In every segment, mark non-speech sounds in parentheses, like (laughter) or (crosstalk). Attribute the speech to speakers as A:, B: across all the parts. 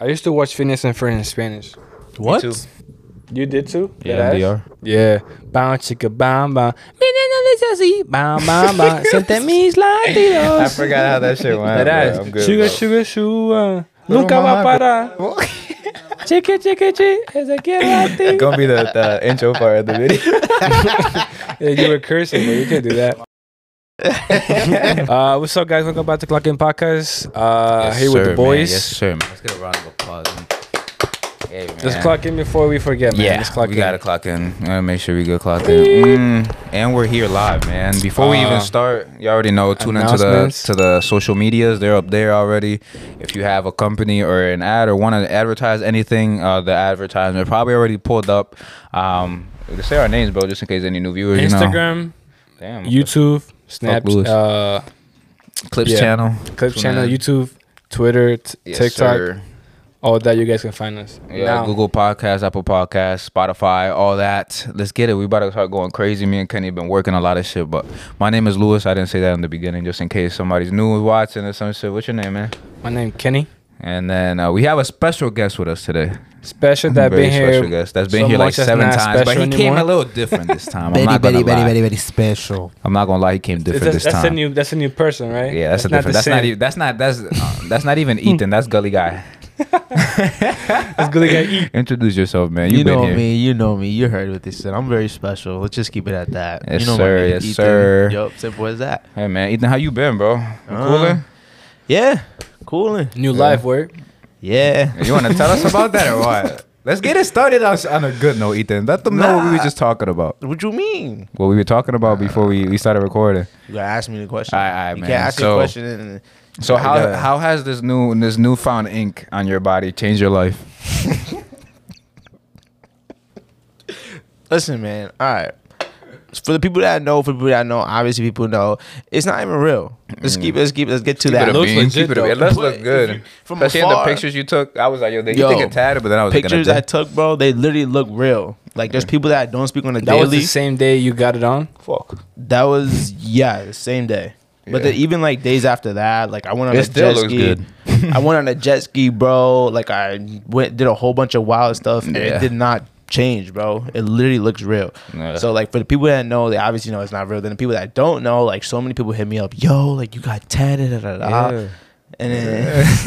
A: I used to watch Phineas and Ferb in Spanish.
B: What?
C: too.
A: You did too?
B: Yeah, MDR.
A: Yeah. Bound chica bam bam. Venenoles así. Bam bam (laughs) bam. Siente mis
C: (laughs)
A: latidos.
C: I forgot how that shit went.
A: Verás.
C: bro. I'm good,
A: sugar,
C: bro.
A: sugar, sugar. Nunca va a
C: mamá,
A: parar. Cheque, cheque, cheque. Ese quiere a ti.
C: Gonna be the, the intro part of the video.
A: Yeah, you were cursing, but you can't do that. uh, what's up, guys? Welcome back to Clock In Podcast. (laughs) Uh,
B: Yes,
A: here
B: sir,
A: with the
B: man.
A: boys.
B: Yes, sir. Man.
D: Let's get a round of applause. Hey, man.
A: Let's clock in before we forget, man.
D: Yeah,
A: Let's clock
D: we
A: in.
D: gotta clock in. We gotta make sure we go clock in. Mm, and we're here live, man. Before we
A: Uh,
D: even start, you already know. Tune into the
A: announcements.
D: to the social medias. They're up there already. If you have a company or an ad or want to advertise anything, uh, the advertisement probably already pulled up. Um, say our names, bro, just in case any new viewers. You know.
A: Instagram,
D: Damn.
A: YouTube, Snap,
D: Lewis.
A: uh,
D: Clips
A: yeah.
D: channel.
A: Clip
D: Tune
A: Channel,
D: in.
A: YouTube, Twitter, t-
D: Yes,
A: TikTok,
D: sir.
A: all that you guys can find us.
D: Yeah,
A: now,
D: Google Podcasts, Apple Podcasts, Spotify, all that. Let's get it. We about to start going crazy. Me and Kenny been working a lot of shit, but my name is Lewis. I didn't say that in the beginning, just in case somebody's new and watching or some shit. What's your name, man?
A: my name Kenny.
D: And then uh, we have a special guest with us today.
A: Special that
D: Very
A: been
D: special
A: here.
D: guest that's been
A: so
D: here like
A: much that's
D: seven
A: not
D: times, but he
A: special
D: came
A: anymore.
D: a little different this time. I'm
B: Very,
D: not
B: very,
D: gonna
B: very,
D: lie.
B: very, very special.
D: I'm not gonna lie. He came
A: Is
D: different
A: that-
D: this
A: that's a
D: time.
A: new, that's a new person, right?
D: yeah, that's, a
A: not
D: different.
A: the
D: That's not
A: same. Hmm.
D: even. That's not. That's uh, that's not even Ethan. That's Gully Guy.
A: That's good. Guy E.
D: Introduce yourself, man. You've
B: You
D: been
B: know
D: here.
B: me. You know me. You heard what they said. I'm very special. Let's just keep it at that.
D: Yes,
B: you know my
D: sir.
B: name,
D: Yes, sir.
B: Yup. Simple as that.
D: Hey, man, Ethan, how you been, bro? You
B: Uh,
D: cooling?
B: Yeah. Cooling.
A: New life work.
B: Yeah.
D: You want to tell us about that or what? Let's get it started on, on a good note, Ethan. Let them know what we were just talking about.
B: What you mean?
D: What we were talking about before we, we started recording.
B: You gotta ask me the question.
D: All right, all right,
B: you
D: man.
B: can't ask me
D: So-
B: a question. And,
D: So
B: I
D: how
B: gotta-
D: how has this new this newfound ink on your body changed your life?
B: listen, man. All right. For the people that know, for the people that know, obviously people know it's not even real. Let's keep. Let's keep. Let's get to that.
D: Mm. Keep it a
A: looks
D: bean,
A: legit,
D: keep it a
A: though.
D: bean. Let's
B: But
D: look
B: if
D: good.
B: you- from
D: Especially in the
B: afar-
D: pictures you took, I was like, yo, they you
B: Yo,
D: think it tatted, but then I was
B: pictures
D: looking at
B: I took, bro, they literally look real. Like there's people that don't speak on the
A: That was
B: daily.
A: the same day you got it on.
D: (laughs) fuck.
B: that was yeah, the same day. But
D: Yeah.
B: then even like days after that, like I went on
D: It
B: a
D: still
B: jet
D: looks
B: ski. (laughs)
D: good.
B: I went on a jet ski, bro. Like I went did a whole bunch of wild stuff, and
D: Yeah.
B: it did not change, bro. It literally looks real.
D: Yeah.
B: So like for the people that know, they obviously know it's not real. Then the people that don't know, like so many people hit me up, yo, like you got tatted, da, da, da.
D: Yeah.
B: and then. (laughs)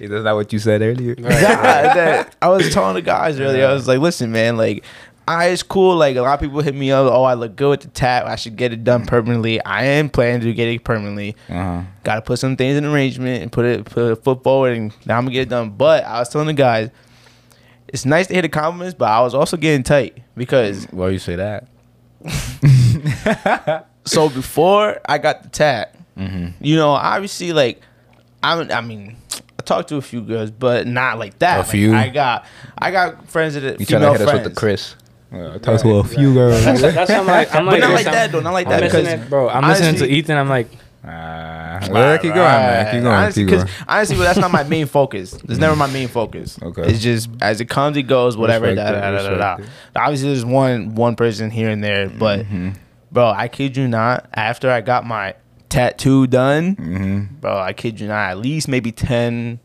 D: That's not what you said earlier. (laughs)
B: Nah, that- I was telling the guys earlier, I was like, listen, man, like, I it's cool. Like a lot of people hit me up. Oh, I look good with the tap. I should get it done permanently. I am planning to get it permanently.
D: Uh-huh.
B: Got to put some things in arrangement and put it put a foot forward, and now I'm gonna get it done. But I was telling the guys, it's nice to hear the compliments, but I was also getting tight because
D: Why you say that?
B: so before I got the tat,
D: Mm-hmm.
B: you know, obviously, like, I'm, I mean, I talked to a few girls, but not like that.
D: A
B: Like,
D: few?
B: I got, I got friends that
D: You trying
B: female
D: to hit
B: friends.
D: us with the Chris? Uh, tell us a few girls.
A: (laughs) That's, that's I'm like, I'm
B: But
A: like,
B: not like
A: I'm-
B: that though, not like
A: I'm
B: that.
A: listening-
B: Because
A: bro, I'm listening to
B: honestly-
A: Ethan. I'm like,
D: Ah, well, keep going, man. Keep going.
B: Honestly,
D: keep
B: 'cause-
D: going.
B: honestly, well, that's not my
D: (laughs)
B: main focus. It's never my main focus.
D: Okay.
B: It's just as it comes, it goes. Whatever. Da,
D: Respect it, Mm-hmm.
B: da, da, da, da.
D: respect
B: Obviously, there's one one person here and there, but bro, I kid you not. After I got my tattoo done,
D: Mm-hmm.
B: bro, I kid you not. At least maybe 10,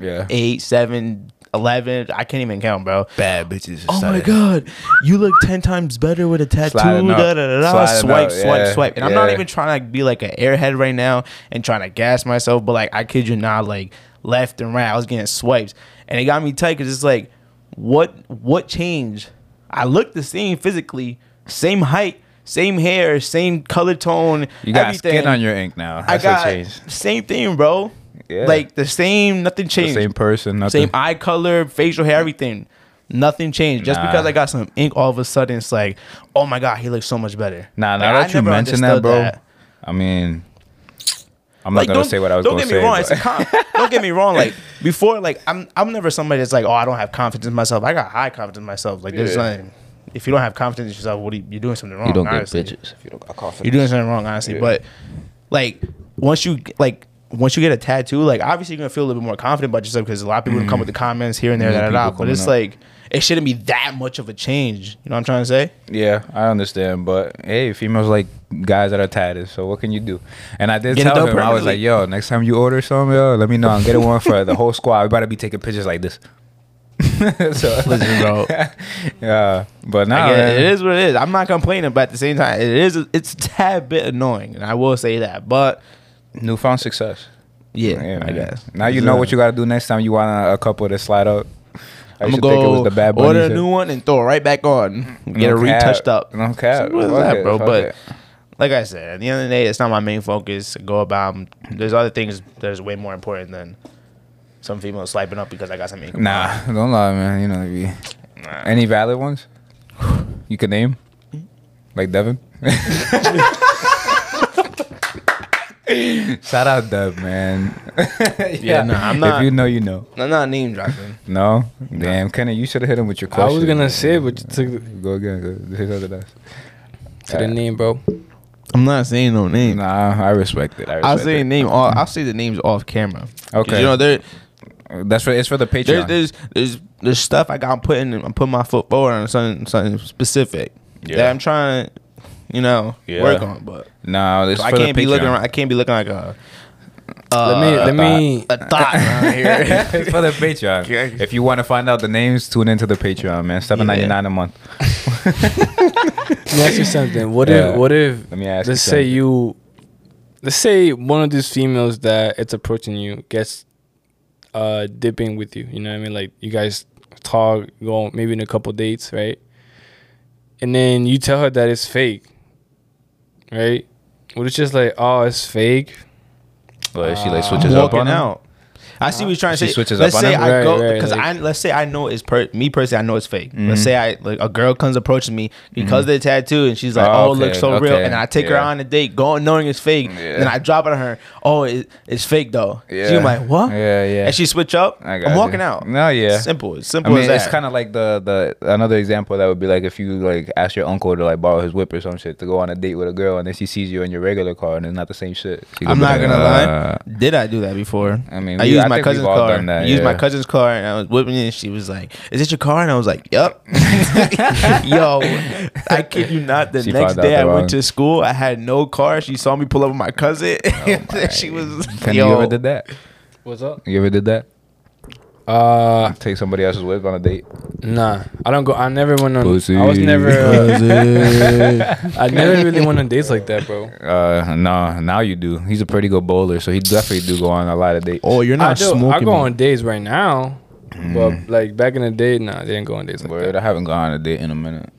D: Yeah.
B: 8, 7, 11. I can't even count, bro.
D: Bad bitches.
B: Oh my god, you look ten times better with a tattoo.
D: Sliding up.
B: Da, da, da, da.
D: Sliding
B: Swipe,
D: up,
B: swipe,
D: yeah,
B: swipe. And I'm not
D: yeah.
B: even trying to be like an airhead right now and trying to gas myself, but like I kid you not, like left and right, I was getting swipes, and it got me tight because it's like, what, what changed? I look the same physically, same height, same hair, same color tone.
D: You got
B: everything.
D: skin on your ink now.
B: I
D: That's what
B: got
D: changed.
B: same thing, bro.
D: Yeah.
B: Like the same, nothing
D: The
B: changed
D: same person. Nothing.
B: same eye color, facial hair, everything. Nothing changed. Just
D: Nah.
B: because I got some ink, all of a sudden it's like, oh my god, he looks so much better.
D: Nah,
B: Like,
D: now that
B: I
D: you
B: never
D: mentioned that,
B: understood
D: bro. I mean, I'm not
B: Like,
D: gonna
B: don't
D: say what I was
B: Don't
D: gonna
B: get
D: say.
B: me wrong.
D: but-
B: It's a com- don't get me
D: (laughs)
B: wrong. Like before, like I'm, I'm never somebody that's like, oh, I don't have confidence in myself. I got high confidence in myself. Like there's
D: Yeah.
B: like, if you don't have confidence in yourself, what are you, you're doing something wrong. honestly.
D: bitches if you don't got confidence.
B: You're doing something wrong, honestly. But like once you like once you get a tattoo, like obviously you're gonna feel a little bit more confident about yourself because a lot of people come with the comments here and there,
D: Yeah,
B: da, da, da,
D: Mm. people
B: but it's
D: coming
B: like it shouldn't be that much of a change. You know what I'm trying to
D: (laughs)
B: say?
D: Yeah, I understand, but hey, females like guys that are tatted, so what can you do? And I did
B: Get it
D: tell
B: done
D: him, I was
B: permanently.
D: like, "Yo, next time you order some, yo, let me know. I'm getting one for the whole squad. We better be taking pictures like this." (laughs) so,
B: Listen, bro.
D: (laughs) Oh, yeah, but now
B: I get it. it is what it is. I'm not complaining, but at the same time, it is it's a tad bit annoying, and I will say that. But
D: newfound success.
B: yeah, I
D: man.
B: guess
D: Now you know what you got to do next time you want a, a couple to slide up. I
B: I'm
D: used
B: gonna
D: to think it was
B: go
D: the bad
B: order a
D: bunnies
B: new
D: that-
B: one and throw it right back on. Get it
D: No cap.
B: retouched up.
D: No cap.
B: Simple as
D: Fuck
B: that,
D: it,
B: bro.
D: fuck
B: But
D: it.
B: like I said, at the end of the day, it's not my main focus. Go about. There's other things that is way more important than some females sliping up because I got some income.
D: Nah, (laughs) don't lie, man. You know, you, (laughs) any valid ones you could name, like Devin. (laughs) Shout out Dev,
B: (laughs)
D: man. yeah,
B: nah, I'm not-
D: (laughs) If you know, you know.
B: I'm not name
D: (laughs)
B: dropping.
D: No, damn, Kenny, you should have hit him with your
A: I
D: question.
A: was gonna say, but you took the-
D: go again. Go, hit other last.
A: to the name, bro.
B: I'm not saying no name.
D: Nah, I respect it. I respect
B: I'll say
D: it.
B: name. Off, I'll say the names off camera. 'Cause,
D: Okay.
B: You know there.
D: That's for it's for the
B: there's
D: Patreon.
B: there's there's there's stuff I got I'm putting I'm putting my foot forward on something something specific that
D: Yeah.
B: I'm trying to you know
D: Yeah.
B: work on, but
D: no, it's
B: I
D: for the
B: can't be
D: Patreon.
B: looking around, I can't be looking like a uh,
A: Let me,
D: Uh,
A: let me.
B: a thought around
D: (laughs)
B: here.
D: It's for the Patreon.
B: Okay.
D: (laughs) If you want to find out the names, tune into the Patreon, man. Seven ninety nine a month.
A: Let me ask you something. What
D: Yeah.
A: if what if
D: Let me ask you
A: let's say
D: something.
A: you let's say one of these females that it's approaching you gets uh dipping with you, you know what I mean? Like you guys talk, go on maybe in a couple dates, right? And then you tell her that it's fake. Right? Well it's just like, oh, it's fake.
D: Well, she like
B: Walking
D: switches up on him?
B: out. I see what you're trying to
D: She
B: say.
D: switches
B: let's
D: up on
B: say
D: him?
B: I
A: Right,
B: go
A: right,
B: because
A: like-
B: I let's say I know it's per me personally. I know it's fake.
D: Mm-hmm.
B: Let's say I like a girl comes approaching me because of the tattoo and she's like,
D: Oh,
B: "Oh, it
D: okay,
B: looks so real,"
D: okay,
B: and I take her
D: yeah.
B: on a date, going knowing it's fake,
D: Yeah.
B: and I drop it on her. Oh, it, it's fake though.
D: Yeah.
B: She's like, "What?"
D: Yeah, yeah.
B: And she switch up.
D: I got
B: I'm
D: you.
B: walking out.
D: No, yeah.
B: Simple. It's
D: I
B: Simple
D: mean,
B: as
D: it's
B: that.
D: kind of like the the another example that would be like if you like ask your uncle to like borrow his whip or some shit to go on a date with a girl, and then she sees you in your regular car, and it's not the same shit. She
B: I'm
D: could be
B: not
D: like,
B: gonna
D: uh,
B: lie. Did I do that before?
D: I mean,
B: I
D: we-
B: used
D: I
B: my
D: think we've
B: cousin's
D: all
B: car.
D: done that,
B: I used my
D: yeah.
B: cousin's car, and I was whipping it. And she was like, "Is it your car?" And I was like,
D: (laughs)
B: "Yep." Yo, I kid you not. The
D: She
B: next
D: found out
B: day,
D: the
B: I
D: wrong-
B: went to school. I had no car. She saw me pull up with my cousin.
D: Oh
B: (laughs) she was,
D: Kenny, you
B: "Yo,
D: ever did that?
A: What's up?
D: You ever did that?
A: Uh
D: Take somebody else's whip on a date?
A: nah. I don't go I never went on
D: Pussy.
A: I was
D: (laughs)
A: never
B: uh,
A: (laughs) I never really went on dates like that, bro.
D: Uh, no. Now you do. He's a pretty good bowler, so he definitely do go on a lot of dates.
B: oh, you're
A: I
B: not
A: do. I
B: smoking."
A: go
B: me.
A: on dates right now, but like back in the day, nah, they didn't go on dates like
D: Mm. Word,
A: that.
D: I haven't gone on a date in a minute.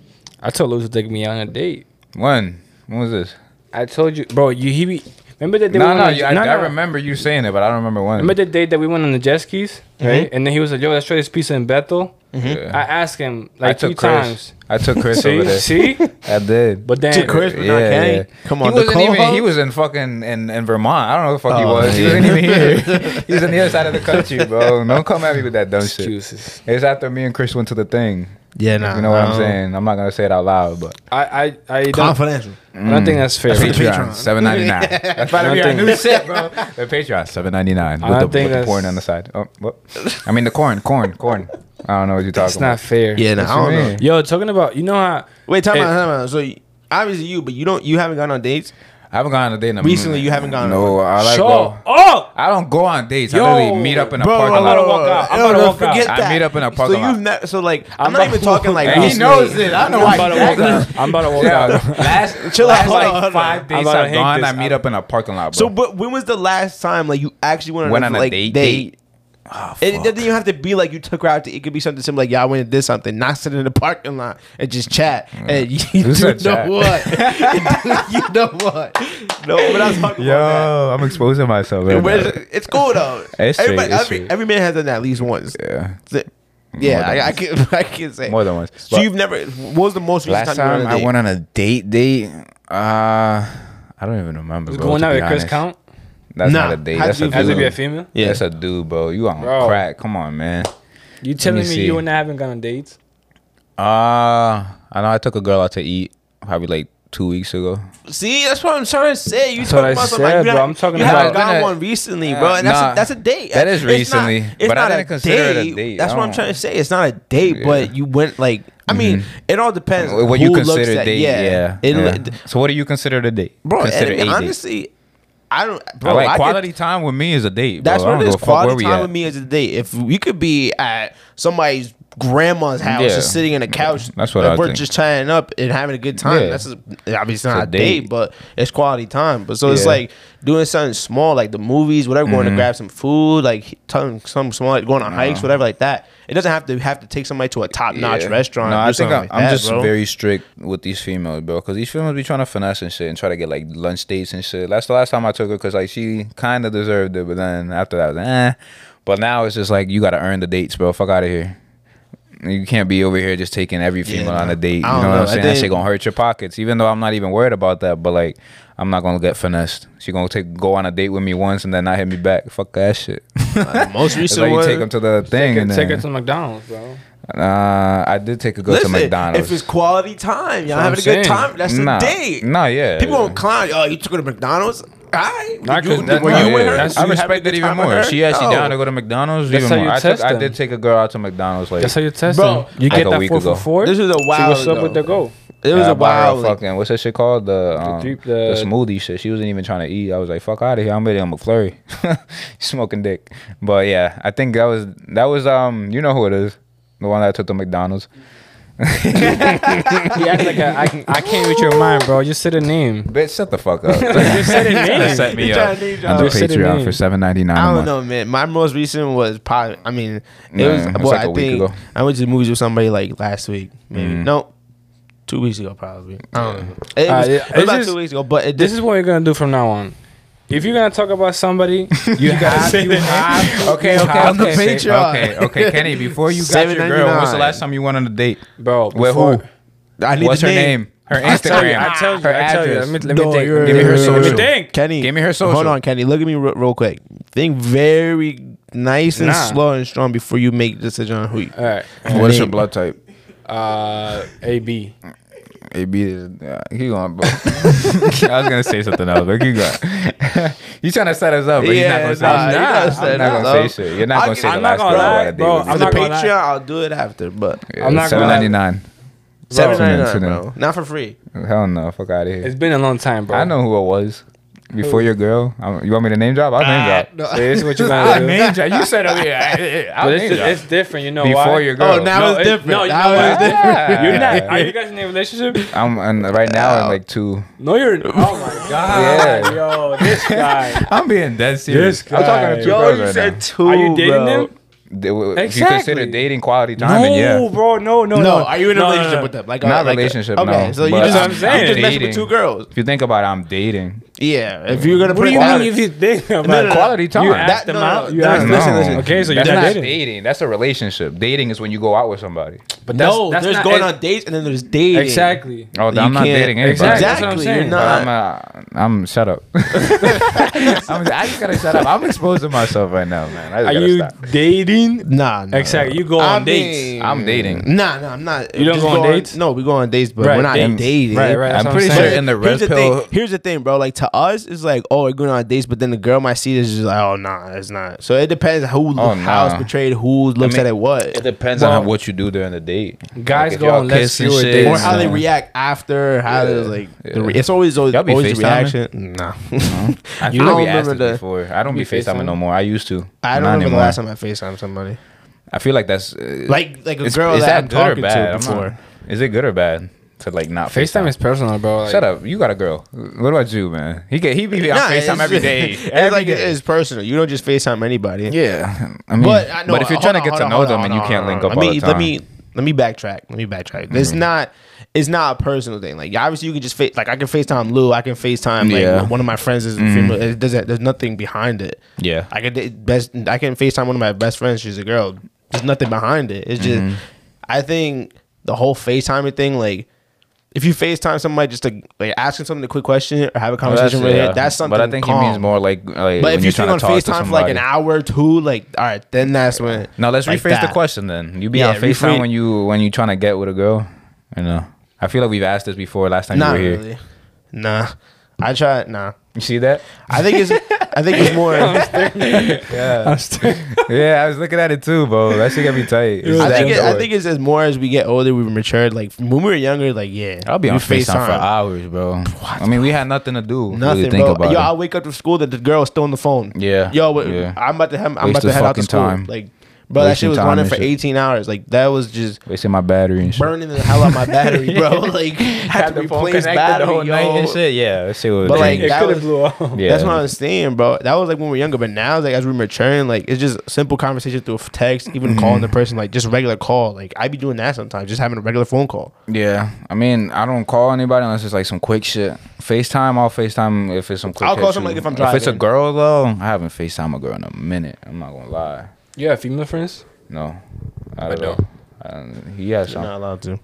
A: I told Lou to take me on a date.
D: When? When was this?
A: I told you, bro. You he be, remember that day
D: No,
A: we
D: no,
A: went on,
D: you, I, I remember you saying it, but I don't remember when.
A: Remember the day that we went on the jet skis,
D: Mm-hmm.
A: right? And then he was like, "Yo, let's try this pizza in Bethel." I asked him
D: I
A: mm-hmm. like
D: took
A: two
D: Chris.
A: times.
D: I took Chris over
A: See,
D: there. (laughs)
A: see,
D: I did.
A: but then
B: To Chris, but not Kenny. Come on,
D: he wasn't
B: the
D: even.
B: co-host?
D: He was in fucking in, in Vermont. I don't know what the fuck he
B: Oh,
D: was. He
B: yeah.
D: wasn't
B: (laughs)
D: even here. he was on the other side of the country, bro. Don't come at me with that dumb shit.
A: excuses.
D: It's after me and Chris went to the thing.
B: Yeah, nah.
D: You know what I'm
B: no.
D: saying? I'm not gonna say it out loud, but
A: I, I, I don't,
B: Confidential.
A: I don't think that's fair.
D: Patreon seven ninety
A: (laughs)
D: nine. That's about to be our
A: Nothing.
D: new shit, bro. The Patreon seven ninety nine
A: I
D: with, the,
A: think
D: with the
A: that's-
D: porn on the side. Oh, what? I mean the corn, corn, corn. I don't know what you're talking
A: It's not
D: about.
A: fair.
B: Yeah, nah. I
D: What
B: don't
D: you
B: know.
D: mean?
A: Yo, talking about you know how
B: Wait, time
A: Hey.
B: out, time out. So you- obviously you, but you don't. You haven't gone on dates
D: I haven't gone on a date in a
B: recently.
D: minute.
B: You haven't gone.
D: No, I like.
A: show
D: Go,
A: up.
D: I don't go on dates.
A: Yo,
D: I literally meet up in a
B: Bro,
D: parking
B: I'm
D: lot.
B: about
A: gonna
B: to
A: walk out. I'm gonna walk out.
B: Forget
D: I
B: that.
D: meet up in a
B: so
D: parking lot.
B: You've ne- so like I'm,
A: I'm
B: not
A: about-
B: even talking like
D: And he
B: recently.
D: knows it. I know
A: I'm
D: why
A: about to
D: he's
A: walk
D: acting.
A: out. I'm about to walk
D: Yeah,
A: out. (laughs)
D: last,
B: Chill out,
D: last
B: hold
D: like
B: on, hold on.
D: five
A: I'm
D: days
A: about to
D: I've
A: hang
D: gone,
A: this
D: I meet up in a parking lot.
B: So,
D: Bro.
B: but when was the last time like you actually went on,
D: Went
B: a,
D: on a
B: like, Ah,
D: date? Date? Ah,
B: it, it doesn't even have to be like you took her out to. It could be something simple like y'all went and did something, not sit in the parking lot and just chat. And (laughs) you,
D: Mm. Who
B: do know
D: said chat? (laughs)
B: what? (laughs) you know what? No, but I was talking about that.
D: I'm exposing myself.
B: It was- it's cool though.
D: It's straight,
B: Everybody-
D: it's
B: every,
D: straight.
B: every man has done that at least once.
D: yeah.
B: Yeah, yeah
D: More than
B: I, I can (laughs) I can say
D: More than once.
B: So
D: But-
B: you've never. What was the most recent
D: Last
B: time,
D: time I went on a date, date. Uh, I don't even remember. Bro,
A: Going
D: to
A: out
D: be
A: with Chris
D: honest.
A: Count
D: That's
B: Nah.
D: not a date.
B: How'd
D: That's
B: you
D: a
B: feel?
A: as if
D: dude.
A: you're a female.
B: Yeah.
D: That's a dude, bro. You on
A: Bro.
D: crack? Come on, man.
A: You
D: me
A: telling me,
D: see.
A: you and I haven't gone on dates?
D: Uh I know I took a girl out to eat probably like two weeks ago.
B: See, that's what I'm trying to say. You
A: That's
B: talking
A: what I
B: about something like
A: said,
B: you
A: bro.
B: haven't-
A: I'm talking
B: you
D: about-
B: haven't got
D: Nah.
B: one recently, bro. And that's
D: Nah.
B: a, that's a date.
D: That is
B: It's not-
D: recently,
B: it's
D: but I
B: not
D: didn't consider it a date.
B: That's
D: I
B: what I'm
D: don't-
B: trying to say. It's not a date, but you went like. I mean, it all depends
D: Mm-hmm. What you
B: who looks
D: consider
B: at-
D: date?
B: Yeah,
D: Yeah.
B: It,
D: yeah.
B: li-
D: So what do you consider a date?
B: bro. and
D: consider a date.
B: honestly, I don't. Bro,
D: I like
B: I could-
D: quality time with me is a date.
B: That's
D: bro. I
B: what
D: don't
B: it is.
D: give a fuck where
B: Quality
D: we
B: time
D: at.
B: with me is a date. If we could be at somebody's grandma's house,
D: Yeah.
B: just sitting in a couch,
D: That's what
B: and
D: I
B: we're
D: think.
B: just chatting up and having a good time.
D: Yeah.
B: That's obviously mean, it's not
D: a
B: a date.
D: date.
B: but it's quality time. But so it's
D: Yeah. Mm-hmm.
B: like doing something small, like the movies, whatever. Going to grab some food, like something something small, like going on hikes, whatever, like that. It doesn't have to have to take somebody to a top notch
D: Yeah.
B: restaurant.
D: No,
B: or
D: I think
B: something
D: I'm,
B: like
D: I'm
B: that,
D: just
B: bro.
D: very strict with these females, bro. Because these females be trying to finesse and shit and try to get like lunch dates and shit. That's the last time I took her because like she kind of deserved it, but then after that, I was like, eh. But now it's just like you gotta earn the dates, bro. Fuck out of here. You can't be over here just taking every female on a date. You
B: I don't
D: know, what
B: know.
D: I'm
B: I
D: saying? That
B: think-
D: shit gonna hurt your pockets. Even though I'm not even worried about that, but like I'm not gonna get finessed. She gonna take go on a date with me once and then not hit me back. Fuck that shit.
B: Uh, (laughs) most
D: (laughs) It's
B: recent
D: like you
B: one.
D: take them to the thing
A: Take it,
D: and
A: take
D: then,
A: it to McDonald's, bro.
D: uh, I did take a go
B: Listen,
D: to McDonald's.
B: if it's quality time, y'all
A: what
B: having
A: I'm
B: a good
A: saying.
B: time. That's
D: nah.
B: a date.
D: Nah, yeah.
B: People don't clown. Oh, you took her to McDonald's. All right.
A: Nah,
B: You-
A: 'cause that's
B: were
A: not-
B: you with
A: yeah,
B: her?
A: that's-
B: You
D: I
B: having
D: respect
B: a
D: it
B: good
D: even
B: time with
D: more.
B: her?
D: She actually
B: No.
D: down to go to McDonald's
A: That's
D: even
A: how
D: more.
A: you
D: I, took,
A: test
D: I
A: them.
D: did take a girl out to McDonald's like
A: That's how you test
B: Bro,
A: them. You
D: like
A: get
D: a
A: that
D: week
A: four
D: ago.
A: for four.
B: This was a
A: See
B: while
A: what's
B: ago.
A: up with the goal.
B: It was
D: Yeah, I
B: a
D: bought her
B: while. ago.
D: fucking what's that shit called the um,
A: deep-
D: the,
A: the-
D: smoothie shit. She wasn't even trying to eat. I was like, fuck out of here. I'm ready. I'm a flurry. (laughs) Smoking dick. But yeah, I think that was that was um you know who it is, the one that I took to McDonald's.
A: He acts like a, I, can, I can't read your mind, bro. Just say the
D: (laughs)
A: name.
D: Bitch, shut the
A: (laughs)
D: fuck up.
A: Just say the
D: (laughs) They
A: name.
D: set me
B: You
D: up
B: trying to eat
D: on the
A: y'all. Just say the
D: Patreon
A: name.
D: for seven ninety nine.
B: I don't know, man. My most recent was probably. I mean, it
D: Yeah,
B: was.
D: Mm, it was
B: Well,
D: like
B: I
D: a week
B: think
D: ago. Mm.
B: I went to the movies with somebody like last week. Maybe no, two weeks ago probably. I don't know. It was,
A: Uh, yeah,
B: it was
A: it's
B: about
A: just-
B: two weeks ago, but it
A: This is what we're gonna do from now on. If you're gonna talk about somebody, you have
D: say
A: you
D: the
A: have to- (laughs)
D: Okay,
A: you
D: okay,
A: have
B: on the
A: to say-
B: Patreon.
D: Okay, okay, Kenny. Before you got your girl, when was the
B: $7.99?
D: last time you went on a date?
A: bro.
D: With
A: before-
D: who?
B: I need
D: What's
B: the
D: her name? Her
A: I tell you,
D: Instagram.
A: I tell you,
D: her
A: I tell you. Let
D: address.
A: me, let me
B: No,
A: think.
B: you're-
A: Give me her
D: you're-
A: social.
D: you're-
A: Think.
B: Kenny,
D: Give me her social.
B: Hold on, Kenny. Look at me real, real quick. Think very nice and
A: Nah.
B: slow and strong before you make a decision on who. You,
A: All right.
D: What is
B: Name.
D: Uh, your blood type?
A: Uh, A B.
D: AB is uh, keep going, bro. (laughs) I was gonna say something else, but keep going. (laughs) you trying to set us up, but
B: Yeah,
D: you're not gonna
A: you're
B: nah,
D: say shit.
A: not
B: setting
D: I'm not
B: us
D: gonna
B: up.
D: say shit. You're not
B: I'll-
D: gonna say
A: I'm
D: the
A: not
D: last
A: gonna
D: girl I
A: lie,
D: had a date
A: bro.
D: with.
A: I'm
B: for the
A: not gonna lie.
B: Patreon, I'll do it after, but
D: Yeah,
A: I'm not gonna
D: seven
A: lie.
D: ninety nine.
B: seven ninety
D: Tune
B: nine,
D: in, tune in.
B: bro. Not for free.
D: Hell no, fuck out of here.
A: It's been a long time, bro.
D: I know who it was. Before your girl, i you want me to name drop? I'll name drop.
A: So this is what you
D: (laughs)
A: gotta
D: I'll
A: do.
D: name drop. You said, oh (laughs) yeah, I'll
A: But
D: name
A: it's,
D: drop.
A: it's different, you know why?
D: Before your girl.
B: Oh, now it's different.
A: No, you know
B: Now it's
A: why? (laughs)
D: different.
A: You're not. Are you guys in a relationship?
D: I'm and right now I'm like two.
A: No, you're. Oh my god,
D: (laughs) Yeah.
A: yo, this guy.
D: I'm being dead serious.
A: This
D: I'm talking
A: guy.
D: to two girls right now.
B: two.
A: Are you dating
B: bro.
A: him?
D: They- w- If you
A: Exactly.
D: consider dating quality time, and yeah.
A: bro, no, no,
B: No, are you in a
A: No, no,
B: relationship
A: no.
B: with them? Like,
D: Not
B: uh, like
D: relationship,
B: A, okay,
D: no,
B: so you
D: but
B: just,
A: I'm saying.
B: you just messing
D: Dating.
B: with two girls.
D: If you think about it, I'm dating.
B: Yeah, if you're gonna
A: What
B: put
A: do you
B: it
A: mean
B: that-
A: if you think about
B: no, no.
D: Quality time.
A: You asked
B: That-
A: them
B: no, no,
A: out. You
B: no,
A: asked
B: no.
A: them.
B: listen.
A: Okay, so you're
D: that's
A: not
D: not
A: dating.
D: dating. That's a relationship. Dating is when you go out with somebody.
A: But
B: no,
A: that's
B: there's
A: not
B: going
A: it.
B: on dates and then there's dating.
A: Exactly.
D: Oh,
B: You
D: I'm not
B: can't-
D: dating anybody.
A: Exactly. That's what I'm
B: Exactly,
A: saying.
B: you're
D: But
B: not.
D: I'm, uh, I'm shut up. (laughs) I'm, I just gotta shut up. I'm exposing myself right now, man. I just
A: Are
D: gotta
A: you
D: stop.
A: dating?
B: Nah, nah.
A: Exactly. You go
B: I
A: on dates.
B: mean-
D: I'm dating.
B: Nah, nah, I'm not.
A: You don't
B: Just
A: go on dates?
B: No, we go on dates, but
A: Right,
B: we're not
A: dates.
B: dating.
A: Right, right. That's
D: I'm
A: what
D: pretty
A: I'm
D: sure
A: saying.
D: in the
B: Here's
D: red
B: the
D: pill.
B: thing. Here's the thing, bro. Like to us, it's like, oh, we're going on dates, but then the girl might see this, she's like, oh, nah, it's not. So it depends who,
D: Oh,
B: how it's
D: nah.
B: portrayed, who looks
D: mean,
B: at it, what,
D: It depends
A: Well,
D: on what you do during the date.
A: guys
D: if
A: go
D: y'all
A: on less
D: kiss and
A: fewer
D: shit,
A: dates.
B: or how they
D: uh,
B: react after. How they like, the re-
D: yeah.
B: it's always always,
D: Y'all be
B: always the
D: FaceTiming? Uh-huh.
B: reaction. Nah, (laughs)
D: I
B: You
D: feel like
B: don't
D: we asked
B: remember
D: this
B: the-
D: before. I don't be
A: You
D: FaceTiming
A: FaceTime?
D: no more. I used to.
B: I don't
D: Not
B: remember
D: anymore.
B: the last time I Facetime somebody.
D: I feel like that's uh,
B: Like like a
D: It's-
B: girl
D: is
B: that,
D: that
B: I'm
D: good or
B: talking
D: bad?
B: to
D: I'm
B: before.
D: not- is it good or bad to like not
A: FaceTime is personal, bro. Like,
D: Shut up! You got a girl. What about you, man? He get he be on
B: Nah, (laughs)
D: FaceTime
B: it's-
D: every day.
B: it's
D: Every
B: like
D: day.
B: it's personal. You don't just Facetime anybody.
D: yeah, I mean,
B: But
D: but,
B: I know,
D: if you're
B: hold
D: trying
B: on,
D: to get
B: hold
D: to
B: on,
D: know
B: hold
D: them
B: on,
D: and you
B: hold
D: can't
B: on,
D: link
B: hold
D: up
B: on.
D: all
B: let me
D: the time, Mm-hmm.
B: let me let me backtrack. Let me backtrack. It's not it's not a personal thing. Like obviously you can just fa- like I can FaceTime Lou. I can FaceTime like
D: Yeah. Mm-hmm.
B: one of my friends is a female. It doesn't. There's nothing behind it.
D: Yeah.
B: I can da- best. I can FaceTime one of my best friends. She's a girl. There's nothing behind it. It's just.
D: Mm-hmm.
B: I think the whole FaceTiming thing, like. If you FaceTime somebody just to like ask them something a quick question or have a conversation with
D: Oh, yeah.
B: it, that's something.
D: But I think
B: calm.
D: he means more like, like
B: But
D: when
B: if
D: you're
B: you speak
D: trying
B: on
D: to talk to
B: FaceTime for like
D: somebody.
B: an hour or two, like all right, then that's when.
D: Now let's
B: like
D: rephrase
B: that.
D: the question. Then you be
B: Yeah,
D: on FaceTime
B: rephrase-
D: when you when you trying to get with a girl, you know. I feel like we've asked this before last time
B: Not
D: you were here.
B: really. Nah. I try nah.
D: You see that?
B: I think it's I think it's
D: (laughs)
B: more
D: Yeah.
A: (laughs)
D: yeah, I was looking at it too, bro. That shit got me tight. It's
B: I
D: that
B: think it, I
D: good.
B: think it's as more as we get older, we matured. Like when we were younger, like yeah,
D: I'll be
B: we
D: on FaceTime, for
B: FaceTime.
D: hours, bro. I mean, we had nothing to do. really
B: Nothing,
D: think
B: bro.
D: about
B: Yo,
D: it.
B: I wake up to school that the girl's still on the phone.
D: Yeah,
B: Yo, wait,
D: yeah.
B: I'm about to have, I'm
D: Waste
B: about to
D: of
B: head out to
D: fucking
B: school.
D: time.
B: Like, bro, that
D: Wasting
B: shit was
D: time
B: running
D: and
B: for
D: shit.
B: 18 hours. Like that was just
D: wasting my battery and shit.
B: burning the hell out
D: (laughs)
B: my battery, bro. (laughs) Like had to replace battery, yo.
D: shit. Yeah, that shit was.
B: But, like,
A: It
D: dangerous.
B: that
A: could have
B: was-
A: blew off.
D: yeah.
B: That's what I'm saying, bro. That was like when we were younger, but now like as we're maturing, like it's just simple conversation through text, even
D: Mm-hmm.
B: calling the person, like just regular call. Like I be doing that sometimes, just having a regular phone call.
D: Yeah, I mean, I don't call anybody unless it's like some quick shit. Facetime, I'll Facetime if it's some quick.
B: I'll call
D: shit,
B: somebody
D: too.
B: if I'm
D: If it's a
B: driving.
D: girl though, I haven't Facetime a girl in a minute. I'm not gonna lie.
A: You have female friends?
D: No,
A: I
D: don't.
A: don't.
D: Um, yeah, so
B: not allowed to.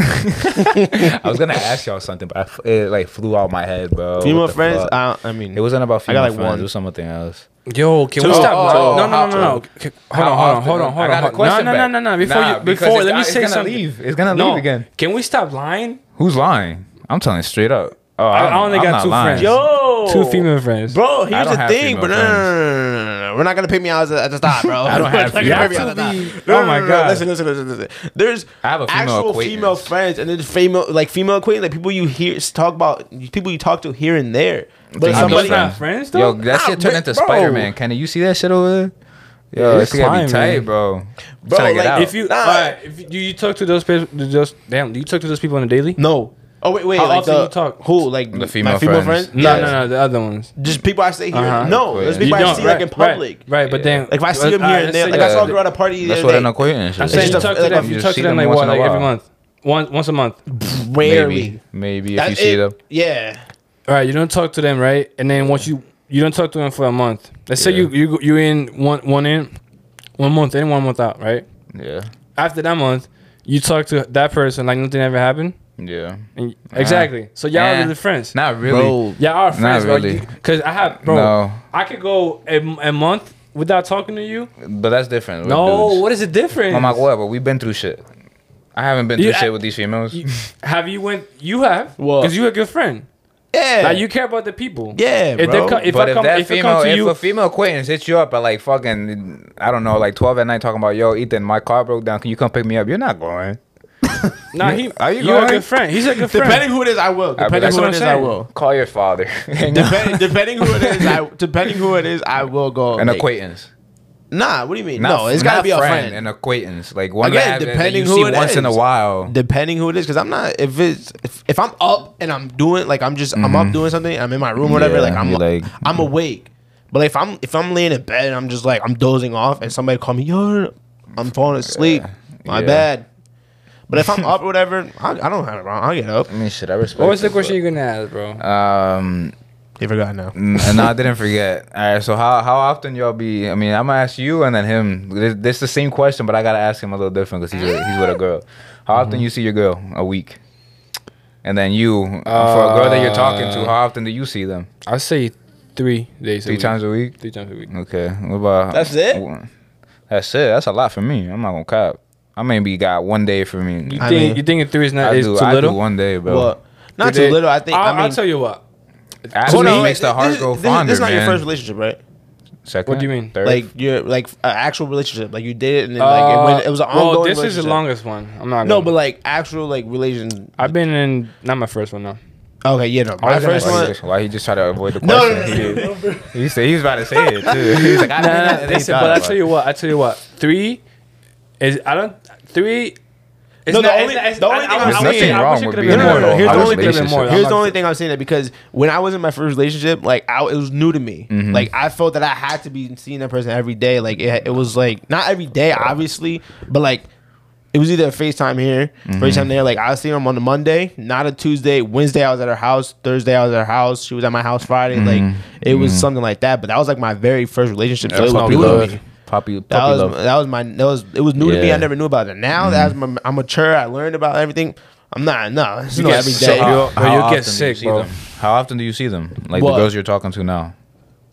D: I was gonna ask y'all something, but I f it like flew out my head, bro. What
B: Female
D: the
B: friends,
D: fuck?
B: I, I mean,
D: it wasn't about
B: I got,
D: female
B: like,
D: friends.
B: one.
D: It was something else.
A: Yo, can
D: Two.
A: we stop?
D: Oh,
A: no,
D: how-
A: no, no, no, no. Okay, Hold on,
D: How
A: hold on,
D: often?
A: hold on, hold on.
D: I got a
A: hold on.
D: question
A: No, no,
D: back.
A: no, no, no. Before
D: Nah,
A: you,
D: because
A: before,
D: it's
A: let
D: not-
A: me
D: it's
A: say
D: gonna
A: something.
D: leave. It's gonna
A: no.
D: leave again.
A: Can we stop lying?
D: Who's lying? I'm telling straight up. Oh,
A: I, I
D: I'm-
A: only
D: I'm
A: got
D: not
A: two
D: lying.
A: friends. two female friends.
B: Bro, here's
D: don't
B: the
D: have
B: thing,
D: female
B: but no, no, no, no, no, no, no, no. we're not gonna pay me out at the- at the stop, bro.
D: (laughs) I don't have
B: We're not gonna pay
D: female
B: me
D: friends.
B: out at the
A: Have to
B: stop.
A: be-
B: No,
A: Oh
B: no,
A: my
B: no, no,
A: God.
B: Listen, listen, listen, listen. There's
D: I have a female
B: actual
D: acquaintance.
B: female friends, and there's female like female acquaintance, like people you hear talk about, people you talk to here and there. But
D: Think I'm
B: somebody,
D: your
A: not
D: friend.
A: friends,
D: Yo,
A: though?
D: that shit
B: Ah,
D: turned
B: bro.
D: into Spider Man. Kenny, you see that shit over there? Yo,
A: It's
D: it's gonna
A: climbing.
D: be tight, bro.
B: Bro,
D: Tryna get
B: like,
D: out.
A: If you,
B: Nah.
A: alright, if you, you talk to those people, just damn, do you talk to those people on a daily?
B: no. Oh wait, wait.
A: How
B: like
A: often
B: the,
A: you talk?
B: Who like
D: The female
B: my female
D: friends.
B: friends?
A: No,
B: Yeah.
A: no, no, the other ones.
B: Just people I say here.
A: Uh-huh.
B: No, there's
D: Yeah.
B: people
A: You
B: I
A: don't,
B: see
A: right,
B: like in
A: right,
B: public.
A: right? But then,
B: Like if I see
A: but-
B: them here
A: alright,
B: and there,
A: let's
B: like
A: say-
B: I
D: Yeah.
B: saw a girl at a party the
D: that's
B: other
D: what an
B: day.
D: acquaintance is.
A: I'm saying
B: just
A: you
B: a-
A: talk to
B: like,
A: them.
B: if
A: You,
D: you
A: talk
D: see
A: to them
D: them
A: like
D: once
A: what,
D: in a
A: like every
D: while.
A: month, once once a month.
B: Rarely.
D: Maybe, maybe if
B: That's
D: you see
B: it.
D: them.
B: Yeah.
A: All right, you don't talk to them, right? And then once you you don't talk to them for a month. Let's say you you you in one one in, one month in, one month out, right?
D: Yeah,
A: After that month, you talk to that person like nothing ever happened.
D: yeah.
A: And exactly. So y'all
D: Eh.
A: are really friends.
D: Not really.
B: Bro.
A: Y'all are friends,
D: really.
A: bro. Because I have bro.
D: No.
A: I could go a, a month without talking to you.
D: But that's different. with
A: No,
D: dudes.
A: what is the difference?
D: I'm like, whatever. We've been through shit. I haven't been
A: You
D: through
A: act-
D: shit with these females.
A: You- have you went? You have
B: What?
A: because you're a good friend.
B: Yeah.
A: Like you care about the people.
B: Yeah,
A: If
B: bro.
A: they come, if
D: but
A: I
D: if
A: come,
D: that
A: if it
D: female,
A: comes to
D: if
A: you,
D: a female acquaintance hits you up at like fucking, I don't know, like twelve at night, talking about, yo, Ethan, my car broke down. Can you come pick me up? You're not going.
A: nah, he,
D: Are you
A: you are a
D: going?
A: good friend. He's a good friend.
B: Depending who it is, I will.
D: I-
B: Depending
D: that's
B: who
A: what
B: it
A: I'm
B: is, I
A: saying.
B: will.
D: Call your father.
B: (laughs)
D: (laughs)
B: Depend, depending who it is, I depending who it is, I will go.
D: An
B: like-
D: acquaintance.
B: Nah, what do you mean?
D: Not-
B: no, it's gotta
D: not
B: be a friend.
D: an acquaintance, like one
B: Again,
D: that,
B: depending
D: depending that
B: who
D: you
B: it
D: see once in a
B: is.
D: while.
B: Depending who it is, because I'm not. If it's if, if I'm up and I'm doing like I'm just I'm up doing something, I'm in my room, whatever.
D: Mm-hmm. Yeah,
B: like I'm
D: you like- mm.
B: I'm awake. But if I'm if I'm laying in bed and I'm just like I'm dozing off, and somebody call me, yo, I'm falling asleep. My
D: Yeah.
B: bad. But if I'm up or whatever, I, I don't have it wrong. I get up.
D: I mean, shit, I respect.
A: What was the
D: it,
A: question you're gonna ask, bro?
D: but, Um,
B: You forgot now.
D: n- no, Mm, I didn't forget. All right, so how how often y'all be? I mean, I'm gonna ask you and then him. This, this the same question, but I gotta ask him a little different because he's a, he's with a girl. How
A: Mm-hmm.
D: often you see your girl a week? And then you, for a girl that you're talking to,
A: Uh,
D: how often do you see them?
A: I say three days. a
D: Three
A: week.
D: times a week.
A: Three times a week.
D: Okay, what about?
B: That's it?
D: That's it. That's a lot for me. I'm not gonna cop. I maybe got one day for me.
A: You
B: I
A: think
B: mean-
A: you think three is not
D: I
A: is
D: do.
A: too
D: I
A: little?
D: do one day, bro.
B: Well, not
A: Three
B: too
A: days?
B: little. I think.
A: I'll,
B: I mean,
A: will tell you what.
D: Actually,
B: Hold on,
D: makes
B: wait,
D: the heart
B: this,
D: go
B: this,
D: fonder.
B: This is not your
D: man.
B: first relationship, right?
D: Second,
A: What do you mean?
D: Third,
B: Like you're like an actual relationship. Like you did it, and then, like it, went, it was an
A: Uh,
B: ongoing.
A: Well, this is the
B: relationship.
A: longest one. I'm not.
B: No,
A: gonna-
B: but like actual like relation.
A: I've been in not my first one though.
B: Okay, yeah, no.
A: I
B: My
A: was
B: first
D: why,
B: one.
D: He, why he just try to avoid the
B: No,
D: question?
B: no, no,
D: He, he said he was about to say it too. He was like,
A: Nah, nah,
D: I didn't- I didn't
A: listen,
D: thought
A: but I
D: about
A: tell
D: it.
A: you what, I tell you what, three is I don't three. It's
B: No, the
A: not-
B: only-
A: it's-
B: the only
A: I-
B: thing
A: I
B: I'm
A: wish- I wish
D: saying-
A: it- I wish it
D: Nothing wrong
A: could've
D: with
A: been
D: being
A: more.
B: in a
A: I wish it
B: long-term
A: could've been
D: relationship.
A: more.
D: But
B: Here's
A: I'm
B: the only
A: not-
B: thing I'm saying that because when I was in my first relationship, like I, it was new to me. Like I felt that I had to be seeing that person every day. Like it, it was like not every day, obviously, but like it was either a FaceTime here, FaceTime there. Like I was seeing them on the Monday, not a Tuesday. Wednesday I was at her house. Thursday I was at her house. She was at my house Friday. Like it was something like that. But that was like my very first relationship. so it was
D: Puppy
B: new to
D: love.
B: me.
D: Puppy,
B: That
D: puppy
B: was
D: love.
B: that was my that was it was new to me.
D: Yeah. Mm-hmm.
B: I never knew about it. Now that I'm, I'm mature, I learned about everything. I'm not no, it's
A: You
B: no
A: get
B: every
A: so
B: day.
A: hot. Bro, you'll get
D: often do you
A: sick,
D: see
A: bro.
D: Them? How often do you see them? Like
B: What?
D: the girls you're talking to now?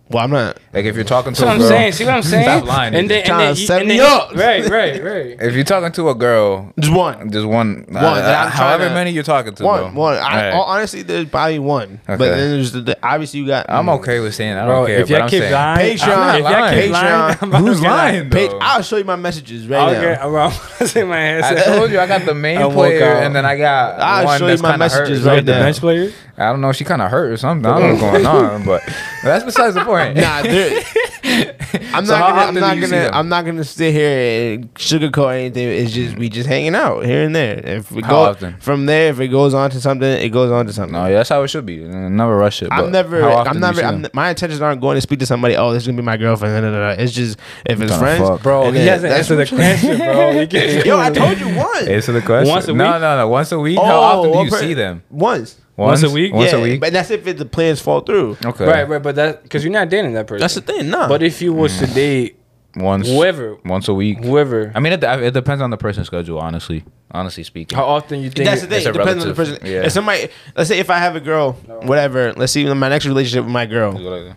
B: Well, I'm not.
D: Like if you're talking
A: That's
D: to
A: what
D: a
A: I'm
D: girl,
A: saying. See what I'm saying?
D: Stop lying.
A: And then, and
B: Trying
A: then,
B: to set
A: and
B: me
A: then-
B: up.
A: Right, right, right.
D: if you're talking to a girl,
B: Just one.
D: just one,
B: One,
D: uh,
B: that I'm
D: however
B: trying to-
D: many you're talking to,
B: One,
D: bro.
B: one. I,
D: Alright.
B: Honestly, there's probably one. But
D: Okay.
B: then there's the, the- obviously you got.
D: I'm okay with saying I don't
A: Bro,
D: care.
A: if
D: but
A: y'all
D: I'm
A: keep
D: saying,
A: lying,
B: Patreon,
A: I'm not- if y'all
B: lying.
A: keep lying,
B: Patreon.
A: I'm about
D: Who's
A: to get out.
D: lying
B: Page,
D: though?
B: I'll show you my messages right
A: I'll
B: now.
A: get, I'm about to take my
D: I
A: headset.
D: told you
A: (laughs)
D: I got the main
A: I woke
D: player,
A: up.
D: and then I got
B: I'll
D: one
B: show you
D: that's
B: my
D: kind of hurt.
B: messages
A: Right
B: right
A: the
B: now.
A: bench player?
D: I don't know. She kind of hurt or something. I don't know what's going
B: (laughs)
D: on, but that's besides the point.
B: Nah, there-
D: (laughs)
B: I'm
D: So
B: not
D: how
B: gonna.
D: often
B: I'm
D: do
B: not
D: you see
B: gonna.
D: them?
B: I'm not gonna sit here and sugarcoat anything. It's just we just hanging out here and there. If we
D: How
B: go
D: often?
B: from there, if it goes on to something, it goes on to something.
D: No, yeah, that's how it should be. Never rush it. but
B: I'm never.
D: how often
B: I'm
D: do you
B: never.
D: see
B: I'm,
D: them?
B: my intentions aren't going to speak to somebody. Oh, this is gonna be my girlfriend. da, da, da, da. It's just if it's
D: Tryna
B: friends,
D: fuck.
A: Bro,
B: and
A: he
B: then
A: hasn't
B: that's
A: answered the
B: what you-
A: question, bro. He can't-
B: (laughs) Yo, I told you once. (laughs) Oh,
D: Answer the question.
A: Once a
D: No,
A: week?
D: no, no. Once a week. how often do you see them?
B: Once.
A: Once a week?
D: Once
B: yeah,
D: a week.
B: But that's if it, the plans fall through.
D: Okay.
A: Right, right, but that because you're not dating that person.
B: That's the thing. No.
A: But if you was to date
D: Once.
A: Whoever.
D: Once a week.
A: whoever,
D: I mean, it, it depends on the person's schedule. Honestly, honestly speaking.
A: how often you think
B: That's the thing.
D: It's
B: It
D: a
B: depends on the
D: relative.
B: person.
D: Yeah.
B: If somebody, let's say, if I have a girl, whatever. Let's see, my next relationship with my girl.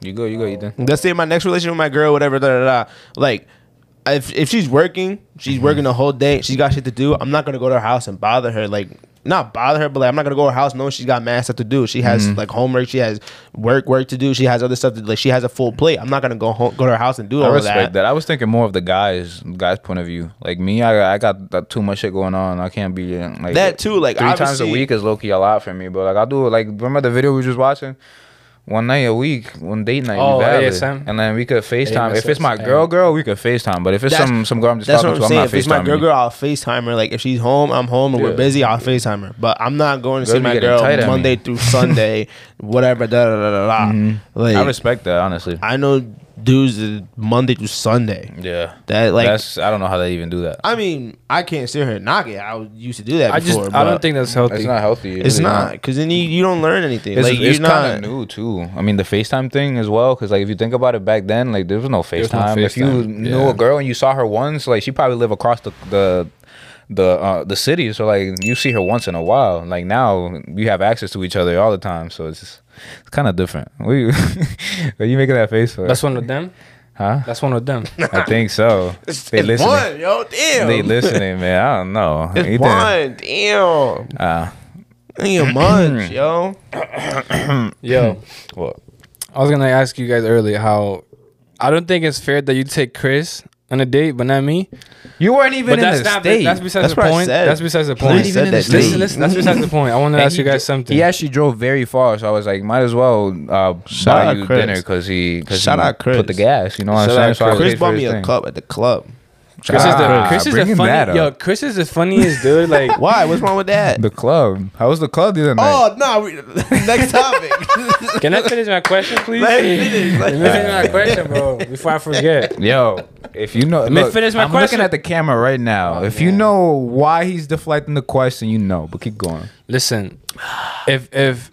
D: You go. You go. Ethan.
B: let's say my next relationship with my girl, whatever, da da da. Like, if if she's working, she's
D: Mm-hmm.
B: working the whole day. She's got shit to do. I'm not gonna go to her house and bother her. Like, not bother her, but like, I'm not gonna go to her house knowing she's got mad stuff to do. She has
D: Mm-hmm.
B: like homework. She has work, work to do. She has other stuff to do. Like, she has a full plate. I'm not gonna go home, go to her house and do all
D: I
B: of
D: respect that.
B: that.
D: I was thinking more of the guys, guys' point of view. Like me, I I got th- too much shit going on. I can't be uh, like
B: That too, like,
D: three times a
B: obviously-
D: week is low key a lot for me. But like I do like remember the video we was just watching. One night a week, one date night,
A: Oh,
D: we valid.
A: yeah, Sam.
D: and then we could Facetime. If it's my
A: MSS,
D: girl,
A: yeah.
D: girl, we could Facetime. But if it's
B: That's-
D: some some girl I'm just
B: That's what I'm
D: talking to, I'm
B: saying.
D: not
B: If it's my
D: Facetiming.
B: girl
D: you.
B: girl, I'll FaceTime her. Like if she's home, I'm home and
D: Yeah.
B: we're busy, I'll FaceTime her. But I'm not going to see
D: Girls be
B: my
D: getting
B: girl
D: tight at me.
B: Monday through Sunday, whatever, da da da da da. Like
D: Mm-hmm. I respect that honestly.
B: I know dudes that Monday through Sunday.
D: yeah,
B: That like
D: that's I don't know how they even do that.
B: I mean I can't sit here and knock it. I was- used to do that.
A: I just
B: before,
A: I
B: but
A: don't think that's healthy.
D: It's not healthy.
B: it's not because then you, you don't learn anything.
D: It's,
B: like
D: it's
B: you're
D: kind
B: not.
D: of new too. I mean, the FaceTime thing as well, because like if you think about it, back then like there was no
A: was no
D: FaceTime. If you
A: FaceTime,
D: knew
A: yeah.
D: a girl and you saw her once, like she probably live across the the the uh, the city, so like you see her once in a while. Like now you have access to each other all the time, so it's just, it's kind of different. (laughs) What are you, are you making that face for?
A: That's one of them.
D: huh?
A: That's one of (laughs) them.
D: I think (laughs) so.
B: It's,
D: they
B: it's
D: listening.
B: one, yo, damn.
D: They listening, man. I don't know.
B: It's
D: Ethan,
B: one, damn.
D: Uh,
B: Ain't a munch, yo.
A: Yo,
D: well,
A: I was gonna ask you guys earlier how I don't think it's fair that you take Chris on a date but not me.
D: you weren't even
A: But
D: in
A: that's
D: the
A: not. (clears throat)
D: state.
A: That's besides
B: That's
A: the
B: what I
A: point.
B: said.
A: That's besides the
B: Not
A: point.
B: even in the state.
A: Listen, listen. That's besides the point. I want to
D: And
A: ask
D: he
A: you guys
D: dro-
A: something.
D: He actually drove very far, so I was like, might as well uh,
B: Shout
D: buy
B: out
D: you
B: Chris.
D: dinner because he, cause
B: Shout
D: he
B: out Chris.
D: put the gas. You know what
A: Shout
D: I'm saying?
A: out
D: So I
A: Chris.
B: Chris
D: paid for
B: bought
D: his
B: me a
D: thing.
B: cup at the club.
A: Chris is the
D: Ah,
A: Chris is the
D: bringing that
A: funny.
D: up.
A: Yo, Chris is the funniest dude.
B: (laughs)
A: Like
B: Why? What's wrong
A: (laughs)
B: with that?
D: The club. How was the club the other night?
B: Oh no! we- (laughs) Next topic. (laughs)
A: Can I finish my question, please?
B: Let me finish, let
A: Let
B: me
A: me finish my question, bro, before I forget.
D: Yo, if you know,
A: me
D: look,
A: finish my
D: I'm
A: question. Oh,
D: looking at the camera right now. if you know why he's deflecting the question, you know. But keep going.
A: Listen, if if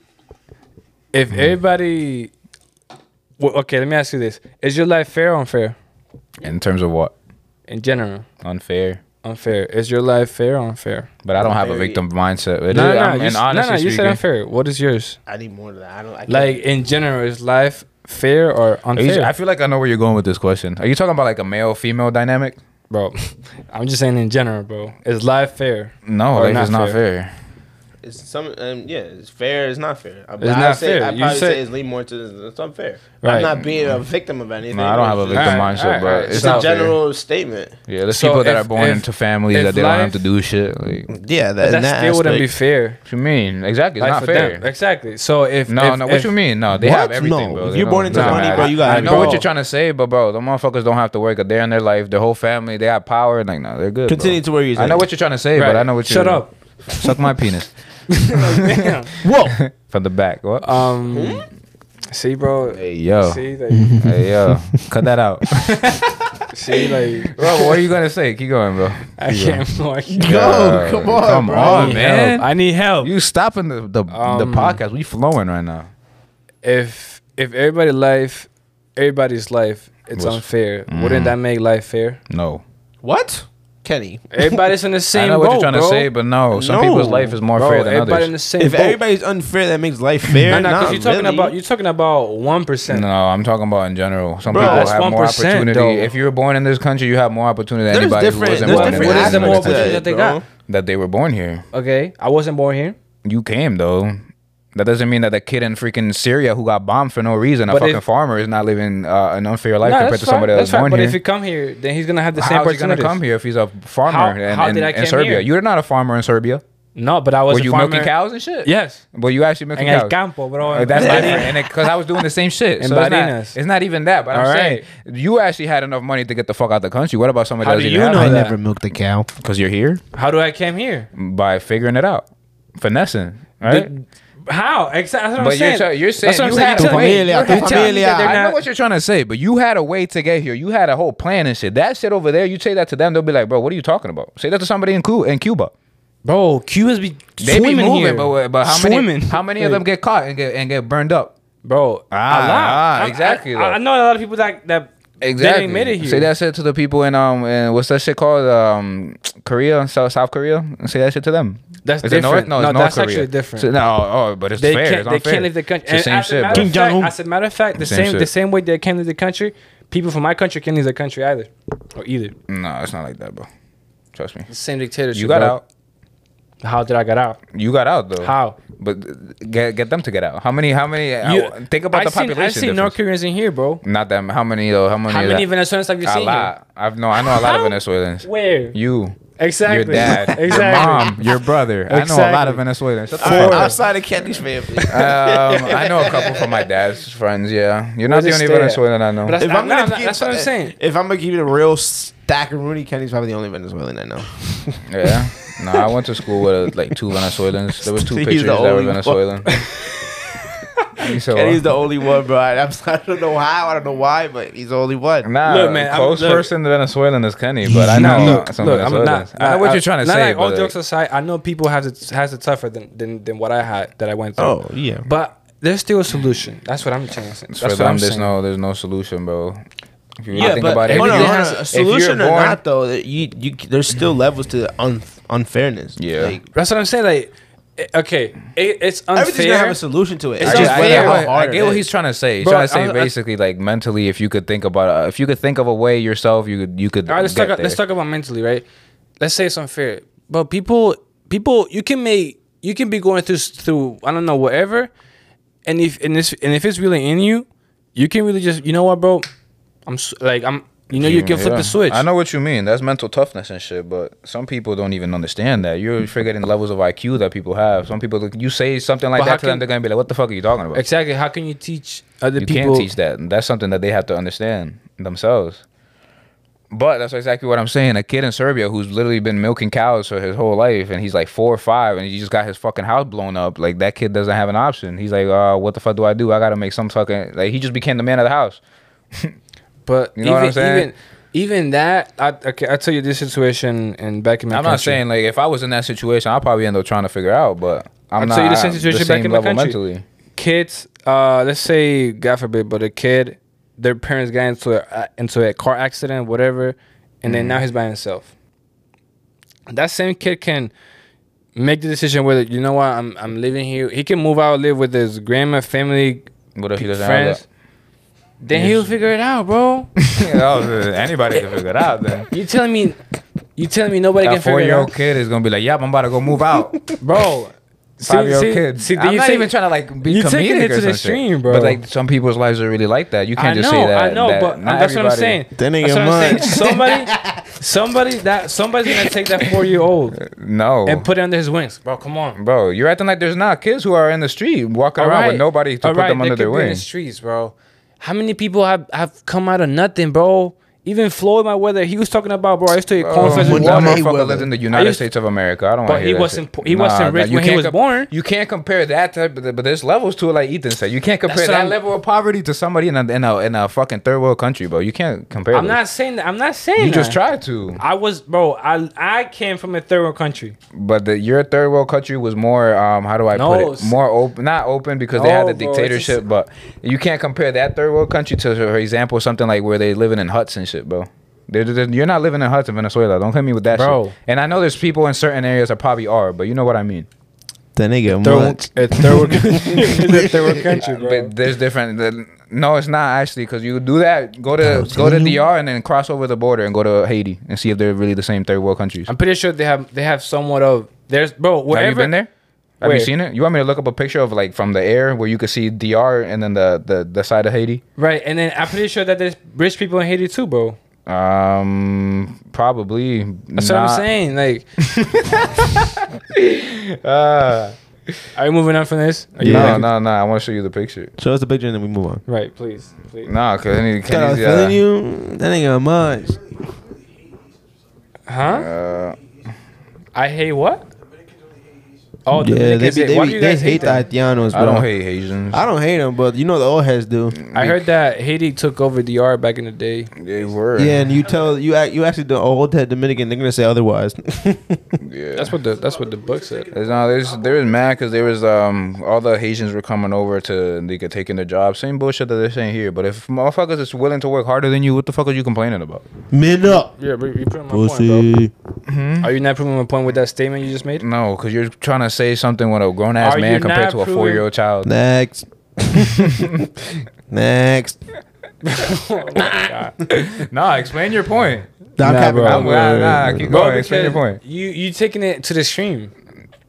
A: if
D: Hmm.
A: everybody, well, okay, let me ask you this: Is your life fair or unfair?
D: In terms of what
A: In general,
D: unfair,
A: unfair. Is your life fair or unfair?
D: but I don't have a victim mindset. It
A: No,
D: is-
A: no,
D: I'm-
A: no, you,
D: and
A: s- no, no.
D: honestly
A: You said
D: speaking-
A: unfair. What is yours?
B: I need more than that. I don't. I can't-
A: Like in general, is life fair or
D: Are you-
A: unfair,
D: I feel like I know where you're going with this question. Are you talking about like a male female dynamic?
A: bro? (laughs) I'm just saying in general, bro. Is life fair?
D: No,
A: Or
D: life
A: not
D: is not
A: fair.
D: fair.
B: It's some, um, yeah, it's fair. It's not fair. I,
A: It's not
B: say,
A: fair.
B: I
A: You
B: probably
A: said-
B: say it's lean more to this- it's unfair.
A: Right.
B: I'm not being a victim of anything.
D: No, I don't have a
B: It's
D: victim
B: just-
A: Alright,
D: mindset,
A: alright,
D: bro.
A: alright.
D: It's,
B: It's
D: not
B: a general statement.
D: Fair. Yeah, there's
A: So
D: people that
A: if-
D: are born
A: if-
D: into families
A: if
D: that they don't have to
A: life-
D: do shit. Like, what
B: Yeah, that,
A: That still wouldn't be fair.
D: you mean? Exactly, it's
A: Like,
D: not
A: for
D: fair.
A: them. Exactly. So if
D: No,
A: if-
D: no, what
A: if-
D: you mean? No, they
B: What?
D: have everything,
B: No,
D: bro.
B: if
D: They
B: you're
D: don't-
B: born into
D: doesn't
B: money,
D: matter.
B: bro, you
D: I
B: gotta-
D: know what
B: bro.
D: you're trying to say, but bro, the motherfuckers don't have to work a day in their life. Their whole family, they have power. Like, no, they're good. bro.
B: Continue to where you're
D: I
B: saying.
D: know what you're trying to say,
A: Right.
D: but I know what you
A: Shut
D: (laughs)
A: up. (laughs)
D: Suck my penis
A: Damn.
B: Whoa!
D: from the back. What?
A: Um, see, bro.
D: hey yo,
A: See, like,
B: (laughs)
D: hey yo, cut that
A: (laughs)
D: out,
A: see, like,
D: bro. What are you gonna say? Keep going, bro.
A: I can't. (laughs) I can't.
B: Go,
D: Yeah,
B: come on,
D: come
B: bro.
A: I
D: on,
A: need
D: man.
A: help. I need help.
D: You stopping the the, the
A: Um,
D: podcast? We flowing right now.
A: If if everybody life, everybody's life, it's
D: Was-
A: unfair. Wouldn't that make life fair?
D: No,
B: what? Kenny.
A: Everybody's (laughs) in the same
D: I know what
A: boat,
D: you're trying
A: bro.
D: to say, but no, some
B: No.
D: people's life is more
A: Bro,
D: fair than
A: everybody
D: others.
A: in the same
B: If
A: boat.
B: everybody's unfair, that makes life fair.
A: no, no,
B: Not
A: because you're talking
B: really.
A: about you're talking about one percent.
D: No, I'm talking about in general. Some
B: Bro,
D: people
B: that's
D: have more
A: 1%,
D: opportunity.
A: though.
D: If you were born in this country, you have more opportunity than
B: There's
D: anybody who
B: different-
D: wasn't
B: there's
A: What,
D: born in
B: different
A: what is
D: this
A: the more
B: aspects to
A: opportunity
D: country.
B: it,
A: that they
B: bro.
A: got?
D: That they were born here.
A: Okay, I wasn't born here.
D: You came though. That doesn't mean that the kid in freaking Syria who got bombed for no reason, a
A: But
D: fucking
A: if-
D: farmer, is not living uh, an unfair
A: No,
D: life compared to somebody that was born
A: But
D: here.
A: if you come here, then he's gonna have the same
D: How is he gonna
A: opportunities.
D: come here if he's a farmer
A: How-
D: in,
A: how
D: in-
A: did I
D: in
A: come
D: Serbia?
A: here?
D: You're not a farmer in Serbia.
A: No, but I was
D: Were
A: a
D: you
A: farmer.
D: milking cows and shit?
A: Yes,
D: Well, you actually milking
A: en el
D: cows.
A: campo, bro. (laughs)
D: Uh, That's
A: Yeah.
D: not different, and because I was doing the same shit.
A: In
D: So it's,
A: Barinas.
D: not, it's not even that. But I'm
A: All
D: saying you actually had enough money to get the fuck out of the country. What about somebody
A: How
D: that
A: do
D: doesn't
A: you
D: even
A: know
D: have
A: that?
B: milked a cow.
D: Because you're here
A: How do I came here?
D: by figuring it out, finessing, right?
A: The- how? Exactly. That's what
D: But
A: I'm saying.
D: you're tra- you're saying
A: That's what I'm
D: you
A: saying.
D: had
A: You're
D: a
A: telling me-
B: familia,
A: you're
B: tu
A: telling me that
B: familia.
A: they're
D: I know
A: not-
D: what you're trying to say, but you had a way to get here. You had a whole plan and shit. That shit over there, you say that to them, they'll be like, "Bro, what are you talking about?" Say that to somebody in Cu- in Cuba.
A: Bro, Cubans be
D: They
A: swimming
D: be moving,
A: here.
D: but but how
A: swimming.
D: many how many of them get caught and get and get burned up?
A: Bro,
D: Ah,
A: a lot.
D: ah,
A: I-
D: exactly,
A: I, I,
D: though.
A: know a lot of people that that
D: Exactly.
A: they ain't made it here.
D: Say that shit to the people in um and what's that shit called um Korea South South Korea. Say that shit to them.
A: That's
D: Is it North?
A: different.
D: No, it's
A: No,
D: North
A: that's
D: Korea.
A: actually different.
D: So, no, oh, but it's
A: They
D: fair.
A: can't.
D: it's
A: They
D: unfair.
A: can't leave the country.
D: It's
A: And
D: the same
A: as, a
D: shit,
A: matter
D: bro.
A: of fact, as a matter of fact, the
D: Same
A: same, the
D: shit.
A: same way they can't leave the country, people from my country can't leave the country either, or either.
D: No, it's not like that, bro. Trust me.
A: The same dictatorship.
D: You got
A: bro.
D: out.
A: How did I get out?
D: You got out though.
A: How?
D: But uh, get get them to get out. How many? How many? how- think about
A: I've
D: the
A: seen-
D: population.
A: I've seen North
D: difference.
A: Koreans in here, bro.
D: Not them. How many though? How many?
A: How
D: is
A: many
D: that?
A: Venezuelans have you
D: A
A: seen here?
D: lot. I've know. I know a lot
A: How?
D: of Venezuelans.
A: Where?
D: You.
A: Exactly.
D: Your dad.
A: exactly.
D: Your mom. Your brother. I know a lot
A: Exactly.
D: of Venezuelans. Shut the
A: Four.
D: fuck up.
B: Outside of Kenny's
A: (laughs)
B: family. (laughs)
D: um, I know a couple from my dad's friends. Yeah, you're not
A: Where's
D: the
A: it
D: only
A: stay at?
D: Venezuelan I know.
A: But I-
B: If I'm
A: Nah,
B: gonna
A: nah,
B: keep- uh,
A: that's what I'm saying.
B: If I'm gonna keep it a real stack of Rooney, Kenny's probably the only Venezuelan I know.
D: yeah, no, I went to school with uh, like two Venezuelans. There
A: (laughs)
D: was two
B: He's
D: pictures
B: the
D: that were
B: only one.
D: Venezuelan. And so,
B: Kenny's the only one, bro. I, I'm, I don't know how, I don't know why, but he's the only one.
D: Nah,
A: Look, man, I'm-
D: close
A: look.
D: person to Venezuelan is Kenny, but I
A: Nah,
D: know
A: look,
D: some
A: look, I'm
D: Venezuelans.
A: not.
D: I know what
A: I-
D: you're trying to
A: not
D: say,
A: Like, all
D: but
A: jokes
D: like,
A: aside, I know people have it has it tougher than, than than what I had that I went through.
B: Oh, yeah.
A: But there's still a solution. That's what I'm trying to say.
D: for
A: That's what
D: them,
A: I'm
D: there's
A: saying.
D: no, there's no solution, bro. If you really
A: Yeah,
D: think
A: but
D: about it,
A: if
B: Hold
A: you
B: on,
D: everything
A: didn't
B: hold
D: has-
B: on.
D: if
B: A
D: you're
B: Solution or
D: born-
B: not, though, that you, you, there's still levels to the un, unfairness.
D: Yeah.
B: Like,
A: That's what I'm saying. Like, i- okay, it, it's unfair.
B: everything's gonna have a solution to it.
A: It's
D: I,
B: It's
D: get-
B: just
D: I
A: unfair.
B: whether
D: get
B: how
D: what, I
B: hard
D: get
B: it
D: what
B: is.
D: he's trying to say. He's
A: Bro,
D: trying to say
A: I- I-
D: basically like mentally, if you could think about, uh, if you could think of a way yourself, you could, you could.
A: All right, let's
D: get
A: talk.
D: there.
A: Let's talk about mentally, right? Let's say it's unfair, but people, people, you can make, you can be going through through I don't know whatever, and if and this and if it's really in you, you can really just you know what, bro, I'm s- like I'm you know you can flip
D: Yeah.
A: the switch.
D: I know what you mean. That's mental toughness and shit, but some people don't even understand that.
A: Mm.
D: You're forgetting the levels of IQ that people have. Some people, you say something like
A: But how
D: that to
A: can-
D: them, they're gonna be like, "What the fuck are you talking about?"
A: exactly. How can you teach other
D: you
A: people?
D: can't teach that. And that's something that they have to understand themselves. But that's exactly what I'm saying. A kid in Serbia who's literally been milking cows for his whole life, and he's like four or five, and he just got his fucking house blown up. Like that kid doesn't have an option. He's like, uh, "What the fuck do I do? I gotta make some fucking." Like he just became the man of the house.
A: But
D: You know what
A: even,
D: I'm saying?
A: Even, even that, I okay, I tell you this situation and back in my
D: I'm
A: country.
D: not saying like if I was in that situation, I'll probably end up trying to figure out, but I'm
A: I'll
D: not
A: tell you the same situation back in my
D: level
A: country.
D: mentally.
A: kids uh let's say god forbid but a kid their parents got into a into a car accident whatever and then now
D: Mm-hmm.
A: he's by himself that same kid can make the decision whether you know what i'm i'm living here he can move out live with his grandma family
D: What if he doesn't
A: friends then he'll
D: Yes.
A: figure it out bro
D: have that? (laughs) Anybody can figure it
A: (laughs)
D: out then.
A: you telling me you telling me nobody can
D: That
A: figure
D: four
A: it
D: year old
A: out
D: kid is gonna be like, Yep, I'm about to go move out.
A: bro (laughs) See-
D: Five year old
A: see-
D: kid.
A: see,
D: I'm
A: you
D: not
A: take-
D: even trying to like be
A: you
D: comedic
A: taking it
D: or
A: to the
D: some shit.
A: extreme, bro.
D: But like some people's lives are really like that. You can't
A: I know,
D: just say that.
A: I know,
D: that
A: but
D: not
A: that's what I'm
D: everybody-
A: saying.
B: That nigga
A: That's what I'm saying.
B: mine.
A: (laughs) Somebody, somebody that somebody's gonna take that four year old
D: No.
A: and put it under his wings, bro. Come on,
D: Bro, you're acting like there's not kids who are in the street walking
A: All
D: around
A: right.
D: with nobody to
A: All
D: put
A: right,
D: them
A: they
D: under their
A: could be in
D: wing.
A: the streets, bro. How many people have have come out of nothing, bro? Even Floyd Mayweather, he was talking about, bro. I used to get
D: Oh,
A: cornflakes with
B: Floyd
A: water.
B: Mayweather.
D: motherfucker lived in the
A: Uh, I
D: United
A: used-
D: States of America. I don't
A: But
D: want to
A: he
D: hear that
A: wasn't
D: shit.
A: po- he wasn't rich
D: you
A: when he
D: can't
A: was born.
D: You can't compare that type, of, but there's levels to it. Like Ethan said, you can't compare
A: That's what
D: that
A: I'm-
D: level of poverty to somebody in a, in a in a fucking third world country, bro. You can't compare.
A: I'm
D: those.
A: not saying that. I'm not saying
D: You just
A: that.
D: tried to,
A: I was, bro. I I came from a third world
D: (laughs)
A: country. (laughs)
D: but the, your third world country was more. Um, how do I
A: No,
D: put it?
A: s-
D: More open, not open because they had
A: No,
D: a
A: bro, it's just-
D: dictatorship. but you can't compare that third world country to, for example, something like where they living in huts and shit, bro. They're- they're- you're not living in huts in Venezuela. Don't hit me with that
A: Bro.
D: shit. And I know there's people in certain areas that probably are, but you know what I mean.
B: The nigga
A: Third,
B: much.
A: world- a third world, it's a third world country, bro.
D: But there's different. the- No, it's not actually because you do that. Go to go to DR and then cross over the border and go to Haiti and see if they're really the same third world countries.
A: I'm pretty sure they have they have somewhat of there's bro wherever
D: Have you been there? Have
A: Where?
D: you seen it? You want me to look up a picture of like from the air where you could see DR and then the the, the side of Haiti?
A: right and then I'm pretty sure that there's rich people in Haiti too, bro.
D: Um, probably.
A: That's what
D: not.
A: I'm saying. Like,
B: (laughs)
A: (laughs)
D: Uh,
A: are you moving on from this? Are you
D: No,
A: ready?
D: no, no. I want to show you the picture.
B: Show us the picture and then we move on.
A: Right, please, please.
D: No, because I need to. uh,
B: God, I was
D: yeah.
B: feeling you. That nigga much.
A: Huh?
D: Uh,
A: I hate what? Oh,
B: Yeah, they,
A: Dominicans
B: be,
A: hate-
B: they,
A: why
B: be,
A: do you
B: they
A: guys
B: hate the
A: them?
B: Haitianos, bro.
D: I don't hate Haitians.
B: I don't hate them, but you know the old heads do.
A: I heard that Haiti took over DR back in the day.
D: They were.
B: Yeah, and you tell you act, you actually the old head Dominican, they're gonna say otherwise. (laughs)
D: yeah.
A: That's what the that's what the book said.
D: There's no, there's there was mad because there was um all the Haitians were coming over to they could take in their job. Same bullshit that they're saying here. But if motherfuckers is willing to work harder than you, what the fuck are you complaining about?
B: Men up,
A: Yeah, but you proving my point,
B: pussy.
A: bro. Are you not proving my point with that statement you just (laughs) made? Oh
D: No, because you're trying to say something with a grown ass
A: Are you
D: man compared
A: not
D: to a
A: proving-
D: four year old child. (laughs)
B: Next, next.
A: Oh my God.
D: nah, explain your point.
B: Nah,
A: bro.
D: Nah, nah, nah, keep
A: Bro,
D: going. Explain your
A: because
D: point,
A: You you taking it to the extreme.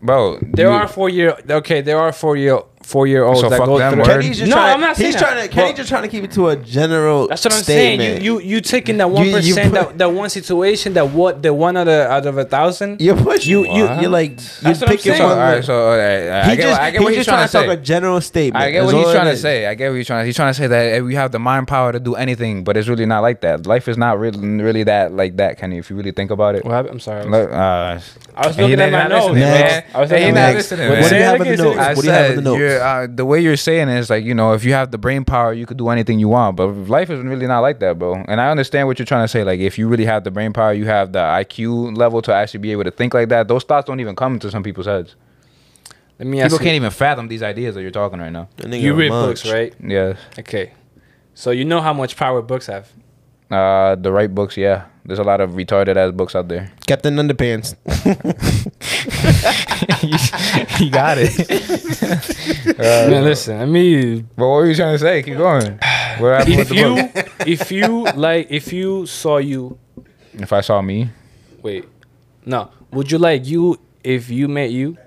D: bro.
A: There
D: you-
A: are four year okay, there are four year four year olds
D: So
A: that
D: fuck
A: go
D: them,
A: through.
D: word.
B: Kenny's just
A: No,
B: trying,
A: I'm not saying
B: he's
A: that.
B: trying to. Kenny's
A: But-
B: just trying to keep it to a general.
A: That's what I'm
B: statement.
A: saying. You you you taking that
B: You-
A: one
B: you
A: percent
B: put-
A: that, that one situation that what the one out of out of a thousand.
B: You're pushing.
A: You- you-
B: you're like you're
A: That's what I'm
B: picking
A: saying.
D: So,
B: one.
D: all right, so all right, I
B: he
D: get,
B: just
D: I get
B: he's
D: what
B: just
D: he's
B: trying to
D: say.
B: talk a general statement.
D: I get
B: That's
D: what he's
B: all
D: trying
B: it
D: to
B: is.
D: say. I get what he's trying. He's trying to say that eh, we have the mind power to do anything, but it's really not like that. Life is not really, really that like that, Kenny. If you really think about it.
A: What happened? I'm sorry.
D: Look, uh,
A: I was
D: He
A: looking at
D: not
A: my notes.
D: listening, man.
A: I was
D: He
A: looking
D: not
A: at my
D: listening,
A: What
D: man.
A: did
D: Say
A: I
D: it
B: have in
A: again? Say it
B: the notes?
A: again.
D: I
B: What do you have in
D: said
B: the notes?
D: you're, uh, the way you're saying it is like you know if you have the brain power, you could do anything you want. But life is really not like that, bro. And I understand what you're trying to say. Like if you really have the brain power, you have the IQ level to actually be able to think like that. Those thoughts don't even come to some people's heads.
A: Let me ask
D: People can't
A: you.
D: even fathom these ideas that you're talking right now.
B: That nigga
A: You read
B: munch.
A: books, right?
D: Yeah.
A: Okay. So you know how much power books have.
D: Uh, the right books, yeah. There's a lot of retarded ass books out (laughs) there.
B: Captain Underpants. (laughs)
D: he got it.
A: Man, (laughs) listen, I mean,
D: (laughs) But what were you trying to say? Keep going. What happened with
A: if
D: the
A: you, (laughs)
D: book?
A: if you like, if you saw you,
D: If I saw me,
A: wait, no, would you like you if you met you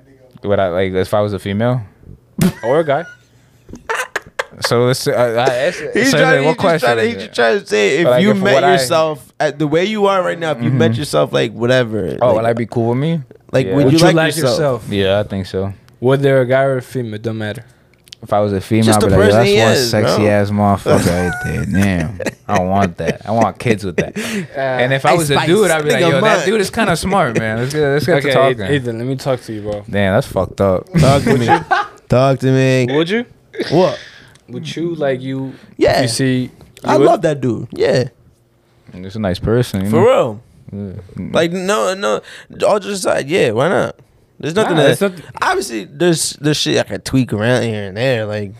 D: would I like if I was a female?
A: or a guy?
D: So let's. Uh, I asked,
B: He's
D: so
B: trying, he's
D: what
B: just
D: question?
B: trying, to- he's
D: is
B: just
D: it?
B: trying to say if
D: But, like,
B: you
D: if
B: met
D: what I- Mm-hmm.
B: yourself at the way you are right now, if you met yourself like whatever.
D: oh,
B: like,
D: will I be cool with me?
B: like
D: yeah.
B: would,
A: Would
B: you, like, yourself?
D: Yeah, I think so.
A: Whether they a guy or a female, don't matter.
D: If I was a female,
B: Just
D: I'd be
B: the
D: like, "Yo,
B: person
D: that's
B: he
D: one
B: is,
D: sexy
B: bro."
D: ass motherfucker right
B: (laughs)
D: there. Damn, I don't want that. I want kids with that. and if I
B: Ice
D: was a
B: Spice,
D: dude, I'd be like,
B: nigga,
D: yo,
B: mud.
D: that dude is kind of
B: (laughs)
D: smart, man. Let's get, let's get
A: Okay,
D: to talking.
A: Ethan, let me talk to you, bro.
D: Damn, that's fucked up.
B: Talk to me. Talk to me.
A: Would you?
B: What?
A: Would you like you?
B: Yeah.
A: You see, you
B: Eh. I
A: would? Mm-hmm.
B: love that dude. Yeah.
D: He's a nice person. You
B: For
D: know?
B: real. Like no no all just aside, yeah, why not? There's nothing
A: Nah,
B: that
A: it's not-
B: obviously there's there's shit I could tweak around here and there. Like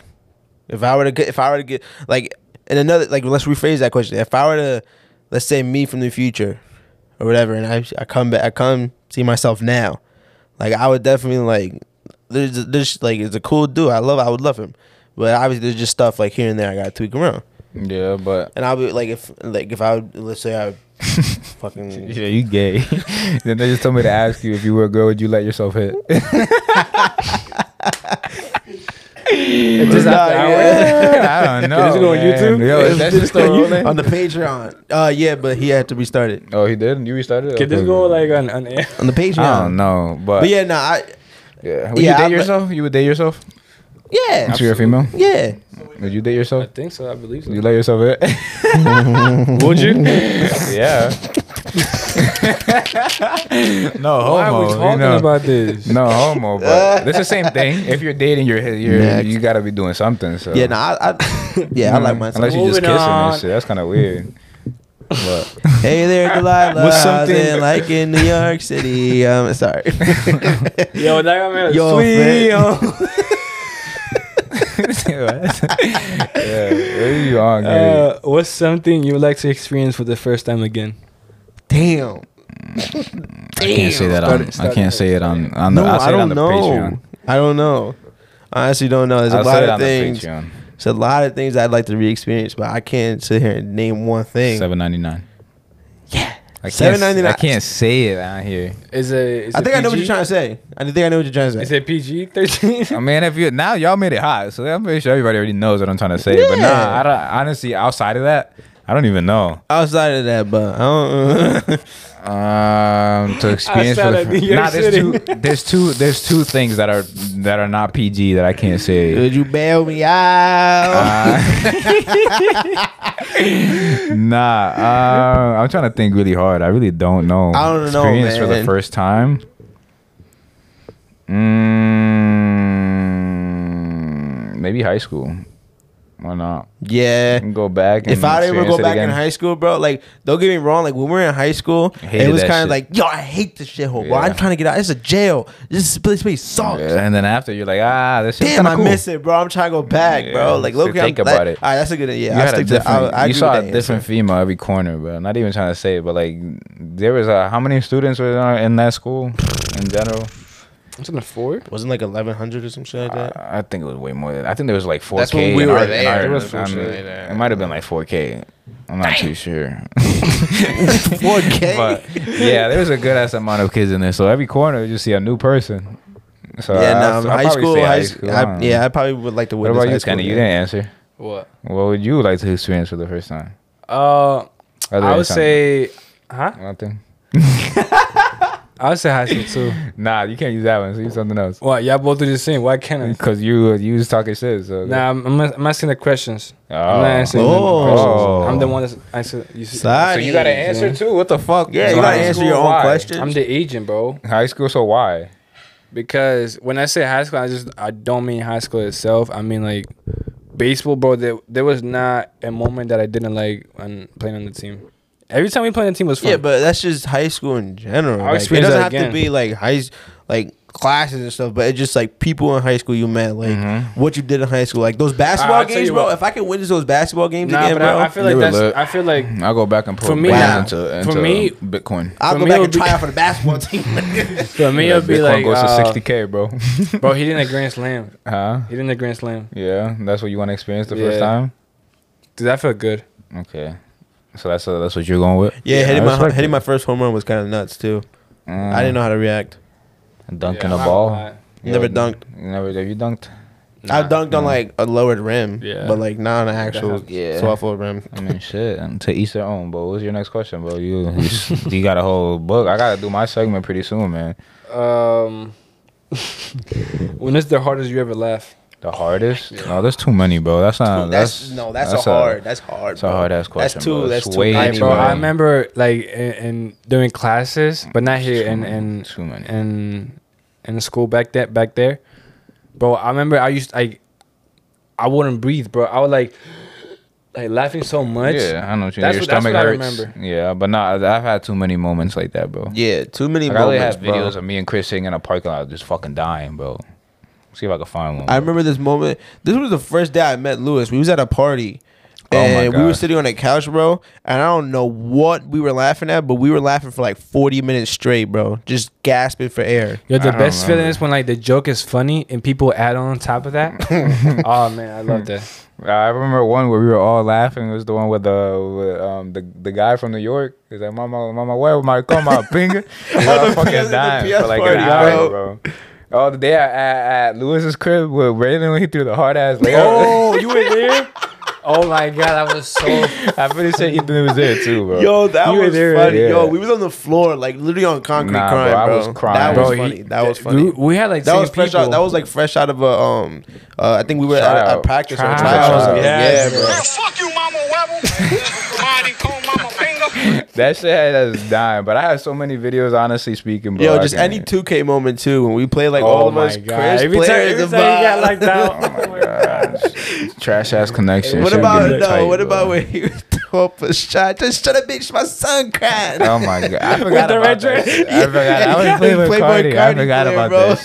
B: if I were to get if I were to get like and another like let's rephrase that question. If I were to let's say me from the future or whatever and I I come back I come see myself now, like I would definitely like there's there's like it's a cool dude. I love I would love him. But obviously there's just stuff like here and there I gotta tweak around.
D: Yeah, but
B: And I'll be like if like if I would let's say I fucking
D: Yeah, you gay. (laughs) then they just told me to ask you if you were a girl, would you let yourself hit?
A: Just
B: Nah,
A: after
B: yeah.
A: hours? (laughs)
D: I don't know.
A: Does it go on
D: man.
A: YouTube?
D: Yo, is that shit still rolling?
B: on the Patreon. Uh, yeah, but he had to restart it
D: oh, he did. You restarted. it?
A: Can this
D: Okay.
A: go like uh, on, on air?
B: on the Patreon.
D: I don't know, but,
B: But yeah, nah, I,
D: yeah. Would
B: Yeah,
D: you date
B: I'm-
D: yourself? You would date yourself?
B: yeah,
D: If you're a female,
B: yeah.
D: would you date
A: I
D: yourself?
A: think so. I believe so.
D: You let yourself hit?
A: Would you?
D: (laughs) yeah. no homo.
A: Why are we
D: you
A: talking
D: know.
A: about this?
D: no homo,
B: (laughs)
D: but it's the same thing. If you're dating, you're, you're
B: Next.
D: you gotta be doing something. So Mm-hmm.
B: Yeah, nah, I, I yeah, I like myself.
D: Unless you just
A: Moving
D: kissing
A: on.
D: and shit. That's kind of weird. But (laughs)
B: hey there, Delilah.
D: With
B: What's
D: something-
B: something like in New York City? Um,
D: (laughs)
A: (laughs)
B: sorry.
A: Yo, that got me like,
B: Yo,
A: sweet.
B: man.
A: home.
B: (laughs)
D: yeah, where you on, Gary?
B: Uh,
A: Uh, what's something you would like to experience for the first time again?
B: damn.
D: I can't say that on. I can't say it on. on the,
B: no,
D: I'll say
B: I
D: it
B: don't
D: on the
B: know.
D: Patreon.
B: I don't know. I honestly don't know. There's a
D: I'll say
B: lot
D: it
B: of
D: on the
B: things.
D: Patreon.
B: There's a lot of things I'd like to re-experience, but I can't sit here and name one thing.
D: Seven ninety nine.
B: Yeah,
D: I can't.
B: $7.99.
D: I can't say it out here.
A: Is it? Is
B: I
A: it
B: think I know what you're
A: PG?
B: trying to say. I think I know what you're trying to
A: Is
B: say.
A: it PG thirteen?
D: I mean, if you now y'all made it hot, so I'm pretty sure everybody already knows what I'm trying to say. But nah,
B: Yeah.
D: I don't, honestly, outside of that, I don't even know.
B: Outside of that, but I don't. (laughs)
D: Um, to experience
A: (laughs) Outside
D: for the
A: of New
D: fir-
A: York
D: nah, there's
A: City.
D: two, there's two, there's two things that are that are not PG that I can't say.
B: Could you bail me out?
D: Ah, Uh, (laughs) Nah, uh, I'm trying to think really hard. I really don't know.
B: I don't know,
D: experience for the
B: man.
D: first time. Mm, maybe high school. Why not?
B: yeah.
D: can go back. And
B: Eh, If I ever
D: experience
B: go
D: it
B: back
D: again.
B: in high school, bro, like don't get me wrong, like when we were in high school,
D: Hated
B: it was
D: that
B: kind
D: shit.
B: of like, yo, I hate this shithole. Well,
D: Yeah.
B: I'm trying to get out. It's a jail. This place, place sucks.
D: Yeah, and then after you're like, ah, this shit's
B: Damn,
D: kinda
B: I
D: cool.
B: miss it, bro. I'm trying to go back,
D: Yeah,
B: bro. Like,
D: so
B: look,
D: think
B: I'm, like,
D: about it.
B: All right, that's a good idea.
D: You,
B: I
D: had a
B: stick to. I,
D: different,
B: I
D: you
B: agree
D: saw a
B: with that
D: different female every corner, bro. Not even trying to say it, but like there was a how many students were there in that school in general?
A: It's on the four.
B: answer. Wasn't like 1100 or some shit like that.
D: I, I think it was way more. Than, I think there was like 4K.
B: That's when we
D: in
B: were
D: in
B: there. It was
D: I mean,
B: 4K.
D: It might have been like 4K. I'm not too sure. (laughs)
B: (laughs) 4K.
D: but yeah, there was a good ass amount of kids in there. So every corner you see a new person. So
B: yeah,
D: uh, I-
B: no,
D: I'd
B: high
D: probably
B: school,
D: say
B: high
D: school.
B: school.
D: I don't
B: I,
D: know.
B: yeah, I probably would like to
D: What
B: witness
D: about you,
B: high school,
D: Kenny? You
B: yeah.
D: didn't answer.
A: What?
D: What would you like to experience for the first time?
A: Uh,
D: Other
A: I
D: than
A: would
D: something.
A: say, huh?
D: nothing.
A: I would say high school too.
D: Nah, you can't use that one. So use something else.
A: Why y'all both do the same? Why can't I?
D: Because you you was talking shit. So
A: Nah, I'm, I'm, not- I'm asking the questions. I'm
D: Oh.
A: not answering the
B: Oh.
A: questions. I'm the one that's answering. You see,
D: So
B: Sorry.
D: you got to answer too. What the fuck?
B: Yeah,
D: So
B: you gotta
D: high
B: answer
D: school,
B: your own
D: why?
B: questions.
A: I'm the agent, bro.
D: High school, so why?
A: Because when I say high school, I just I don't mean high school itself. I mean like baseball, bro. There, there was not a moment that I didn't like when playing on the team. Every time we played on the team was fun.
B: Yeah, but that's just high school in general.
A: I'll
B: Like, it
A: experience
B: doesn't
A: that
B: have
A: again.
B: to be like high, s- like classes and stuff. But it's just like people in high school you met, like what you did in high school, like those basketball
A: Mm-hmm. I'll tell
B: games,
A: you
B: bro.
A: what.
B: If I could witness those basketball games
A: nah,
B: again,
A: but
B: bro,
A: I, I feel like
D: You were
A: that's.
D: lit.
A: I feel
B: (laughs)
A: like
D: I'll go back and put
A: For me,
D: Bitcoin
B: nah.
D: into,
A: For
D: into
A: me-
D: Bitcoin.
B: I'll
A: for
B: go
A: me, it
B: back and
A: would
B: try
A: be-
B: out for the
A: (laughs)
B: basketball team.
A: for me it'll be
D: Bitcoin
A: like
D: goes
A: uh,
D: to 60k, bro.
A: bro. He didn't a grand slam.
D: (laughs) huh?
A: He didn't a grand slam.
D: Yeah, that's what you want to experience the
A: Yeah.
D: first time.
A: Dude, that felt good.
D: Okay, so that's uh, that's what you're going with.
B: yeah, hitting
D: I
B: my
D: respect
B: hitting my first home run was kind of nuts too.
D: it. Mm.
A: Uh-huh.
B: I didn't know how to react.
D: dunking
A: Yeah,
D: a
A: I'm not gonna
D: ball.
A: lie.
B: Never dunked.
D: You Never have you dunked?
A: Nah.
B: I dunked on like a lowered rim,
A: Yeah.
B: but like not on an actual
D: That's- yeah.
B: twelve foot rim. (laughs)
D: I mean, shit. And to each their own. But what's your next question, bro? You you, s- you got a whole book. I gotta do my segment pretty soon, man.
A: Um, (laughs) when is the hardest you ever laugh?
D: The hardest? No, there's too many, bro. That's not.
B: That's, no, that's, a hard. that's hard.
D: that's a
B: bro.
D: hard-ass question,
B: That's two.
D: bro.
B: That's
D: It's
B: two.
D: way
A: Like,
D: Anybody.
A: bro, I remember like in, in doing classes, but not here in in
D: Too many.
A: in in school back that back there, bro. I remember I used like I wouldn't breathe, bro. I would like (gasps) like laughing so much.
D: yeah, I know what you mean.
A: That's
D: Your
A: what- that's
D: stomach
A: what I
D: hurts.
A: remember.
D: Yeah, but nah, I've had too many moments like that, bro.
B: Yeah, too many
D: Like, I only
B: moments,
D: have
B: bro.
D: videos of me and Chris sitting in a parking lot just fucking dying, bro. See if I can find one.
B: I remember this moment. This was the first day I met Lewis. We was at a party.
D: Oh my
B: And we were
D: God.
B: sitting on a couch, bro. And I don't know what we were laughing at, but we were laughing for like 40 minutes straight, bro. Just gasping for air.
A: Yo,
D: I
A: the
D: don't
A: best feeling
D: remember.
A: is when like the joke is funny and people add on top of that.
D: (laughs)
A: oh man, I love that.
D: I remember one where we were all laughing. It was the one with the with, um the, the guy from New York. He's like, "Mama, mama, where my
B: (laughs)
D: call my finger?" We all
B: the PS
D: fucking dying
B: party,
D: for like
B: bro.
D: an hour, bro. Oh, the day at, at, at Lewis's crib with Raylan when he threw the hard ass layup.
A: (laughs) Oh, you were there? Oh my god, I was (laughs) so
D: (laughs) I'm pretty sure Ethan was there too, bro.
B: Oh. Yo, that
A: You were
B: was
A: there,
B: funny.
D: yeah.
B: Yo, we was on the floor, like literally on concrete
D: Nah, bro,
B: crying, bro.
D: I was crying.
B: That was
D: Bro,
B: funny.
A: he-
B: that was
A: We,
B: funny.
A: we had like
B: That
A: same
B: was fresh
A: people.
B: out. That was like fresh out of a um. Uh, I think we were at a- a
D: Tryout.
B: practice or a
A: Tryout.
B: tryout. or something.
A: Yeah,
B: Yeah,
A: bro.
B: bro.
E: Well, fuck you, Mama Webble. Mighty cool, Mama Finger.
D: that shit had us dying. But I have so many videos, honestly speaking, bro.
B: Yo,
D: I
B: just
D: can't-
B: any 2K moment too when we play like
A: Oh
B: all of
A: my
B: us.
A: God.
B: Chris
A: every
B: plays
A: time, every
B: the
A: time you got
B: vibe.
A: like that.
B: (laughs)
D: Oh my gosh. Trash ass connection.
B: What
D: Should've
B: about
D: been
B: no?
D: tight,
B: what
D: bro.
B: about when he was (laughs) hope a shot. Just shut up, bitch. My son crying.
D: (laughs) Oh my god!
B: (laughs)
D: I
A: With
D: forgot
A: the
D: about
A: red
D: that.
A: dress.
D: Shit. I forgot. I was
B: Yeah.
D: playing with
B: Playboy
D: Cardi. I
B: Cardi
D: forgot
B: there,
D: about
B: bro.
D: that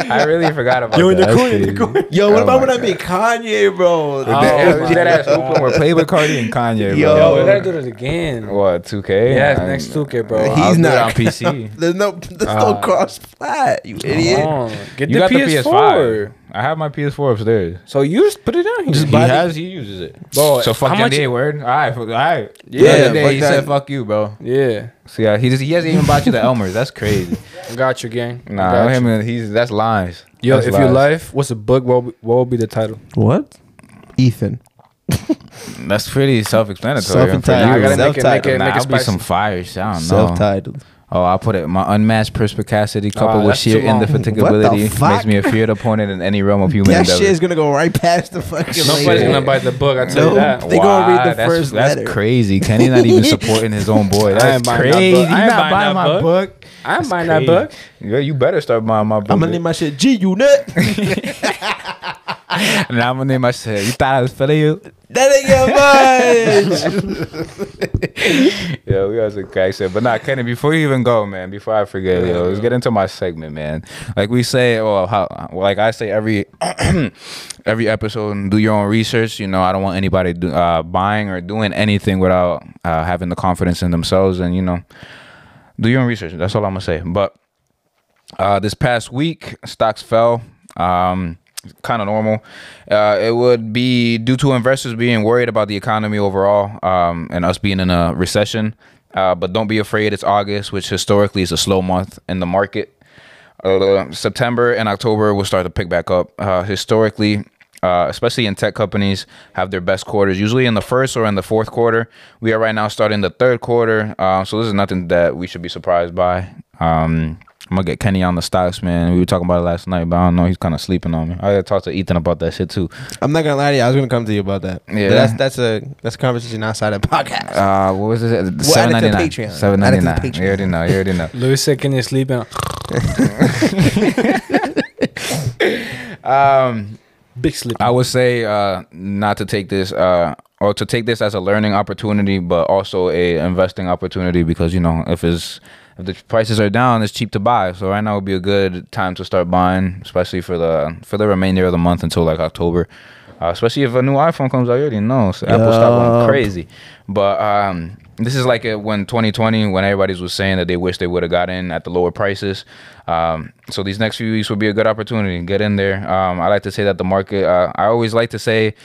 D: shit. I really forgot about
A: Yo, in the
D: that. That's
A: corner, in the
D: crazy.
A: corner.
B: Yo, what
D: Oh
B: about
D: my
B: when I meet Kanye, bro? (laughs)
A: Oh
D: That-
A: my
D: see that ass
A: God.
D: open where Playboy Cardi and Kanye.
B: Yo.
A: Yo,
D: bro.
A: we gotta do that again.
D: What 2K?
A: Yeah, it's
D: I'm-
A: next 2K, bro.
D: I'll
B: He's
D: do it
B: not-
D: on
B: (laughs)
D: PC.
B: There's no, there's
A: Ah.
B: no cross flat, you idiot.
A: Come on. Get
D: You
A: the
D: got the
A: PS4.
D: PS5. I have my PS4 upstairs.
A: So you just put it down here.
D: he has. He uses it.
A: Bro,
D: so fuck
A: how
D: your
A: much-
D: day, word. All right, all right.
B: Yeah,
D: the other day
B: fuck
D: he
B: that.
D: said fuck you, bro.
A: yeah.
D: So yeah, he just he hasn't even bought you the Elmers.
A: (laughs)
D: That's crazy.
A: Got you, gang.
D: Nah,
A: Got you.
D: him and he's that's lies.
A: Yo,
D: That's
A: if your
D: lies.
A: life was a book, what would- what would be the title?
B: What? Ethan.
D: that's pretty self-explanatory. I'm pretty-
A: Nah, I
B: Self-entitled.
A: gotta make it, make
B: Self-titled.
A: it,
D: Nah,
A: make it
D: I'll be
A: spicy.
D: some fire. shit, I don't know.
B: Self-titled.
D: Oh, I'll put it. My unmatched perspicacity coupled with
A: that's too
D: sheer
A: long.
D: indefatigability
B: What the
D: makes me a
B: fuck?
D: feared opponent in any realm of human
B: That
D: endeavor.
B: shit is gonna go right past the fucking.
A: Nobody's
B: label.
A: gonna buy the book. I tell
B: No.
A: you that.
B: They gonna read the
D: that's,
B: first
D: That's
B: letter.
D: crazy. Kenny
B: (laughs)
D: not even supporting his own boy.
A: ain't
D: That's
A: buying that
D: crazy.
A: book. I ain't
D: You
A: buying that book. I ain't
D: That's
A: buying
D: crazy.
A: that book.
D: Yeah, you better start buying my book.
B: I'm gonna name my shit G (laughs) Unit.
D: (laughs) and I'm gonna name my shit. You thought I was feeling you?
B: That ain't your much.
D: Yeah, we got some crack shit. But nah, Kenny, before you even go, man, before I forget, yo, let's get into my segment, man. Like we say, well, how, well, like I say every (clears throat) every episode, do your own research. You know, I don't want anybody do, uh, buying or doing anything without uh, having the confidence in themselves, and you know, do your own research. That's all I'm gonna say. But uh, this past week, stocks fell. Um, kind of normal. Uh, it would be due to investors being worried about the economy overall um, and us being in a recession. Uh, but don't be afraid. It's August, which historically is a slow month in the market. Uh, September and October will start to pick back up. Uh, historically, uh, especially in tech companies, have their best quarters usually in the first or in the fourth quarter. We are right now starting the third quarter, uh, so this is nothing that we should be surprised by. Um, I'm gonna get Kenny on the stocks, man. We were talking about it last night, but I don't know. He's kind of sleeping on me. I gotta talk to Ethan about that shit too.
B: I'm not gonna lie to you. I was gonna come to you about that.
D: Yeah.
B: Yeah, but that's that's a that's a conversation outside of podcast.
D: Uh, what was it?
B: Well, add it to the Patreon.
D: Seven
B: Add it
D: ninety
B: to the
D: nine. You already
B: Patreon.
D: know. You already know.
A: Louis said, "Can you sleep in?" (laughs)
B: (laughs)
D: Um,
A: Big sleep.
D: I would say uh, not to take this uh, or to take this as a learning opportunity, but also a investing opportunity because you know if it's if the prices are down, it's cheap to buy. So right now would be a good time to start buying, especially for the for the remainder of the month until like October. Uh, especially if a new iPhone comes out, you already know. So Apple's going
A: Uh,
B: Yup.
D: crazy. But um, this is like uh when 2020, when everybody's was saying that they wish they would have got in at the lower prices. Um, so these next few weeks will be a good opportunity to get in there. Um, I like to say that the market. Uh, I always like to say,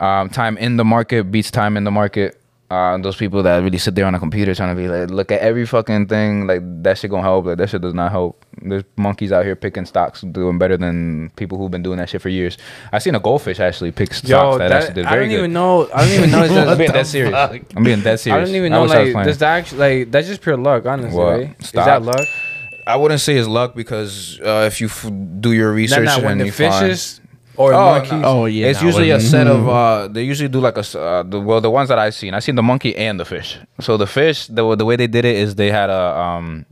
D: um, time in the market beats time in the market. Uh, those people that really sit there on a computer trying to be like, look at every fucking thing, like that shit gonna help. Like that shit does not help. There's monkeys out here picking stocks, doing better than people who've been doing that shit for years. I seen a goldfish actually pick stocks
A: Yo,
D: that,
A: that-
D: actually did
A: I
D: very
A: don't
D: good.
A: even know. I don't even know.
D: (laughs)
A: it's
D: I'm
A: just-
D: being dead serious. I'm being dead
A: I
D: serious.
A: don't even
D: I
A: know.
D: wish I was
A: Like,
D: playing.
A: does that actually like that's just pure luck, honestly?
D: What?
A: Right? Is
D: Stop.
A: that luck?
D: I wouldn't say it's luck because uh, if you f- do your
A: Not
D: research
A: not when
D: and
A: the
D: you find-
A: fishes or
D: Oh,
A: monkeys.
D: no.
B: Oh, yeah,
D: It's
B: nah,
D: usually a
B: wouldn't-
D: set of. Uh, they usually do like a. s- Uh, the, well, the ones that I've seen, I've seen the monkey and the fish. So the fish, the the way they did it is they had a. Um,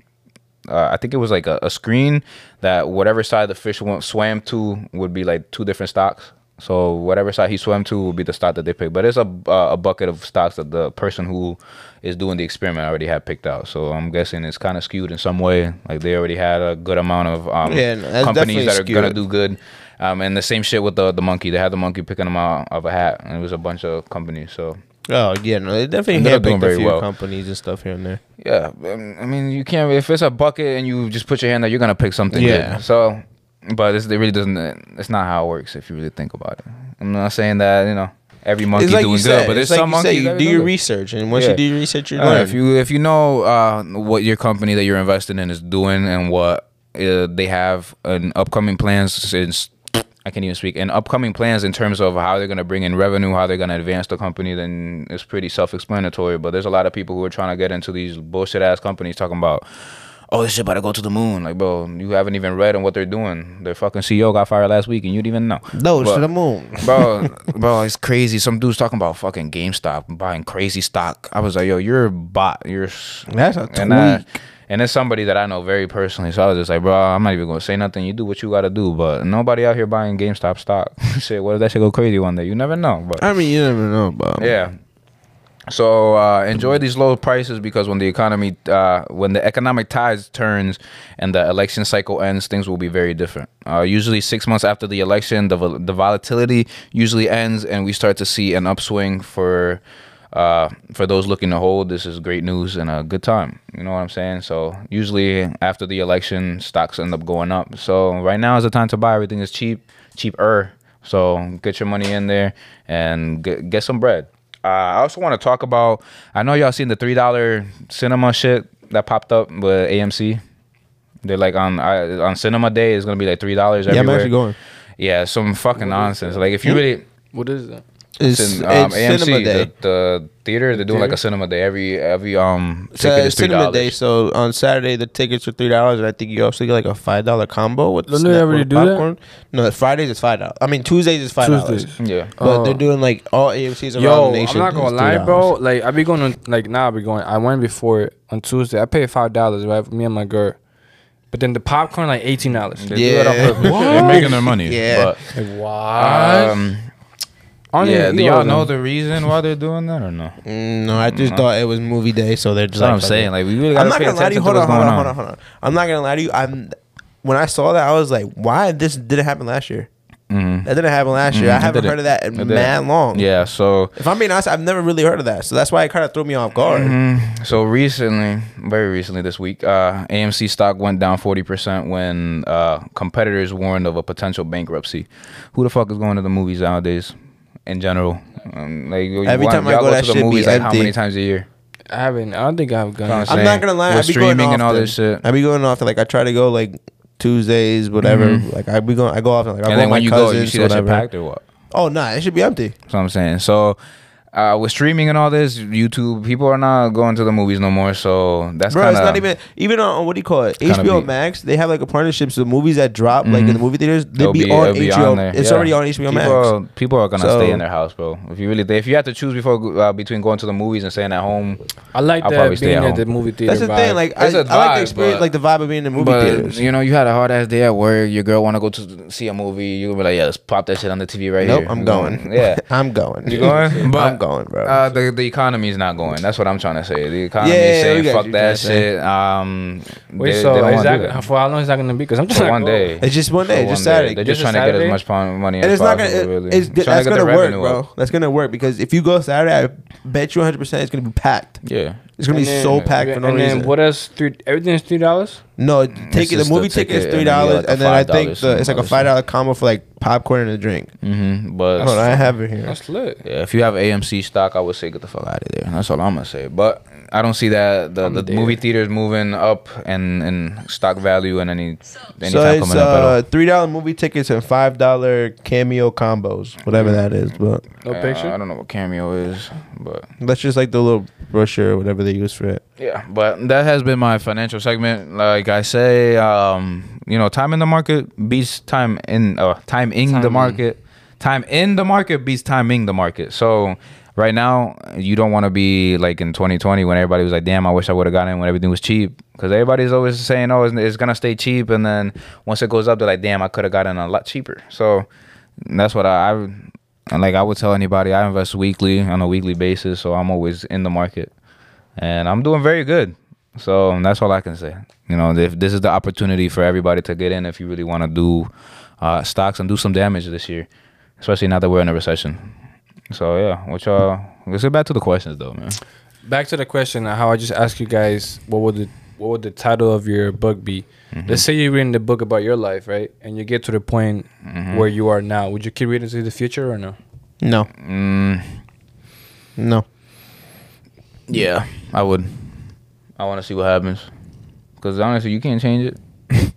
D: uh, I think it was like a, a screen that whatever side the fish went, swam to would be like two different stocks. So whatever side he swam to would be the stock that they picked. But it's a uh, a bucket of stocks that the person who is doing the experiment already had picked out. So I'm guessing it's kind of skewed in some way. Like they already had a good amount of um,
B: Yeah, no, that's definitely
D: companies that are gonna
B: skewed.
D: do good. Um, and the same shit with the the monkey. They had the monkey picking them out of a hat, and it was a bunch of companies. So
B: Oh yeah, no, they definitely
D: And they're doing
B: handpicked
D: very
B: a few
D: well.
B: companies and stuff here and there.
D: Yeah, um, I mean, you can't. If it's a bucket and you just put your hand out, you're gonna pick something.
B: Yeah.
D: good. So, but this it really doesn't. It's not how it works if you really think about it. I'm not saying that you know every monkey
B: it's like
D: doing
B: you
D: good,
B: said,
D: but there's
B: it's like
D: some
B: you said,
D: monkeys.
B: you
D: that
B: do
D: are
B: your
D: good.
B: research, and once
D: Yeah.
B: you do your research, you
D: Uh,
B: learn.
D: if you if you know uh, what your company that you're investing in is doing and what uh, they have an upcoming plans since I can't even speak and upcoming plans in terms of how they're gonna bring in revenue, how they're gonna advance the company, then it's pretty self-explanatory. But there's a lot of people who are trying to get into these bullshit ass companies talking about. Oh, this shit about to go to the moon. Like, bro, you haven't even read on what they're doing. Their fucking CEO got fired last week and you didn't even know.
B: Those
D: But-
B: to the moon.
D: bro, bro, it's crazy. Some dude's talking about fucking GameStop buying crazy stock. I was like, yo, you're a bot. You're s-
B: That's a
D: and I, and it's somebody that I know very personally. So I was just like, bro, I'm not even gonna say nothing. You do what you gotta do, but nobody out here buying GameStop (laughs) stock. shit, what if that shit go crazy one day? You never know. But
B: I mean, you never know, but
D: yeah. Um, So uh, enjoy these low prices because when the economy, uh, when the economic tides turns and the election cycle ends, things will be very different. Uh, usually six months after the election, the vol- the volatility usually ends, and we start to see an upswing for. Uh, for those looking to hold, this is great news and a good time. You know what I'm saying? So usually after the election, stocks end up going up. So right now is the time to buy. Everything is cheap, cheaper. So get your money in there and get, get some bread. Uh, I also want to talk about. I know y'all seen the three dollar cinema shit that popped up with AMC. They're like on I, on cinema day. It's gonna be like three dollars
B: Yeah, I'm
D: everywhere.
B: actually going.
D: Yeah, some fucking nonsense. Like if you really,
A: What is that?
D: it's, in, um, AMC The, the theater they're doing like
A: Theater?
D: a cinema day every every um
B: So
D: ticket is
B: it's
D: three
B: cinema day, (laughs)
D: dollars.
B: so on Saturday the tickets are three dollars, and I think you also get like a five dollar combo with
A: Don't
B: snack
A: they already
B: with
A: do that?
B: No, Fridays is five dollars. I mean Tuesdays is five dollars,
A: Tuesdays.
D: Yeah.
B: but
A: Oh.
B: they're doing like all AMC's around
A: Yo,
B: the nation.
A: I'm not
B: is
A: gonna lie,
B: $3.
A: bro. Like I be going on, like now I be going. I went before on Tuesday. I paid five dollars right for me and my girl, but then the popcorn like eighteen dollars.
D: They do it on
B: Yeah.
D: purpose.
A: What?
D: They're making their money.
B: Yeah.
A: Like
D: But,
A: why?
D: um,
A: I don't
D: yeah.
A: even
D: Do y'all
A: them.
D: know the reason why they're doing that or no?
B: Mm, No, I just thought it was movie day, so they're just.
D: Mm-hmm. That's what
B: like,
D: I'm
B: fuck
D: saying.
B: it.
D: Like we really
B: I'm
D: gotta
B: not
D: pay
B: gonna
D: attention
B: lie to you.
D: to
B: Hold on,
D: what's
B: hold
D: going
B: on, hold on,
D: on.
B: hold on. I'm not gonna lie to you. I'm when I saw that, I was like, why this didn't happen last year?
D: Mhm.
B: That didn't happen last year. I
D: it
B: haven't
D: didn't.
B: heard of that in
D: It didn't.
B: mad long.
D: Yeah. So.
B: If I'm being honest, I've never really heard of that, so that's why it kind of threw me off guard.
D: Mm, so recently, very recently this week, uh, AMC stock went down 40% when uh, competitors warned of a potential bankruptcy. Who the fuck is going to the movies nowadays in general? Um, like, you-
B: Every
D: why-
B: time I
D: y'all
B: go, that
D: to the
B: shit be
D: movies like how
B: empty.
D: many times a year?
A: I haven't. I don't think I've gone.
D: Honestly.
B: I'm
D: saying,
B: not gonna lie.
D: with
B: I be going
D: streaming
B: off
D: and all
B: then.
D: this shit.
B: I be going off. Like I try to go like Tuesdays, whatever. Like I be going. I go off. Like I go
D: Mm-hmm. and
B: with
D: then
B: my
D: when you
B: cousins,
D: go, you see that shit
B: whatever.
D: packed or what?
B: Oh nah, it should be empty.
D: That's what I'm saying. So. Uh, with streaming and all this, YouTube people are not going to the movies no more. So that's
B: Bro,
D: kind
B: it's not even even on what do you call it?
D: kinda
B: HBO
D: be-
B: Max. They have like a partnership, so the movies that drop like in the movie theaters, they
D: It'll
B: be,
D: be-
B: on
D: it'll be
B: HBO.
D: on there,
B: it's
D: yeah.
B: already on HBO Max.
D: people are, people are gonna stay
B: So-
D: in their house, bro. If you really, if you had to choose before uh, between going to the movies and staying at home,
A: I like
D: I'll probably
A: that
D: stay
A: being
D: at
A: at
D: home.
A: the movie theater.
B: That's the thing.
A: vibe.
B: Like I,
D: It's a
B: I like
D: vibe,
B: the experience,
D: but-
B: like the vibe of being in the movie
D: but
B: theaters.
D: you know, you had a hard ass day at work. Your girl want to go to see a movie. You gonna be like, yeah, let's pop that shit on the TV right
B: Nope,
D: here.
B: I'm going.
D: (laughs) Yeah,
B: (laughs) I'm going.
D: you going?
B: (laughs) I'm going, bro.
D: Uh, the the economy's not going. That's what I'm trying to say. The economy
B: Yeah, yeah, yeah, we
D: is saying
B: got
D: fuck
B: you,
D: that
B: Jason.
D: shit. Um,
A: wait,
D: they-
A: so
D: they don't wanna do
A: is that,
D: that.
A: for how long is that gonna be? Because I'm just
D: for
A: like,
D: one
A: oh,
D: day.
B: it's just one
D: For
B: day. Just Saturday.
D: They're just
A: Just
D: trying
A: a
D: to get
A: Saturday?
D: as much pon- money
B: And
D: as
B: it's not
D: possible.
B: gonna. it-
D: really.
B: It's,
D: Trying to
B: that's
D: get
B: gonna
D: their
B: work,
D: revenue
B: bro.
D: up.
B: That's gonna work because if you go Saturday, I bet you 100 percent it's gonna be packed.
D: Yeah.
B: It's gonna be
A: And
B: so
A: then-
B: packed for no
A: and then
B: reason.
A: what else? Three. Everything's three dollars.
B: No, take it. The
D: just
B: movie
D: the
B: ticket is three
D: ticket, and then you get,
B: dollars,
D: like, a
B: and then I think
D: $5
B: the, it's like a
D: something.
B: five dollar combo for like popcorn and a drink.
D: Mm-hmm. But
B: Hold on, I have it here.
A: That's lit.
D: Yeah, if you have AMC stock, I would say get the fuck out of there. That's all I'm gonna say. But I don't see that the, the
A: dead.
D: movie theaters moving up and and stock value and any anytime
B: So it's
D: coming up at all.
B: uh, three dollar movie tickets and five dollar cameo combos,
D: Mm.
B: whatever that is. But
A: No
D: Uh,
A: picture.
D: I don't know what Cameo is, but
B: that's just like the little brochure or whatever they use for it.
D: yeah. But that has been my financial segment. Like I say, um, you know, time in the market beats time in uh, time in the
A: Time.
D: market. Time in the market beats timing the market. So right now, you don't want to be like in 2020 when everybody was like, "Damn, I wish I would have gotten in when everything was cheap." Because everybody's always saying, "Oh, it's, it's gonna stay cheap," and then once it goes up, they're like, "Damn, I could have gotten a lot cheaper." So that's what I, I and, like. I would tell anybody I invest weekly on a weekly basis, so I'm always in the market, and I'm doing very good. So that's all I can say. You know, if this is the opportunity for everybody to get in, if you really want to do uh, stocks and do some damage this year, especially now that we're in a recession. So yeah, what y'all? Let's get back to the questions though, man.
A: Back to the question of how I just asked you guys what would the what would the title of your book be?
B: Mm-hmm.
A: Let's say you're reading the book about your life, right? And you get to the point
B: Mm-hmm.
A: where you are now. Would you keep reading to the future or no?
B: No,
D: Mm,
B: no.
D: yeah, I would. I want to see what happens, because honestly, you can't change it.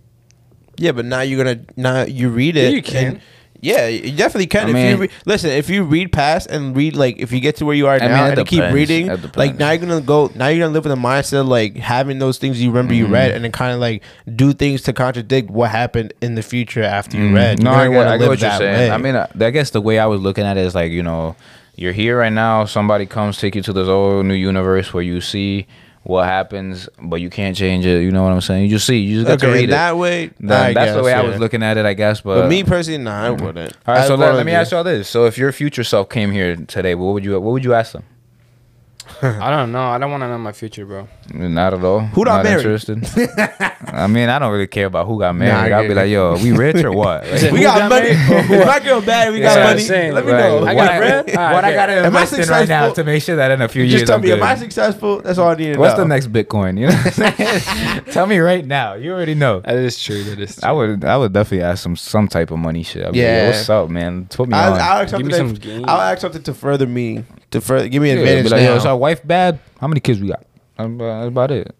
B: Yeah, but now you're gonna now you read
A: Yeah,
B: it.
A: you can.
B: and- yeah, you definitely can.
D: I
B: if
D: mean-
B: you re- listen, if you read past and read like if you get to where you are
D: mean,
B: now
D: it
B: and you keep
D: depends.
B: reading,
D: It depends.
B: like now you're gonna go. Now you're gonna live with a mindset of, like having those things you remember
D: Mm-hmm.
B: you read, and then kind of like do things to contradict what happened in the future after you read.
D: Mm-hmm. Mm. No,
B: You're
D: I
B: gonna
D: get,
B: wanna
D: I get
B: live
D: what you're
B: that
D: saying.
B: way.
D: I mean, I, I guess the way I was looking at it is like, you know, you're here right now. Somebody comes, take you to this whole new universe where you see what happens, but you can't change it. You know what I'm saying? You just see. You just got to
B: okay, in
D: read
B: that
D: it.
B: way,
D: Then
B: I
D: that's the
B: guess,
D: way I
B: yeah.
D: was looking at it, I guess. But,
B: But me personally, nah, I wouldn't.
D: all right. So
B: I'd
D: let,
B: wanna
D: let me
B: do-
D: ask y'all this: So if your future self came here today, what would you what would you ask them?
A: (laughs) I don't know. I don't want to know my future, bro.
D: Not at all.
B: Who got
D: Not
B: married? (laughs)
D: Interested. I mean, I don't really care about who got married.
B: I
D: I'll be
B: get
D: like, yo, we rich
B: (laughs)
D: or what? Like,
A: Who
B: We got,
A: got
B: money.
D: (laughs)
A: married?
B: if my girl bad and we
A: Yeah,
B: got
A: I'm
B: money,
A: saying.
B: let me
D: Right.
B: know.
A: I
D: What
A: got bread? Alright,
D: what I
A: yeah.
D: gotta
B: Am I
D: invest in right now
B: successful?
D: to make sure that in a few
B: You
D: years
B: just tell
D: I'm
B: me, am I
D: good?
B: successful? That's all I need to
D: What's
B: know.
D: the next Bitcoin? You know, what I'm
B: (laughs)
D: saying? tell me right now. You already know.
A: That is true. That is. True.
D: I would, I would definitely ask some some type of money shit. I'd be
B: Yeah.
D: like, yo, what's up, man? Put me on.
B: I'll, I'll, ask
A: Give
B: something
A: me some
B: that,
A: game.
B: I'll ask something to further me. To further, give me
D: Yeah,
B: advantage
D: be like, yo,
B: now.
D: is our wife bad? How many kids we got? Um, uh, That's about it.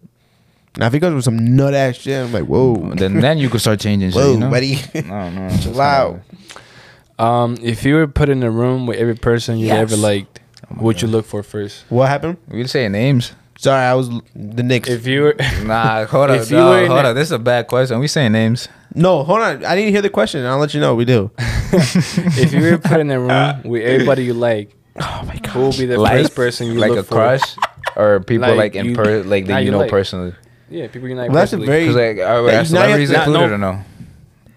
B: now, if he goes with some nut ass shit, I'm like, whoa,
D: Then, then you could start changing shit.
B: whoa,
D: you know?
B: buddy, (laughs)
D: No, no,
B: chill out.
A: (laughs) Um, if you were put in a room with every person you ever liked,
B: Oh
A: what you look for first?
B: What happened?
D: We say names.
B: Sorry, I was l- the Knicks.
A: If you were, (laughs)
B: (laughs)
D: Nah, hold up,
A: If you were
D: dog,
A: in
D: hold
A: a-
D: up. This is a bad question. We saying names.
B: no, hold on. I need to hear the question. and I'll let you know. We do.
A: if you were put in
B: (laughs)
A: a room with everybody you like,
B: Oh my god.
A: who will be the first person you
D: like
A: look
D: a
A: for?
D: crush, or people
A: Like,
D: like, in
A: you-
D: person, like
A: nah,
D: that you
A: you
D: know
A: like.
D: personally.
A: Yeah, people you like.
B: Well, that's a
A: personally.
B: very-
D: Because like,
B: That
D: are, are
B: you- now you
D: celebrities
B: have to-
D: included
A: no.
D: or no?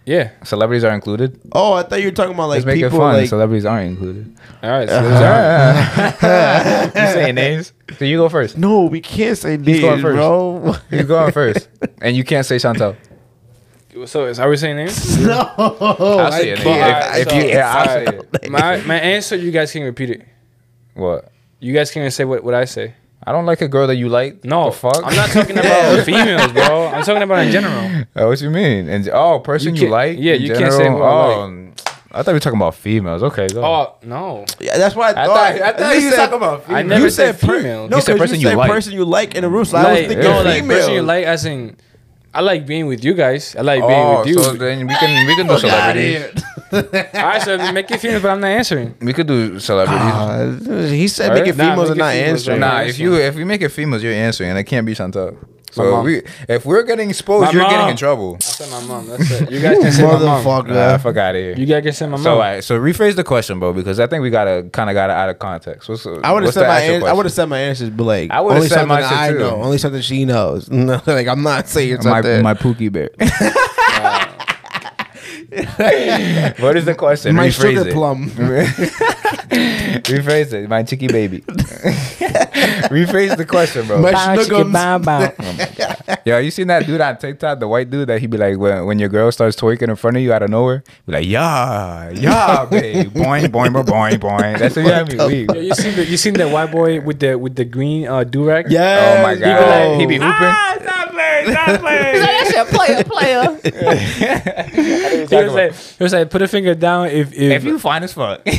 A: yeah.
D: Celebrities are included.
B: Oh, I thought you were talking about like
D: Let's make it
B: people
D: fun.
B: like.
D: celebrities aren't included.
A: All right. So
B: Uh-huh.
D: you saying names? So you go first.
B: no, we can't say this,
D: going first.
B: bro.
D: You go on first, and you can't say Chantel.
A: those are- so is are we saying names?
B: no,
D: I'll say it.
B: I
D: If,
B: can't.
A: Alright,
D: if
A: so-
D: you, yeah, I'll say
A: alright.
D: it.
A: My my answer, you guys can repeat it.
D: What?
A: You guys can say what, what I say.
D: I don't like a girl that you like.
A: No,
D: the fuck.
A: I'm not
D: (laughs)
A: talking about females, bro. I'm talking about in general.
D: Uh, what you mean? And oh, person
A: You
D: you,
A: can't-
D: like?
A: yeah,
D: in
A: you can't say who I
D: oh, I thought we were talking about females. Okay, go.
A: Oh no,
B: Yeah, that's why I
D: I
B: thought.
D: thought- I thought
B: think
D: you said-
B: talking about
A: I
B: females.
A: never
B: you
A: said
B: said per-
A: females.
B: No,
D: You said
B: 'cause
D: person
B: you
D: you
B: said
D: like.
B: person you like in the room. So I was
A: like,
B: thinking
A: no, like
B: female.
A: person you like, as in, I like being with you guys. I like
D: Oh,
A: being with
D: so
A: you.
D: then we can we can do
B: Fuck outta
D: celebrities.
B: here.
A: All right,
D: (laughs)
A: so make it female, but I'm not answering.
D: We could do celebrities.
B: Uh, he said
D: Alright.
B: make it
A: Nah,
B: females
A: make it
B: and not
A: females,
B: answering.
A: right.
D: nah, if you if we make it females, you're answering, and it can't be Chantel. So
A: mom.
D: if we if we're getting exposed,
A: My
D: you're getting
A: mom.
D: in trouble.
A: I said my mom. That's it. You
B: (laughs)
A: guys can say my mom.
D: Nah, I
B: Motherfucker.
D: forgot it.
A: You guys can say my mom.
D: So alright, so rephrase the question, bro, because I think we gotta kind of got it out of context. What's
B: I would have said my an- I would have
D: said
B: said my answers, but like
D: I would've
B: only
D: said
B: something
D: mine
B: I
D: too.
B: know, only something she knows. (laughs) No, like I'm not saying
D: my
B: something.
D: my Pookie
B: (laughs)
D: bear. (laughs) what is the question?
B: My
D: rephrase
B: sugar
D: it.
B: (laughs) plum.
D: (laughs) rephrase it. My chicky
B: (laughs)
D: baby. (laughs) rephrase the question, bro.
B: My snuggums.
D: Yo, you seen that dude on TikTok, the white dude that he be like, when, when your girl starts twerking in front of you out of nowhere, be like, yeah, yeah, (laughs) babe, boing, boing, boing, boing, boing. That's what you have me
A: Yo,
D: weak.
A: you seen the you seen that white boy with the with the green uh, do rag?
B: Yes,
D: Oh my
B: bro.
D: god, Ah! he be hooping.
A: he was like, he was like, put a finger down if if,
D: If you find as (laughs) fuck. but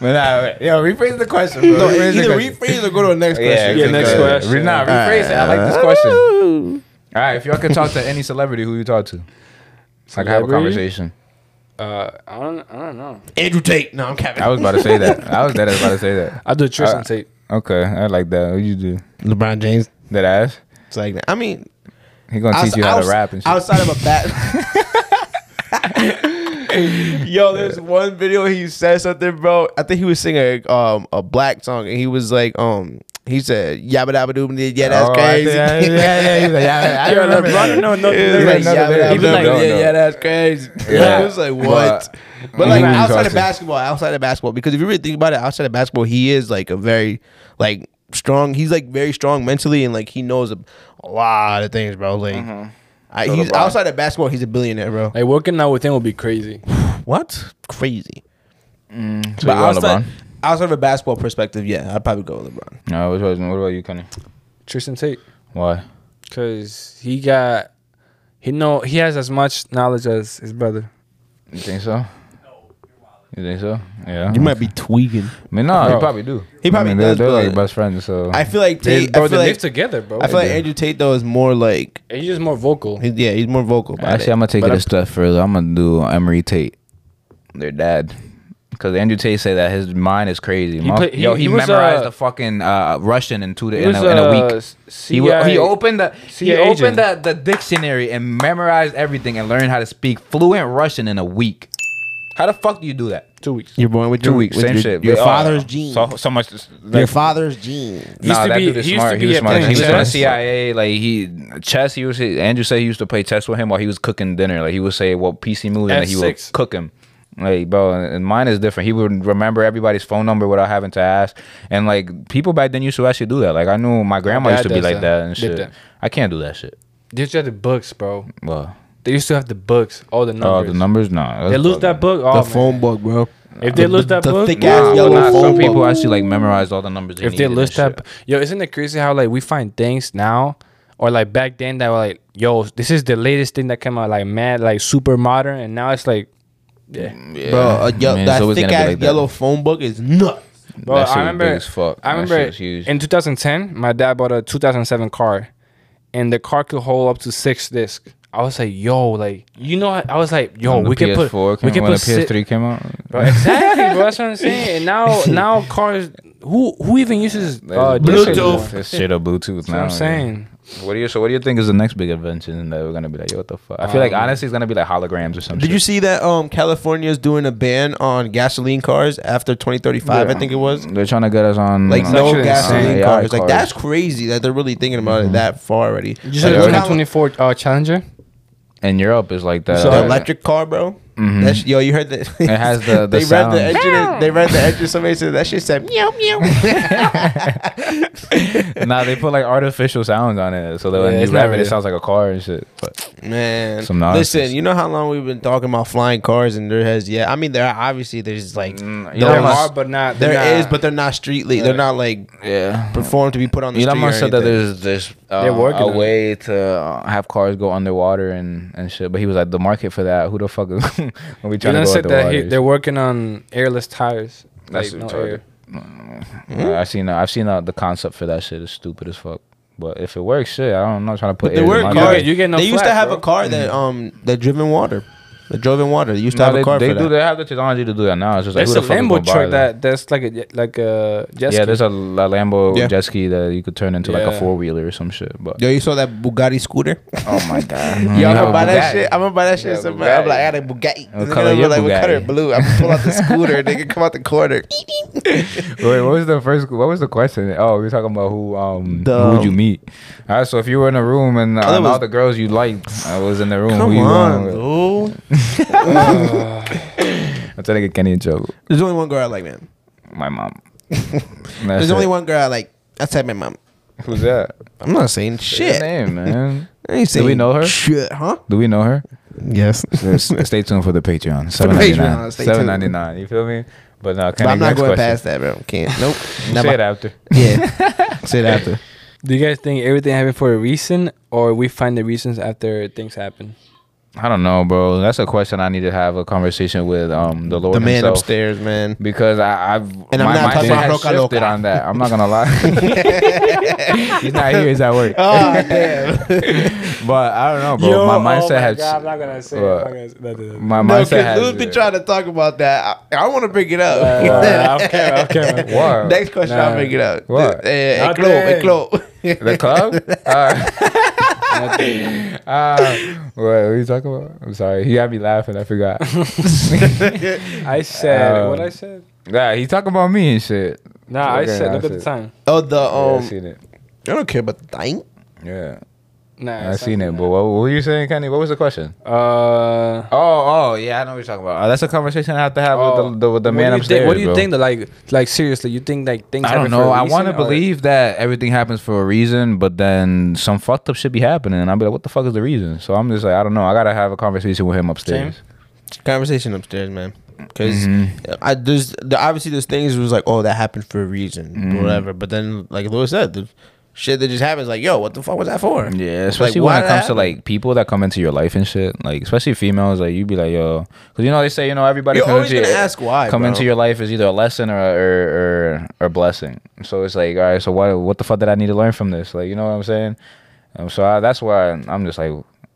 D: nah, yo, rephrase the question, bro.
B: No,
D: Rephrase the
B: either
D: question.
B: rephrase or go to the next
D: Yeah,
B: question.
A: Yeah, next
D: good.
A: question.
D: Re- Nah, rephrase it. I like this question. All right, if y'all could talk to any celebrity, who you talk to? Like have a
A: Celebrity?
D: conversation.
A: uh, I don't I don't know.
B: Andrew Tate. No, I'm Kevin.
D: I was about to say that. I was dead ass about to say that.
A: I do Tristan Tate.
D: Okay, I like that. What you do?
B: LeBron James.
D: That ass?
B: It's like that. I mean,
D: He gonna
B: outs-
D: teach you how
B: outs-
D: to rap and shit.
B: Outside of a
D: (laughs)
B: bat. Yo, there's one video he said something, bro. I think he was singing a, um a black song, and he was like, um, he said yabba dabba doo, yeah, that's
D: Oh, I
B: crazy.
D: think- Yeah, yeah, yeah. He's
B: (laughs)
D: like, yeah, I remember that.
A: no, no,
B: Yeah,
D: He
B: like,
D: like,
B: yeah, yeah,
D: no, no, no,
B: yeah,
D: no,
B: yeah,
D: no.
B: yeah, that's crazy.
D: Yeah.
B: I was like, what? But, like
D: Mhm.
B: outside of
D: Exhausting.
B: basketball, outside of basketball, because if you really think about it, outside of basketball, he is like a very like strong. He's like very strong mentally, and like he knows a, a lot of things, bro. Like. I, he's, outside of basketball, he's a billionaire, bro.
A: Like working out with him would be crazy.
B: What? Crazy. But
D: So you want
B: outside,
D: LeBron?
B: outside of a basketball perspective, yeah, I'd probably go with LeBron.
D: No, which was- what about you, Kenny?
A: Tristan Tate,
D: Why?
A: cause he got he know he has as much knowledge as his brother.
D: You think so? You think so? Yeah.
B: You might be tweaking.
D: I mean, no,
A: Bro.
D: you probably do.
B: He probably
D: I mean, they're,
B: does,
D: they're
B: but-
D: like best friends, so
B: I feel like
A: They,
B: Tate. I
A: bro, they
B: feel
A: live
B: like,
A: together, bro.
B: I feel like Andrew Tate though is more like
A: and he's just more vocal.
B: he's, yeah, he's more vocal. About
D: Actually,
B: it.
D: I'm gonna take
A: But
D: it
A: I'm-
D: a step further. I'm gonna do Emery Tate, their dad, because Andrew Tate said that his mind is crazy. Mo-
A: play- he-
D: Yo, he,
A: he was,
D: memorized
A: uh,
D: the fucking uh, Russian in two
A: He
D: in,
A: was,
D: a, in a
A: uh,
D: week.
A: C-
D: He, wa- he
A: CIA
D: opened the he
A: CIA agent.
D: opened the, the dictionary and memorized everything and learned how to speak fluent Russian in a week. How the fuck do you do that?
A: two weeks.
B: You're born with
D: Two
B: your-
D: weeks,
B: with
D: same
B: your,
D: shit.
B: Your
A: oh.
D: But, uh,
B: father's genes.
D: So so much. like,
B: your father's genes.
A: He used
D: nah,
A: to
D: that
A: be-
D: dude is
A: he used to
D: smart.
A: be
D: He was
A: at
D: smart. He was in the
A: chess.
D: CIA. Like he chess. He was. Andrew said he used to play chess with him while he was cooking dinner. Like he would say what PC moves and
A: At
D: he
A: six.
D: would cook him. Like, bro, and mine is different. He would remember everybody's phone number without having to ask. And like people back then used to actually do that. Like I knew my grandma
A: dad
D: used to be
A: does
D: like
A: that.
D: that and
A: Did
D: shit.
A: that.
D: I can't do that shit.
A: They used to have the books, bro.
D: Well,
A: They used to have the books, all the
D: oh,
A: numbers.
D: the numbers, no.
A: They lose that book. Oh,
F: the
A: man.
F: phone book, bro.
A: If they
F: The-
A: lose
F: the-
A: that
F: the
A: book,
F: thick
A: wow.
F: ass
D: Nah,
F: yellow
D: but not-
F: phone
D: some people
F: book.
D: actually like memorized all the numbers.
A: if they
D: needed
A: list
D: and shit.
A: that yo isn't it crazy how like we find things now or like back then that were like yo this is the latest thing that came out like mad like super modern and now it's like
D: Yeah.
A: uh,
B: Bro, a ye-
D: Man, it's
B: that
D: always
B: thick
D: gonna be
B: ass
D: like that.
B: yellow phone book is nuts.
A: bro
D: That shit
A: i
D: was
A: remember
D: big as fuck.
A: i
D: That
A: remember
D: shit was huge.
A: in 2010 my dad bought a 2007 car and the car could hold up to six discs i was like yo like you know i was like yo
D: When the
A: we could put
D: PS4
A: we
D: came,
A: could
D: when
A: put
D: the PS3 came out.
A: exactly bro that's what i'm saying and
D: (laughs)
A: now now cars who who even uses uh, discs anymore?
D: Bluetooth. This shit of Bluetooth
A: That's what
D: now.
A: i'm saying
D: yeah. What do you? So what do you think is the next big invention that we're gonna be like? Yo, what the fuck? I feel like
A: Um,
D: honestly, it's gonna be like holograms or something.
B: Did you see that um California is doing a ban on gasoline cars after 2035? I think it was.
D: They're trying to get us on
B: Like
D: on
B: no
A: actually
B: gasoline
A: insane.
D: AI
B: uh, cars. Mm-hmm. Like that's crazy that they're really thinking about it that far already.
A: you
B: Like,
A: said
B: Cali-
A: 2024 uh, challenger
D: in Europe is like that.
B: the
D: uh,
B: electric car, bro. That's, yo, you heard that? Mm-hmm. It
D: has
B: (laughs)
D: the- the
B: they read
D: sound.
B: the engine. They read the engine. Somebody said that shit said meow meow.
D: (laughs) nah, they put like artificial sounds on it, so that
A: Yeah,
D: when you
A: it's not
D: grab it, it
A: real.
D: sounds like a car and shit. But
B: Man,
D: Some nonsense.
B: listen, you know how long we've been talking about flying cars, and there has yeah. I mean, there are obviously there's like
D: Elon
B: there
A: There
D: Musk-
A: are,
B: was-
A: but not.
B: there
A: they're
B: is,
A: not-
B: but they're not streetly. They're not like
D: yeah,
B: performed to be put on the
D: Elon
B: street. or
D: Musk said that
B: anything.
D: there's there's
A: They're
D: um,
A: working
D: a
A: on it.
D: way to uh, have cars go underwater and, and shit, but he was like the market for that. Who the fuck is (laughs) when we trying
A: Elon
D: to go
A: said that he,
D: underwater?
A: they're working on airless tires.
D: That's
A: like, no
D: retarded.
A: air.
D: Uh, I've seen that. I've seen that the concept for that shit is stupid as fuck. But if it works, shit, I don't, I'm not trying to put.
B: But there
D: A's
B: were
D: in my
B: cars.
D: bag.
A: You get no
B: they used to
A: flack,
B: have
A: bro.
B: a
D: Mm.
B: car that um that drove in water. That drove in water. They used to
D: No,
B: have
D: they,
B: a car
D: they
B: for
D: do.
B: that.
D: They have the technology to do that now. It's just like,
A: There's
D: who
A: a
D: the fuck is
A: Lambo
D: gonna buy
A: truck
D: that?
A: that that's like a like a jet
D: yeah,
A: ski.
D: there's a La- Lambo
B: Yeah.
D: jet ski that you could turn into like a
A: Yeah.
D: four wheeler or some shit. But
B: Yo, you saw that Bugatti
D: (laughs)
B: scooter?
D: oh
A: (laughs)
D: my god,
B: Yo, I'm
D: have
B: gonna
D: a
B: buy
D: Bugatti.
B: that shit. I'm gonna buy that shit.
D: Yeah,
B: somewhere. I'm like, I had
D: Bugatti.
B: a Bugatti.
D: What
B: The nigga
D: color
B: be
D: your
B: like, what
D: Bugatti?
B: color? Blue. I'm gonna pull out the
D: (laughs)
B: scooter. They can come out the corner.
D: Wait, what was the first? What was the question? Oh, we were talking about who um
B: The-
D: who would you meet? All right, so if you were in a room and, uh,
B: that
D: and all
B: was-
D: the girls you liked, I was in the room. who
B: Come
D: you
B: on,
D: going with?
B: dude.
D: I'm trying to get Kenny in trouble.
B: There's only one girl I like, man. (laughs)
D: My mom.
B: There's only one girl I like outside my mom.
D: Who's that?
B: I'm not saying
D: Say her
B: shit.
D: name, man.
B: I ain't
D: Do
B: saying
D: we know her?
B: Shit, huh?
D: Do we know her?
B: Yes. (laughs)
D: Stay tuned for the Patreon.
B: the
D: Seven ninety nine.
B: Patreon, stay tuned.
D: Seven ninety nine. You feel me? But no,
B: But
D: Kenny,
B: I'm not
D: next
B: going
D: question.
B: past that, bro. Can't.
D: (laughs)
B: Nope.
D: You
B: Never-
D: Say it after.
B: (laughs) Yeah.
D: (laughs)
B: Say it after.
A: (laughs) Do you guys think everything happened for a reason, or we find the reasons after things happen?
D: I don't know, bro. That's a question I need to have a conversation with um the Lord
B: The man
D: himself.
B: upstairs, man.
D: because I, I've
B: And I'm
D: my
B: not talking
D: mindset
B: about
D: has
B: Roca
D: shifted
B: Loca.
D: on that. I'm not gonna (laughs) lie. he's not here. He's at work.
B: (laughs) Oh, damn.
D: (laughs) But I don't know, bro.
A: oh
D: oh my mindset has
A: not gonna say.
D: it. I'm not
A: (laughs)
D: my
B: No,
D: mindset
B: because
D: has Uh,
B: Lou's been trying to talk about that. I, I want to bring it up. (laughs)
D: What?
B: Next question, I'll bring it up.
D: What?
B: Uh, eh,
A: Nothing.
B: Clo, eh, Clo.
D: (laughs) the club. Uh, uh, what, what are you talking about? I'm sorry. He had me laughing. I (laughs) forgot.
A: I said
D: Um,
A: what I said.
D: nah, he talking about me and shit.
A: Nah, I
D: okay,
A: said.
D: I
A: Look at the
D: said-
A: time.
B: (laughs) Oh, the
D: Yeah, I
B: um.
D: seen it.
B: I don't care about the thing.
D: Yeah,
A: Nah,
D: I
A: it's
D: seen
A: not-
D: it. But what, what were you saying, Kenny? What was the question?
A: Uh,
D: Oh, oh, yeah, I know what you're talking about. Uh, that's a conversation I have to have
A: oh,
D: with the, the, with the
A: what
D: man
A: do you
D: upstairs.
A: Think, what do you
D: bro.
A: think? That like, like seriously, you think like things?
D: I don't
A: happen for a
D: know. I
A: reason,
D: want to
A: or-
D: believe that everything happens for a reason, but then some fucked up shit be happening, and I'll be like, "What the fuck is the reason?" So I'm just like, I don't know. I gotta have a conversation with him upstairs.
B: Conversation upstairs, man. Because
D: Mm-hmm.
B: I there's the, obviously there's things was like, oh, that happened for a reason,
D: Mm-hmm.
B: whatever. But then, like Louis said, the shit that just happens, like, yo, what the fuck was that for?
D: Yeah,
B: Like,
D: especially
B: why
D: when
B: did
D: it
B: that
D: comes to
B: happen?
D: like people that come into your life and shit. Like especially females, like you be like, "Yo," because you know they say, you know, everybody
B: You're
D: comes
B: always
D: into
B: gonna
D: your-
B: ask why,
D: come
B: bro.
D: into your life is either a lesson or or or, or blessing. So it's like, all right, so what what the fuck did I need to learn from this? Like, you know what I'm saying? Um, so I, that's why I'm just like,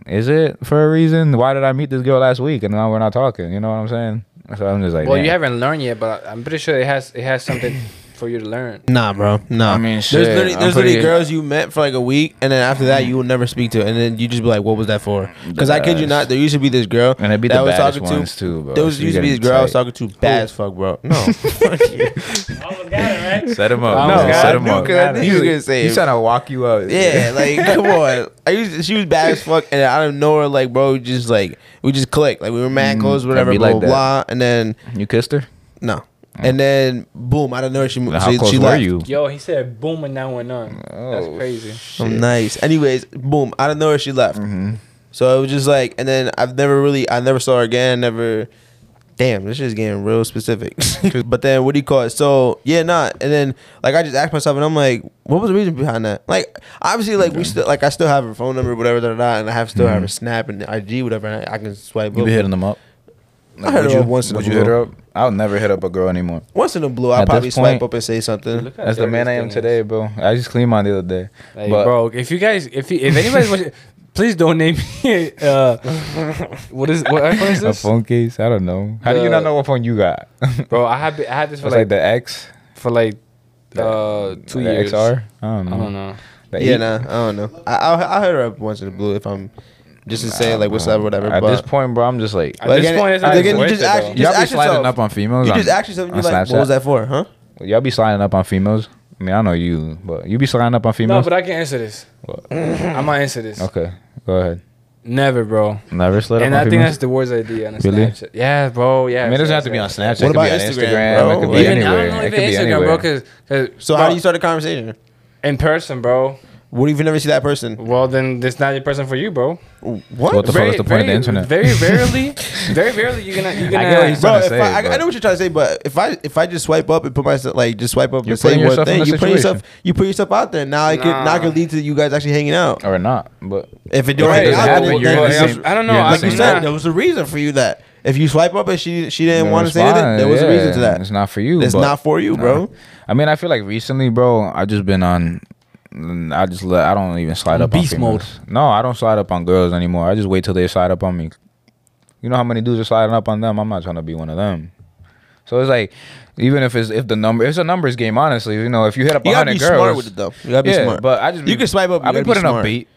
D: is it for a reason? Why did I meet this girl last week and now we're not talking? You know what I'm saying? So I'm just like,
A: Well,
D: damn.
A: you haven't learned yet, but I'm pretty sure it has it has something (coughs) for you to learn.
B: Nah, bro. Nah.
D: I mean, shit,
B: there's literally,
D: I'm
B: there's literally
D: pretty- Mm-hmm.
B: girls you met for like a week, and then after that you will never speak to, and then you just be like, "What was that for?" Because I kid you
D: Yes.
B: not, there used to be this girl,
D: And it'd be
B: that
D: the
B: I was
D: baddest
B: talking
D: ones
B: to.
D: too, bro.
B: There was
D: So you
B: used to be this
D: getting
B: girl I was
D: tight.
B: talking to, bad as fuck, bro.
D: (laughs)
B: No,
D: Set him
A: I was
D: up. man,
A: God,
D: set him up.
B: dude, 'cause I knew you was gonna say
D: He's
B: it.
D: trying to walk you up.
B: yeah, like
D: (laughs)
B: come on. I used to- she was bad as fuck, and I don't know her. Like, bro, we just like we just clicked, like we were mad close, whatever,
D: Mm, be
B: blah
D: like
B: blah,
D: that.
B: blah, and then
D: You kissed her?
B: no, and then boom, I don't know her. She moved.
D: How
B: she,
D: close
B: she
D: were
B: left.
D: you?
A: Yo, he said boom and that went on. That's crazy.
B: Oh, nice. Anyways, boom, out of nowhere she left. So it was just like, and then I've never really, I never saw her again. Never. Damn, this is getting real
D: (laughs)
B: specific. but then what do you call it? So yeah, not. Nah. And then like I just asked myself, and I'm like, what was the reason behind that? Like obviously, like we still, like I still have her phone number, whatever, da, da, da, and I have still have her Snap and IG, whatever. And I, I can swipe.
D: Mm-hmm. You
B: up.
D: be hitting them up. Like,
B: hit
D: would
B: her
D: you-
B: up once in a
D: Would you hit
B: blue.
D: her up? I'll never hit up a girl anymore.
B: Once in a blue, I'll
D: At this
B: probably swipe
D: point-
B: up and say something.
A: Look how
D: That's the man I
A: dirty
D: am
A: this thing is.
D: today, bro. I just cleaned mine the other day.
A: Like,
D: but
A: bro, if you guys, if you, if anybody's
D: (laughs)
A: watching, please don't name me. Uh, what is what iPhone is
D: a
A: this?
D: phone case, I don't know. How do you
A: The-
D: not know what phone you got? (laughs) It's
A: Bro, I had I had this for
D: like,
A: like,
D: the X,
A: for like uh two
D: the Mm-hmm.
A: years.
D: XR. I don't know.
A: I don't know.
D: The E?
B: Yeah,
D: eight.
B: nah, I don't know. I, I'll, I'll hit her up once in a blue if I'm just to say like what's up, whatever.
D: At
B: but
D: this point, bro, I'm just like.
A: At this
B: Again,
A: point, it's not
B: again,
A: even
B: you
A: worth
B: just
A: it,
B: act-
A: though.
B: you
D: Y'all
B: just
D: be
B: ask
D: sliding
B: yourself-
D: up on females.
B: You
D: on-
B: just ask yourself, and
D: on
B: you're like, what was
D: Snapchat?
B: that for, huh?
D: Y'all be sliding up on females. I mean, I know you, but you be sliding up on
A: No,
D: females.
A: but I can answer this. I'm gonna answer this.
D: okay, go ahead.
A: Never, bro.
D: Never slid
A: And
D: up
A: I
D: on
A: think
D: females.
A: that's the worst idea on a
D: Really?
A: Snapchat. Yeah, bro. Yeah.
D: I mean, it doesn't have to be on Snapchat. What
B: about
D: it could be on
B: Instagram,
D: Instagram,
B: bro?
D: It could be
B: Like-
A: Oh, Even, I
D: anywhere.
A: don't know
D: it
A: if
D: could be
A: it's Instagram,
D: anywhere.
A: bro. Cause, 'cause-
B: So how
A: bro,
B: do you start a conversation?
A: in person, bro?
B: What if you never see that person?
A: Well, then it's not your person for you, bro.
B: What?
D: What the fuck is the point of the
A: very,
D: internet?
A: Very
D: (laughs)
A: rarely, very rarely you're gonna you're gonna.
D: get what he's
B: Bro,
D: trying to
B: if
D: say,
B: I, I,
D: bro.
B: I know what you're trying to say, but if I if I just swipe up and put myself like just swipe up
D: You're
B: and say
D: putting
B: one
D: yourself in
B: thing,
D: the
B: you put yourself
D: situation.
B: you put yourself out there. Now it could now it
A: Nah.
B: could lead to you guys actually hanging out.
D: or not, but
B: If it
D: If
B: don't
D: it
B: hang
D: doesn't
B: out,
D: happen,
B: well,
D: you're
B: then
D: in the
B: there's-
D: same-
A: I don't know.
D: you're in
A: Like
D: the
B: like
D: same
B: you
A: I'm
B: said,
A: not-
B: there was a reason for you that if you swipe up and she she didn't
D: Then
B: want to
D: it's
B: say anything,
D: fine,
B: there was a
D: yeah.
B: reason to that.
D: It's not for you.
B: It's
D: but-
B: not for you,
D: Nah.
B: bro.
D: I mean, I feel like recently, bro, I just been on. mm, I just let. I don't even slide up
A: Beast
D: on
A: mode.
D: females. No, I don't slide up on girls anymore. I just wait till they slide up on me. You know how many dudes are sliding up on them? I'm not trying to be one of them. So it's like, even if it's if the number it's a numbers game, honestly. You know, if you hit up
B: You gotta
D: 100
B: be
D: girls,
B: smart with it though. You gotta be
D: yeah,
B: smart.
D: but I just
B: You can swipe up, you
D: I've
B: gotta
D: been
B: be
D: putting
B: smart.
D: up bait,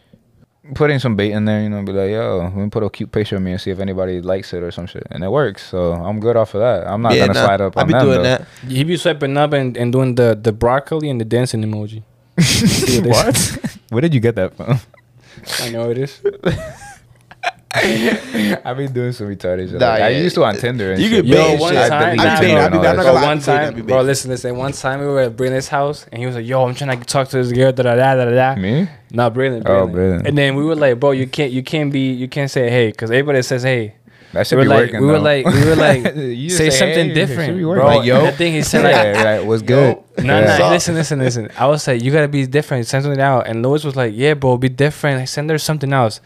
D: putting some bait in there. You know, be like, yo, let me put a cute picture of me and see if anybody likes it or some shit, and it works. So I'm good off of that. I'm not
B: Yeah,
D: gonna
B: nah,
D: slide up.
B: I
D: on
B: be
D: them,
B: doing
D: though.
B: that.
A: He be swiping up and, and doing the, the broccoli and the dancing
D: (laughs)
A: emoji. See what? they say.
D: Where did you get that from?
A: (laughs) I
D: (laughs)
A: know it is.
D: I've been doing some retarded shit.
B: Nah,
D: like, I
B: yeah.
D: used to on Tinder and
B: You
D: shit.
B: could Yo,
A: Yo,
B: bait
A: one
B: shit.
A: time,
B: I be bait, I be bait, I'm not gonna
A: bro,
B: lie, I
A: one
B: be bait, I
A: time,
B: be bait.
A: bro, listen, listen. One time we were at Braylon's house, and he was like, "Yo, I'm trying to talk to this girl." Da da da da da.
D: Me?
A: Not Braylon.
D: Oh,
A: Braylon.
D: Braylon.
A: And then we were like, "Bro, you can't, you can't be, you can't say hey," because everybody says hey.
D: That should
A: We were
D: be
A: like,
D: working.
A: we were
D: though.
A: like,
D: (laughs)
A: we were like,
D: You just
A: say,
D: say,
A: something
D: hey, it should
A: different,
D: be
A: bro.
D: working.
B: Like, yo.
A: And the thing he said, like,
D: yeah, like, what's good?
A: No,
D: Oh, yeah.
A: no, listen, listen, listen. I was like, you gotta be different. Send something out. And Lois was like, yeah, bro, be different. Send her something else.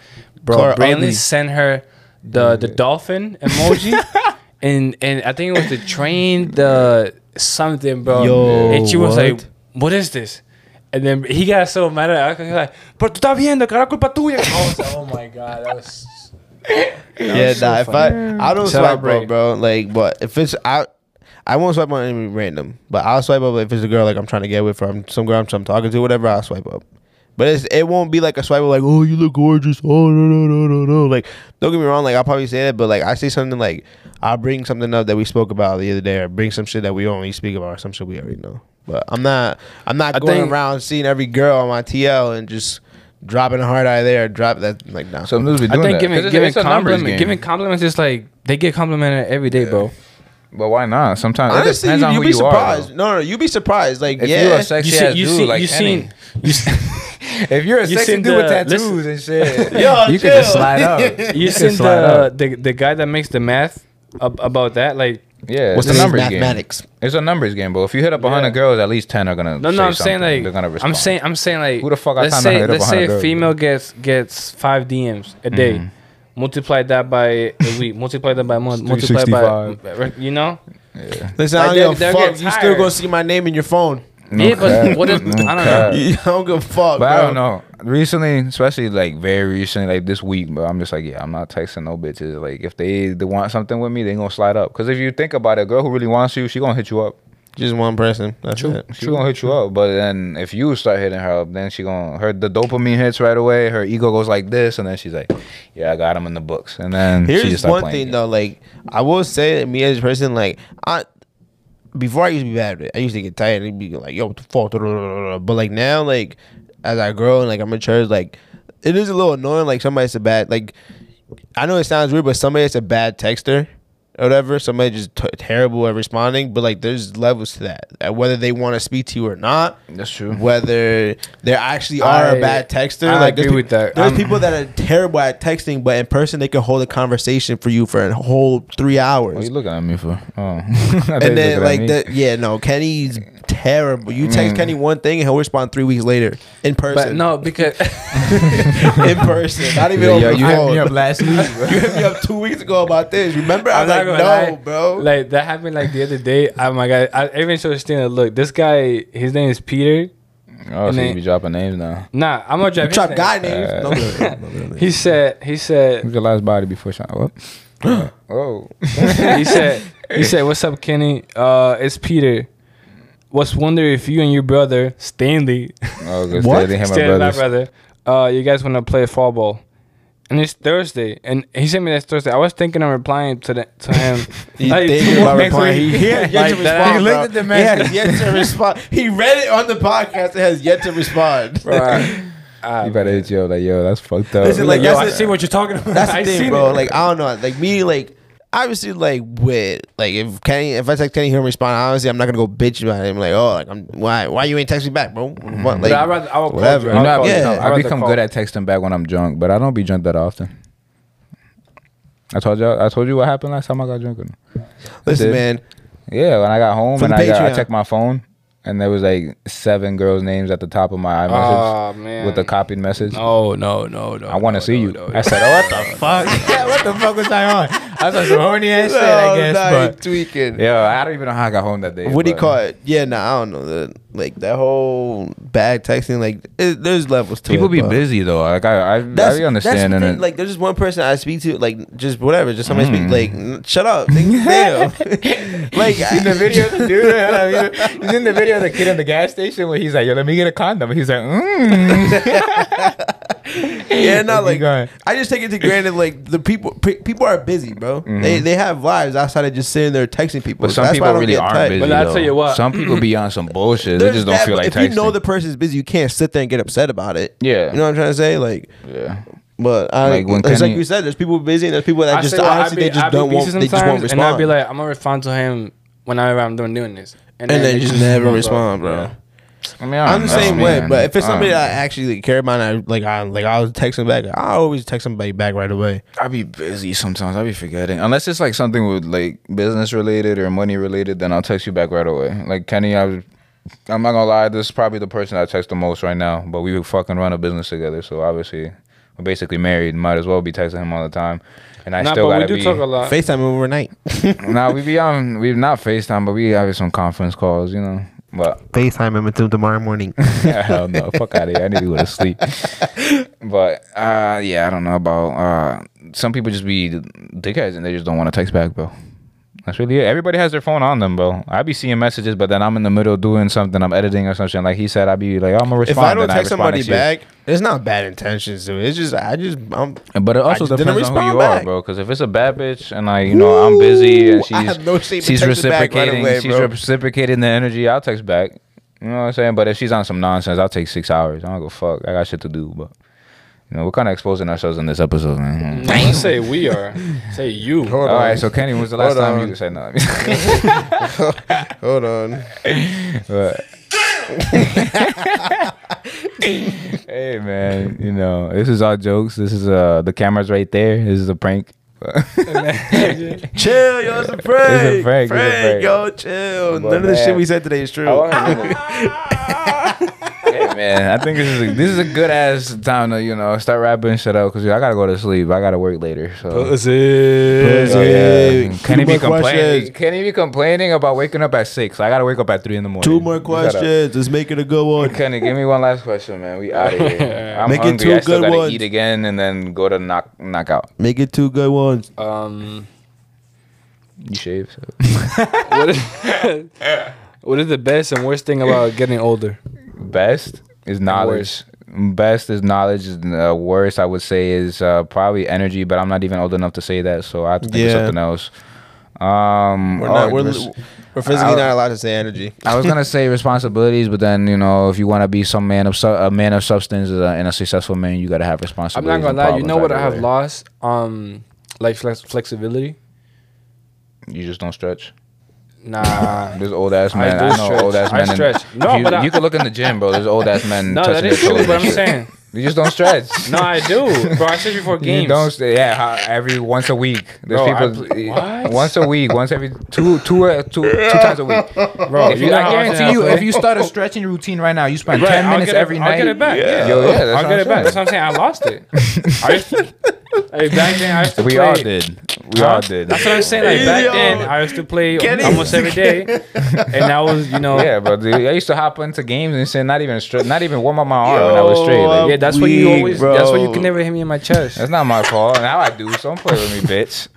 B: Call her
A: Bro,
B: ugly.
A: Brantley sent her the the dolphin
D: (laughs)
A: emoji, and and I think it was the train, the something, bro.
B: Yo,
A: and she was
B: what?
A: like, what is this? And then he got so mad at her. He was like, pero tú estás viendo, cara, culpa tuya. I was like, oh my god, that was.
B: Yeah, nah. If I I don't
A: Shout
B: swipe
A: out Bray.
B: up, bro. Like, but if it's I, I won't swipe on any random. But I'll swipe up if it's a girl like I'm trying to get with from some girl I'm, I'm talking to, whatever. I'll swipe up. But it's, it won't be like a swipe up like, oh, you look gorgeous. Oh no no no no no. Like, don't get me wrong. Like I'll probably say that, but like I say something like I'll bring something up that we spoke about the other day, or bring some shit that we only speak about, or some shit we already know. But I'm not I'm not
A: I
B: going
A: think-
B: around seeing every girl on my TL and just dropping a hard eye there, drop that like nah.
D: Some dudes be
A: I think
D: doing that. 'Cause
A: giving
D: it's-
A: giving
D: it's a numbers
A: compliment,
D: game.
A: giving compliments is like they get complimented every day, bro.
D: But why not? Sometimes it
B: Honestly,
D: depends
B: you,
D: on
B: you
D: who
B: be
D: you
B: surprised.
D: are.
B: no, no, you be surprised. Like,
D: If
B: yeah,
D: you a sexy
A: You see,
D: ass
A: you
D: dude
A: see,
D: like
A: you seen,
D: (laughs) Henning,
A: you seen.
D: if you're a
A: you
D: sexy
A: seen
D: dude with
A: the-
D: tattoos
A: listen-
D: and
B: (laughs)
D: shit,
B: Yo,
D: you can just
B: chill. (laughs)
D: slide up.
A: you
D: can
A: seen
D: slide
A: the,
D: up.
A: the the guy that makes the math ab- about that? Like,
D: Yeah,
B: What's
D: it's
B: the
D: a
B: numbers?
D: numbers
B: Mathematics.
D: game. It's a numbers game, but if you hit up 100
A: Yeah.
D: girls, at least 10 are gonna.
A: no,
D: say
A: no, I'm
D: something.
A: saying like,
D: they're gonna respond.
A: I'm saying, I'm saying like,
D: Who the fuck I
A: let's
D: time to
A: say,
D: hit up
A: let's
D: 100
A: say a
D: girls,
A: female gets gets five DMs a day.
D: Mm.
A: Multiply that by a week. Multiply that by a month. Multiply by, you know.
B: Listen,
A: Like,
B: I
A: they'll-
B: don't give a
A: they'll
B: fuck.
A: get
B: You still
A: tired.
B: gonna see my name in your phone.
D: No
A: yeah, but
D: cap.
A: what if I
D: No
A: don't know.
D: cap.
B: You (laughs) I don't give a fuck. Oh,
D: But
B: bro.
D: I don't know. Recently, especially like very recently, like this week, but I'm just like, yeah, I'm not texting no bitches. Like if they, they want something with me, they gonna slide up. Cause if you think about it, a girl who really wants you, she gonna hit you up.
B: Just one person. That's
D: True.
B: it.
D: She gonna hit you up, but then if you start hitting her up, then she gonna her the dopamine hits right away. Her ego goes like this, and then she's like, "Yeah, I got him in the books." And then she just
B: Here's
D: start
B: one
D: playing
B: thing
D: it.
B: though, like I will say, that me as a person, like I before I used to be bad at it. I used to get tired and be like, "Yo, what the fuck?" da, da, da, da. But like now, like as I grow and like I'm mature, it's like it is a little annoying. Like somebody's a bad, like I know it sounds weird, but somebody that's a bad texter. Or whatever, somebody just t- terrible at responding, but like there's levels to that. Uh, Whether they want to speak to you or not,
D: That's true.
B: Whether they actually are a
A: I-
B: bad texter,
A: I
B: like there's
A: agree
B: peop-
A: with that.
B: There's
A: I'm-
B: people people that are terrible at texting, but in person they can hold a conversation for you for a whole three hours.
D: What you looking at me for? Oh, (laughs)
B: and then like that, yeah, no, Kenny's terrible. You text
D: Mm.
B: Kenny one thing and he'll respond three weeks later in
A: But
B: person.
A: no,
D: (laughs)
A: because
B: (laughs)
A: (laughs)
B: in person, not even
D: Yeah,
B: over
D: yeah,
B: the
D: you hit
B: phone.
D: me up
B: (laughs)
D: last week. bro.
B: You hit me up two weeks ago about this. Remember? I
A: I'm
B: was
A: not
B: like,
A: gonna
B: no,
A: lie.
B: bro.
A: Like that happened like the other day. Oh my god! I even showed Stina. Look, this guy. His name is Peter.
D: Oh,
A: And
D: so
A: then-
D: you be dropping names now.
A: Nah, I'm gonna drop.
B: you
A: his
B: drop
A: name.
B: guy names.
D: Uh,
B: No, no, no, no, no, no.
A: He said. He said.
D: Who's your last body before shot? What? (gasps) oh,
B: (laughs)
A: he said. He said, "What's up, Kenny? Uh, it's Peter. What's wonder if you and your brother
B: (laughs)
A: Stanley,
D: oh, good.
B: What?
D: They didn't have my
A: Stanley, my
D: brothers.
A: brother, uh, you guys want to play fall ball?" And it's Thursday, and he sent me that Thursday. I was thinking of replying to the, to him.
B: (laughs)
A: (laughs)
B: You
A: Like, (laughs)
B: thinking about
A: next
B: replying?
A: week.
B: He, (laughs) he has yet to
A: Like that.
B: respond.
D: He
B: bro.
D: looked at the
B: He
D: message.
B: has yet to respond. He read it on the podcast and has yet
A: (laughs)
B: to respond.
A: Ah,
D: You better hit you up like, yo, that's fucked up.
B: Listen, like,
A: Yo,
B: that's
A: I
B: it.
A: see what you're talking about.
B: That's the
A: (laughs) I seen
B: thing,
A: it.
B: bro. Like I don't know. Like me, like obviously, like with like if Kenny, if I text Kenny, he'll respond. Honestly, I'm not gonna go bitch about him. Like oh, like I'm why why you ain't text me back, bro? What, like,
A: Mm-hmm. but I rather I would call
B: whatever.
A: you.
D: You know, I
A: I'll call
B: yeah.
A: you. I'd
D: become, I
A: rather
D: become
A: call.
D: good at texting back when I'm drunk, but I don't be drunk that often. I told y'all. I told you what happened last time I got drunk. with him. (laughs)
B: listen,
D: did.
B: man.
D: Yeah, when I got home
B: From
D: and
B: the
D: I, got, I
B: Patreon.
D: checked my phone, and there was like seven girls' names at the top of my
A: Aw,
D: iMessage
A: man.
D: with a copied message.
A: No, no, no, no.
D: I want to
A: no,
D: see
A: no,
D: you.
A: no,
D: I
A: no.
D: said, "Oh, what the (laughs) fuck? what the fuck was I on? I was on some horny
A: (laughs)
D: ass shit, I
B: Oh,
D: guess."
B: nah, you
D: but
B: tweaking.
D: yeah, I don't even know how I got home that day.
B: What do you
D: but-
B: call it? Yeah, nah, I don't know. The, like that whole bad texting, like it, there's levels to
D: People
B: it,
D: be
B: bro.
D: busy though. Like I, I, I understand.
B: the
D: and
B: thing,
D: it-
B: like, there's just one person I speak to, like, just whatever, just somebody
D: Mm.
B: speak, like, n- shut up,
D: (laughs)
B: like, damn. (laughs) like,
D: in the video, the dude, I mean, he's in the video of the kid in the gas station where he's like, "Yo, let me get a condom." He's like, mm. (laughs)
B: yeah, not
D: Keep
B: like
D: going.
B: I just take it to granted. Like the people, pe- people are busy, bro. They they have lives outside of just sitting there texting people.
D: Mm-hmm.
B: So
D: But some
B: that's why I
D: people
B: don't
D: really
B: get
D: aren't
B: tight.
D: busy.
A: But I'll
D: though.
A: tell you what.
D: some people be on some bullshit. They
B: There's
D: just don't
B: that,
D: feel
B: but
D: like
B: if
D: texting.
B: you know the person's busy, you can't sit there and get upset about it.
D: Yeah.
B: you know what I'm trying to say. Like,
D: yeah.
B: but I
D: Like
B: like
D: when
B: it's like
D: Kenny-
B: you said, there's people busy and there's people that
A: I
B: just
A: say, well, I'd
B: honestly
A: be-
B: they just
A: I'd be
B: don't want
A: busy
B: they just won't
A: sometimes,
B: respond.
A: And I'd be like, I'm gonna respond to him whenever I'm done doing this,
B: and
A: then
B: they just never respond, bro.
D: I mean, I
B: I'm the
D: don't know,
B: same way,
D: man.
B: but if it's
D: I don't
B: somebody
D: know.
B: that I actually care about, and I, like I like I'll text them back. I always text somebody back right away.
D: I be busy sometimes. I be forgetting. Unless it's like something with like business related or money related, then I'll text you back right away. Like Kenny, I was, I'm not gonna lie. This is probably the person I text the most right now. But we fucking run a business together, so obviously we're basically married. Might as well be texting him all the time. And I
A: Nah,
D: still
A: but we
D: gotta
A: do
D: be.
A: talk a lot.
B: Facetime
D: (laughs)
B: overnight.
D: nah, we be on. We not Facetime, but we having some conference calls. You know. But
B: Facetime him until tomorrow morning.
D: (laughs) hell no, fuck out of here. I need to go
B: (laughs)
D: to sleep. But uh, yeah, I don't know about uh, some people just be dickheads and they just don't want to text back, bro. That's really it. Everybody has their phone on them, bro. I be seeing messages, but then I'm in the middle doing something. I'm editing or something. Like he said, I be like, I'm gonna
B: if
D: respond.
B: I don't
D: then
B: text
D: respond
B: somebody
D: next year.
B: back, it's not bad intentions, dude. It's just I just I'm
D: But it
B: I
D: also
B: just didn't
D: depends on who
B: respond
D: you
B: back.
D: are, bro. Because if it's a bad bitch and like you know I'm busy
B: Ooh,
D: and she's
B: I have no shame to
D: she's
B: text her back right
D: reciprocating,
B: away,
D: she's
B: bro.
D: reciprocating the energy. I'll text back. You know what I'm saying? But if she's on some nonsense, I'll take six hours. I don't go fuck. I got shit to do. But you know we're kind of exposing ourselves in this episode, man. (laughs)
A: No, let's say we are. Say you.
B: Hold
D: All
B: on.
D: right, so Kenny, when was the last
B: Hold
D: time
B: on.
D: you said no? (laughs)
B: Hold (laughs) on.
D: But- (laughs) hey man, you know this is all jokes. This is uh the camera's right there. This is a prank. (laughs)
B: Chill, yo, it's a prank.
D: It's a prank, it's a prank.
B: yo, chill.
D: But
B: None of the shit
D: man,
B: we said today is true.
D: (laughs) Hey, man, I think this is a, this is a good ass time to you know start wrapping shit up because I gotta go to sleep. I gotta work later.
B: Oh,
D: So Oh,
B: Pussy.
D: can he
B: Two
D: be
B: more
D: complaining?
B: questions.
D: Can he be complaining about waking up at six? I gotta wake up at three in the morning.
B: Two more
D: You gotta-
B: questions. Let's make it a good one.
D: Kenny, give me one last question, man. We out
B: (laughs)
D: of here. I'm
B: Make it
D: hungry.
B: two
D: I still
B: good
D: gotta
B: ones.
D: eat again and then go to knock knockout.
B: Make it two good ones.
A: Um,
D: You shave? So.
A: what is, (laughs) What is the best and worst thing about getting older?
D: Best is knowledge. Best is knowledge. Uh, worst, I would say, is uh, probably energy, but I'm not even old enough to say that, so I have to think
B: Yeah.
D: of something else. Um,
B: We're
D: oh,
B: not. We're,
D: res-
B: we're physically
D: I-
B: not allowed to say energy.
D: I was gonna say responsibilities, but then you know, if you want to be some man of su- a man of substance uh, and a successful man, you gotta have
A: I'm
D: responsibilities.
A: not gonna
D: and
A: lie. You
D: problems
A: know what I
D: either
A: have
D: way.
A: lost? Um, like flex- flexibility.
D: You just don't stretch. (laughs)
A: Nah.
D: There's old ass
A: I
D: men.
A: do
D: I, know
A: stretch.
D: old ass
A: I
D: men. in-
A: stretch.
D: if
A: No,
D: you,
A: but I-
D: you can look in the gym, bro. There's old ass men.
A: no,
D: touching
A: that is
D: their
A: true.
D: toes
A: But
D: and
A: I'm
D: shit.
A: saying.
D: you just don't stretch.
A: No, I do, bro. I stretch before games.
D: (laughs) You don't say yeah. How, every once a week, there's
A: Bro, I
D: people. eh,
A: pl- what?
D: Once a week, once every two, two, uh, two, two times a week, bro. If
A: you
D: you,
A: know
D: I
A: how often I
D: guarantee you,
A: play?
D: if you start a stretching routine right now, you spend
A: Right,
D: ten
A: I'll
D: minutes
A: get it-
D: every night.
A: I'll get it back. Yeah.
D: Yo, yeah, that's
A: I'll get it back. That's
D: what
A: what I'm saying. I lost
D: (laughs)
A: it. I used to, like, back then, I used to
D: I'm saying. we
A: play,
D: all did. We all did.
A: That's what I'm saying. Like back then, I used to play almost every
B: (laughs)
A: day, and I was, you know,
D: Yeah, bro. Dude, I used to hop into games and shit, not even straight, not even warm up my arm when I was straight. Like,
A: yeah. That's why you
B: Weak,
A: always. That's why you
B: bro.
A: can never hit me in my chest.
D: That's not my fault. Now I do. So don't play with me, bitch.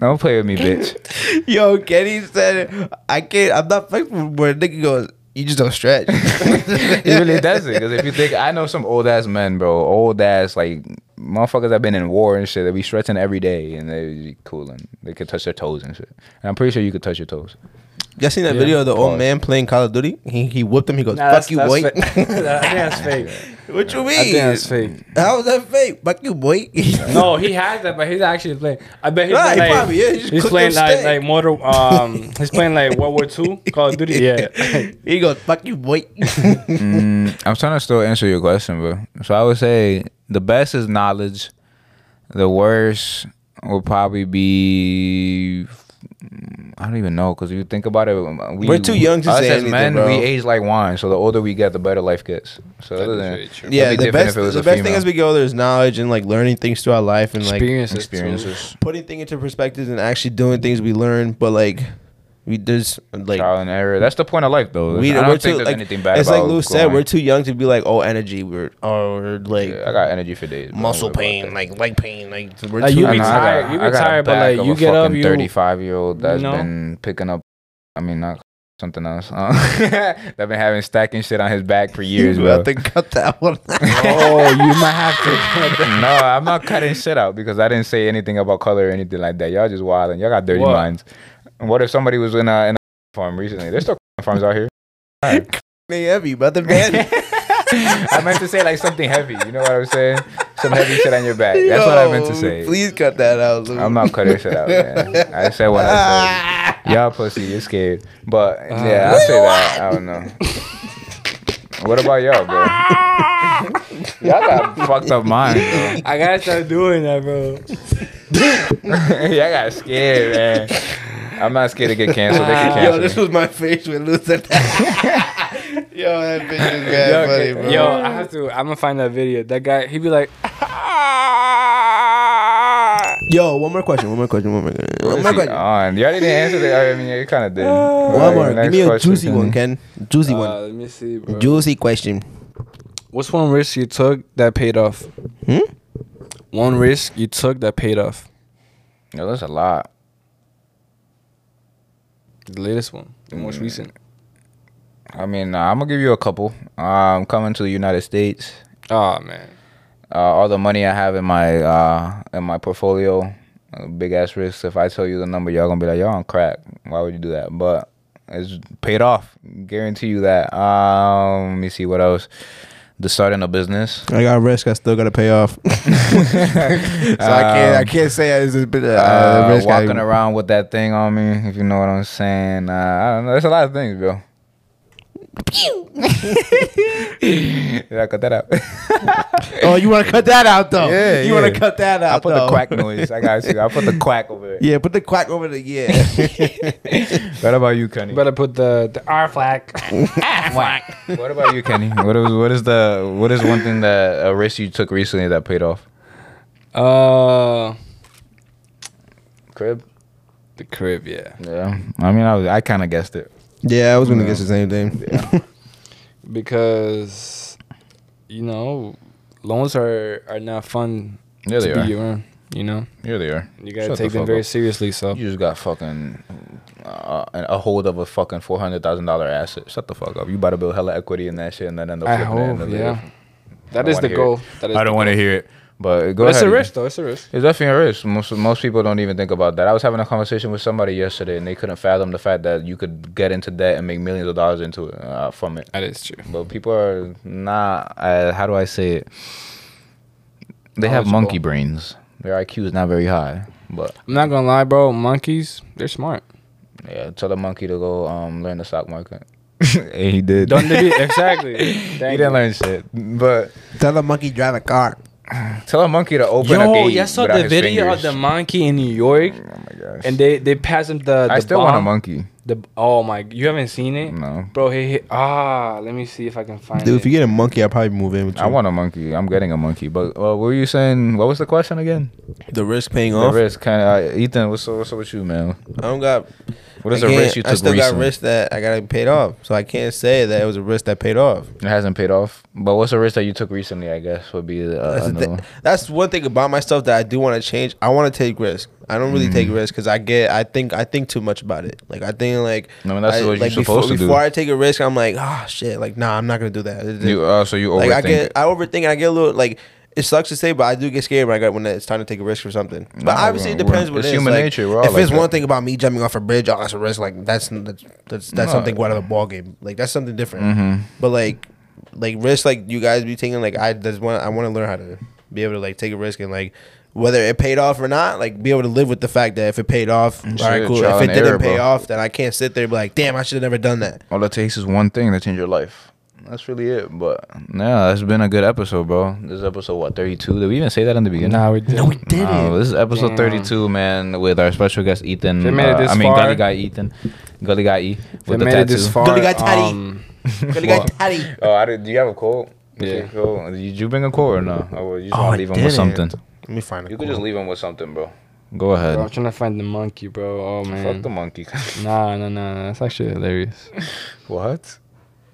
D: Don't play with me, bitch.
B: (laughs) Yo, Kenny said, "I can't. I'm not flexible." Where nigga goes, you just don't (laughs) stretch.
D: (laughs) It really doesn't. Because if you think, I know some old ass men, bro. Old ass, like, motherfuckers that been in war and shit. They be stretching every day and they be cooling. They could touch their toes and shit. And I'm pretty sure you could touch your toes.
B: (laughs) Y'all seen that
A: Yeah.
B: video of the old
D: Pause.
B: man playing Call of Duty? He, he whipped him. He goes,
A: Nah,
B: "Fuck you, boy."
A: fa- (laughs)
B: (laughs)
A: I think that's fake.
B: what you
A: I think that's
B: mean?
A: fake.
B: How is that fake? Fuck you,
D: (laughs)
B: boy.
A: No, he has that, but he's actually playing. I bet he's
B: Nah,
A: playing
B: he
A: like,
B: probably is. He just
A: he's
B: cooked
A: playing
B: them
A: like
B: steak.
A: like Mortal. Um, he's playing like World War Two Call of Duty.
B: (laughs)
A: Yeah.
B: he goes, "Fuck you,
D: (laughs)
B: boy."
D: I'm trying to still answer your question, bro. So I would say the best is knowledge. The worst will probably be. I don't even know because you think about it, we,
B: We're too young to
D: us
B: say
D: as
B: anything,
D: men,
B: bro.
D: we age like wine. So the older we get, the better life gets. So other than
G: very true.
D: it'd
B: yeah,
D: be
B: the
D: different
B: best.
D: if it was
B: The
D: a
B: best
D: female.
B: thing as we get older is knowledge and like learning things throughout life and like
A: Experiences.
D: experiences,
B: putting things into perspective and actually doing things we learn. But like, we there's like
D: trial and error. That's the point of life, though.
B: we
D: I don't
B: we're
D: think
B: too
D: there's
B: like
D: anything bad.
B: it's
D: about
B: like Lou said.
D: growing.
B: We're too young to be like, oh, energy. We're or like
D: Yeah, I got energy for days. bro.
B: muscle
D: What about
B: pain,
D: that?
B: like leg pain, like we're
A: Like,
B: too.
A: you
D: I
A: be
D: know, I got-
A: tired- you be
D: I got a
A: tired, but,
D: back
A: like,
D: of
A: you
D: a
A: get up,
D: fucking
A: you-
D: thirty-five year old that's
A: know?
D: been picking up. I mean, not something else. uh, (laughs) that been having stacking shit on his back for years,
B: You
D: bro. (laughs)
B: have to cut that one.
D: oh, you
B: (laughs)
D: might have to. (laughs) no, I'm not cutting shit out because I didn't say anything about color or anything like that. Y'all just wilding. Y'all got dirty
A: What?
D: minds. And what if somebody was in a, in a farm recently? There's still (laughs) farms out here.
B: They heavy, but the
D: (laughs)
B: man.
D: I meant to say like something heavy. You know what I'm saying? Some heavy shit on your back. That's what I meant to
B: Yo,
D: say.
B: Please cut that out. Lou.
D: I'm not cutting
B: (laughs)
D: shit out, man. I said what I said. Y'all pussy, you're scared. But
B: Uh,
D: yeah, I'll say that. I don't know. What about y'all, bro? y'all got fucked up minds, bro.
A: I gotta start doing that, bro.
D: (laughs) y'all got scared, man. I'm not scared to get canceled. They can
A: Wow.
D: cancel
B: Yo, this
D: me.
B: was my face when Lou said that.
D: (laughs)
B: yo, that bitch is
A: Yo,
B: bad funny, bro.
A: yo, I have to. I'm gonna find that video. That guy, he'd be like, (laughs)
B: Yo, one more question. One more question. One more question. One more
D: What is he
B: question.
D: on? Y'all didn't answer that. I mean, you kind of did.
B: One
D: Alright,
B: more. Give
D: next
B: me a
D: question,
B: juicy one,
D: Kenny.
B: Ken. Juicy
A: uh,
B: one.
A: let me see, bro.
B: Juicy question.
A: What's one risk you took that paid off?
B: Hmm?
A: One risk you took that paid off.
D: Yo, that's a lot.
A: The latest one, the
B: Mm.
A: most recent.
D: I mean, I'm gonna give you a couple. Um, coming to the United States.
A: Oh man.
D: uh, all the money I have in my uh, in my portfolio, uh, big ass risks. If I tell you the number, y'all gonna be like, "Y'all on crack? Why would you do that?" But it's paid off. Guarantee you that. Um, let me see what else. The starting a business.
B: I got risk. I still gotta pay (laughs) off. so I can't. I can't say it's a bit uh,
D: Um, Uh,
B: risk. I-
D: walking around with that thing on me, if you know what I'm saying. Uh, I don't know. There's a lot of things, bro. (laughs) Did I cut that out?
B: Oh, you want to cut that out though?
D: Yeah,
B: you want
D: yeah.
B: to cut that out?
D: I put
B: though. (laughs)
D: the quack noise. I got you. I put (laughs) the quack over it.
B: Yeah, put the quack over the yeah.
D: (laughs) What about you, Kenny?
A: Better put the the R
D: (laughs)
A: flag. (laughs)
D: what about you, (laughs) Kenny? What is what is the what is one thing that a risk you took recently that paid off?
A: Uh,
D: Crib.
A: the crib, yeah.
D: Yeah. I mean, I was, I kind of guessed it.
B: yeah, I was gonna guess the same thing.
A: Because, you know, loans are are not fun
D: Yeah,
A: to
D: they
A: be
D: are.
A: around. You know,
D: Yeah, they are.
A: you gotta
D: Shut the
A: take them
D: fuck
A: very
D: up.
A: seriously. So
D: You just got fucking uh, a hold of a fucking four hundred thousand dollar asset. Shut the fuck up. You about to build hella equity in that shit and then end up
A: I
D: flipping it. and
A: hope,
D: then
A: yeah.
D: leave.
A: That
D: I
A: is
D: wanna
A: the
D: hear
A: goal.
D: it.
A: That is
D: I don't want to hear it, but go
A: But it's
D: ahead.
A: a risk, though. It's a risk.
D: It's definitely a risk. Most most people don't even think about that. I was having a conversation with somebody yesterday, and they couldn't fathom the fact that you could get into debt and make millions of dollars into it uh, from it.
A: That is true.
D: But people are not. Uh, how do I say it? They have
A: Knowledgeable.
D: monkey brains. Their IQ is not very high. But
A: I'm not gonna lie, bro. Monkeys, they're
D: (laughs)
A: smart.
D: yeah, tell the monkey to go um, learn the stock market, (laughs) and he did.
A: Don't they be (laughs) exactly?
D: (laughs) he
A: Thank
D: didn't learn shit. But
F: Tell a monkey drive a car.
D: tell a monkey to
A: you.
D: open a
A: Yo,
D: gate.
A: you saw
D: without
A: the
D: his
A: video
D: fingers.
A: of the monkey in New York,
D: Oh my gosh.
A: and they they passed him the. the
D: I still want a
A: bomb.
D: monkey.
A: The oh my, you haven't seen it,
D: No.
A: bro? He hit ah. Let me see if I can find
F: Dude,
A: it.
F: if you get a monkey, I'll probably move in with you.
D: I want a monkey. I'm getting a monkey. But uh, what were you saying? What was the question again?
F: the risk paying
D: The risk. Kind of. Uh, Ethan, what's up, what's up with you, man?
F: I don't got.
D: What is
F: I
D: the risk
F: can't-
D: you took
F: I still
D: recently?
F: got risk that I got paid off, so I can't say that it was a risk that paid off.
D: It hasn't paid off. But what's the risk that you took recently? I guess would be uh,
F: That's, the
D: another
F: thi-
D: one.
F: that's one thing about myself that I do want to change. I want to take risk. I don't really take
D: Mm-hmm.
F: risk because I get I think I think too much about it. Like I think like
D: I mean, that's what you're
F: like before,
D: supposed to do.
F: Before I take a risk, I'm like, oh shit, like nah, I'm not gonna do that.
D: You uh, so you overthink.
F: like I get
D: it.
F: I overthink and I get a little like it sucks to say, but I do get scared when I got when it's time to take a risk for something. But
D: No,
F: obviously, it
D: we're-
F: depends. What
D: it's
F: it is.
D: human
F: Like,
D: nature. We're all
F: if
D: like
F: it's
D: that.
F: one thing about me jumping off a bridge, oh, that's a risk. Like that's that's that's, that's
D: No.
F: something out of the ball game. Like that's something different.
D: Mm-hmm.
F: But like like risk, like you guys be taking. Like I just want I want to learn how to be able to like take a risk and like. Whether it paid off or not, like be able to live with the fact that if it paid off, all right, cool.
D: Mm, trial
F: If it
D: and
F: didn't
D: error,
F: pay
D: bro.
F: off, then I can't sit there and be like, damn, I should have never done
D: (laughs)
F: that.
D: All it takes is one thing to change your life. That's really it. But yeah, that's been a good episode, bro. This is episode what thirty two? Did we even say that in the beginning?
A: Nah, we did. No, we
D: did This is episode
A: Damn.
D: 32, man, with our special guest Ethan.
A: They made it
D: uh,
A: this
D: I mean,
A: far.
D: Gully Guy Ethan, Gully Guy E with the
A: made it
D: tattoo.
A: this far.
F: Gully guy tatty.
A: um,
D: Well, Oh, I did, do you have a quote? Is
A: Yeah.
D: it cool? Did you bring a quote or no? Or you just
F: Oh,
D: want
F: I
D: to leave him
F: didn't.
D: with something?
F: Let me find a
D: You
F: quote.
D: could just leave him with something, bro. Go ahead.
A: bro, I'm trying to find the monkey, bro. Oh man.
D: Fuck the monkey. (laughs)
A: Nah, nah, nah. That's actually hilarious.
D: what?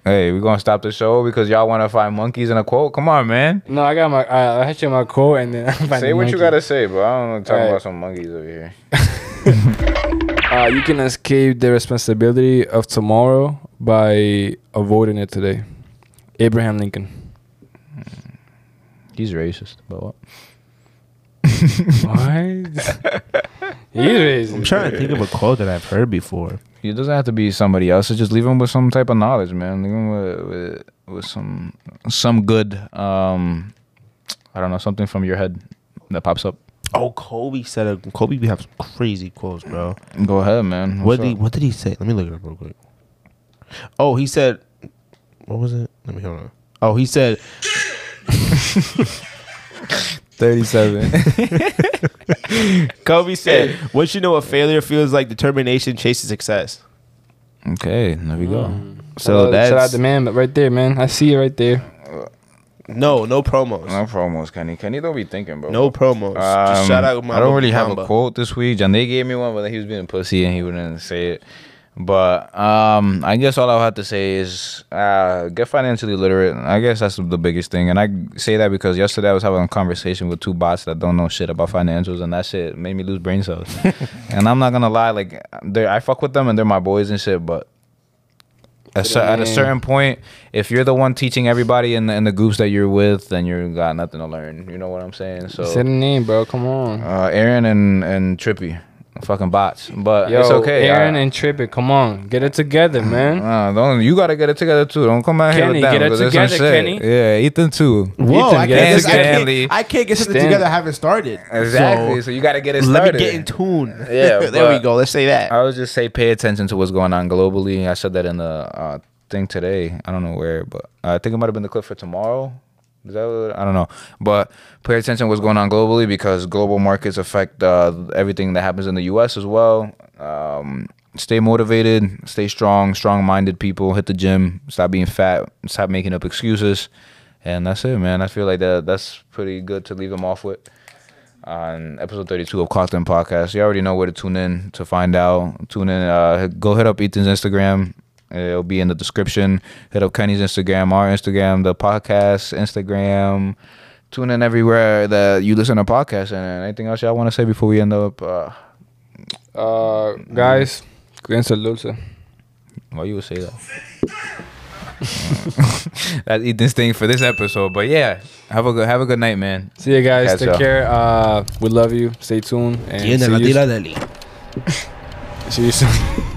D: Hey, we gonna stop the show because y'all want to find monkeys in a quote? Come on, man.
A: No, I got my. I I had you my quote, and then (laughs) I find
D: say
A: the
D: what you
A: monkey.
D: gotta say, bro. I don't know, talking
A: Alright.
D: about some monkeys over here.
A: Uh, you can escape the responsibility of tomorrow by avoiding it today. Abraham Lincoln.
D: He's racist, but
A: what?
D: what?
A: (laughs) He's
B: I'm
A: racist.
B: trying to think of a quote that I've heard before.
D: It doesn't have to be somebody else. It's just leave him with some type of knowledge, man. Leave him with, with, with some some good, um, I don't know, something from your head that pops up.
B: Oh, Kobe said a Kobe. We have some crazy quotes, bro.
D: Go ahead, man.
B: What
D: (clears throat) What's
B: did he,
D: up?
B: what did he say? Let me look it up real quick. Oh, he said, what was it? Let me hold on. Oh, he said,
D: 37.
B: Kobe said, once you know what failure feels like, determination chases success.
D: (laughs) okay, there we go.
A: Shout
B: So
A: out- shout out
B: that's
A: the man right there, man. I see it right there.
B: no, no promos,
D: No promos, Kenny. Kenny don't be thinking, bro.
B: no promos. Just
D: Um,
B: shout out.
D: I don't
B: Mamba
D: really have a
B: Mamba.
D: quote this week, and they gave me one, but he was being pussy and he wouldn't say it. But um, I guess all I'll have to say is uh, get financially literate. I guess that's the biggest thing, and I say that because yesterday I was having a conversation with two bots that don't know shit about financials, and that shit made me lose
B: (laughs)
D: brain cells. and I'm not gonna lie, like they I fuck with them and they're my boys and shit, but a cer- at a
A: man.
D: certain point, if you're the one teaching everybody in the, in the groups that you're with, then you got nothing to learn. You know what I'm saying? So
A: Say the name, bro. Come on.
D: uh, Aaron and and Trippy, fucking bots. But
A: Yo,
D: it's okay.
A: Aaron
D: I-
A: and Trippett, come on, get it together, man.
D: uh, don't you gotta get it together too. Don't come out
A: Kenny,
D: here with them.
A: get it
D: 'cause there's some
A: together,
D: shit.
A: Kenny.
D: Yeah, Ethan too.
B: Whoa,
A: Ethan,
B: I
A: get
B: can't,
D: it
B: this- I,
D: Stanley.
B: can't, I can't get something
A: Stan-
B: together. I haven't started.
D: Exactly. So,
B: So,
D: you gotta get it
B: let
D: started.
B: me get in tune.
D: Yeah,
B: (laughs) there we
D: but-
B: go. Let's say that.
D: I would just say pay attention to what's going on globally. I said that in the uh, thing today. I don't know where, but uh, I think it might have been the clip for tomorrow. Is that what, I don't know, but pay attention to what's going on globally because global markets affect uh, everything that happens in the U.S. as well. Um, stay motivated, stay strong, strong-minded people. Hit the gym. Stop being fat. Stop making up excuses, and that's it, man. I feel like that that's pretty good to leave them off with on episode 32 of Clocked-In Podcast. You already know where to tune in to find out. Tune in. Uh, go hit up Ethan's Instagram. It'll be in the description. Hit up Kenny's Instagram, our Instagram, the podcast Instagram. Tune in everywhere that you listen to podcasts. And anything else y'all want to say before we end up? Uh,
A: Uh, guys, Crianza dulce.
D: Why you would say that? (laughs) That's Ethan's thing for this episode. But yeah, have a good have a good night, man.
A: See you guys.
D: Catch
A: Take
D: y'all.
A: care. Uh, we love you. Stay tuned. And see you,
F: Dali.
A: see you soon.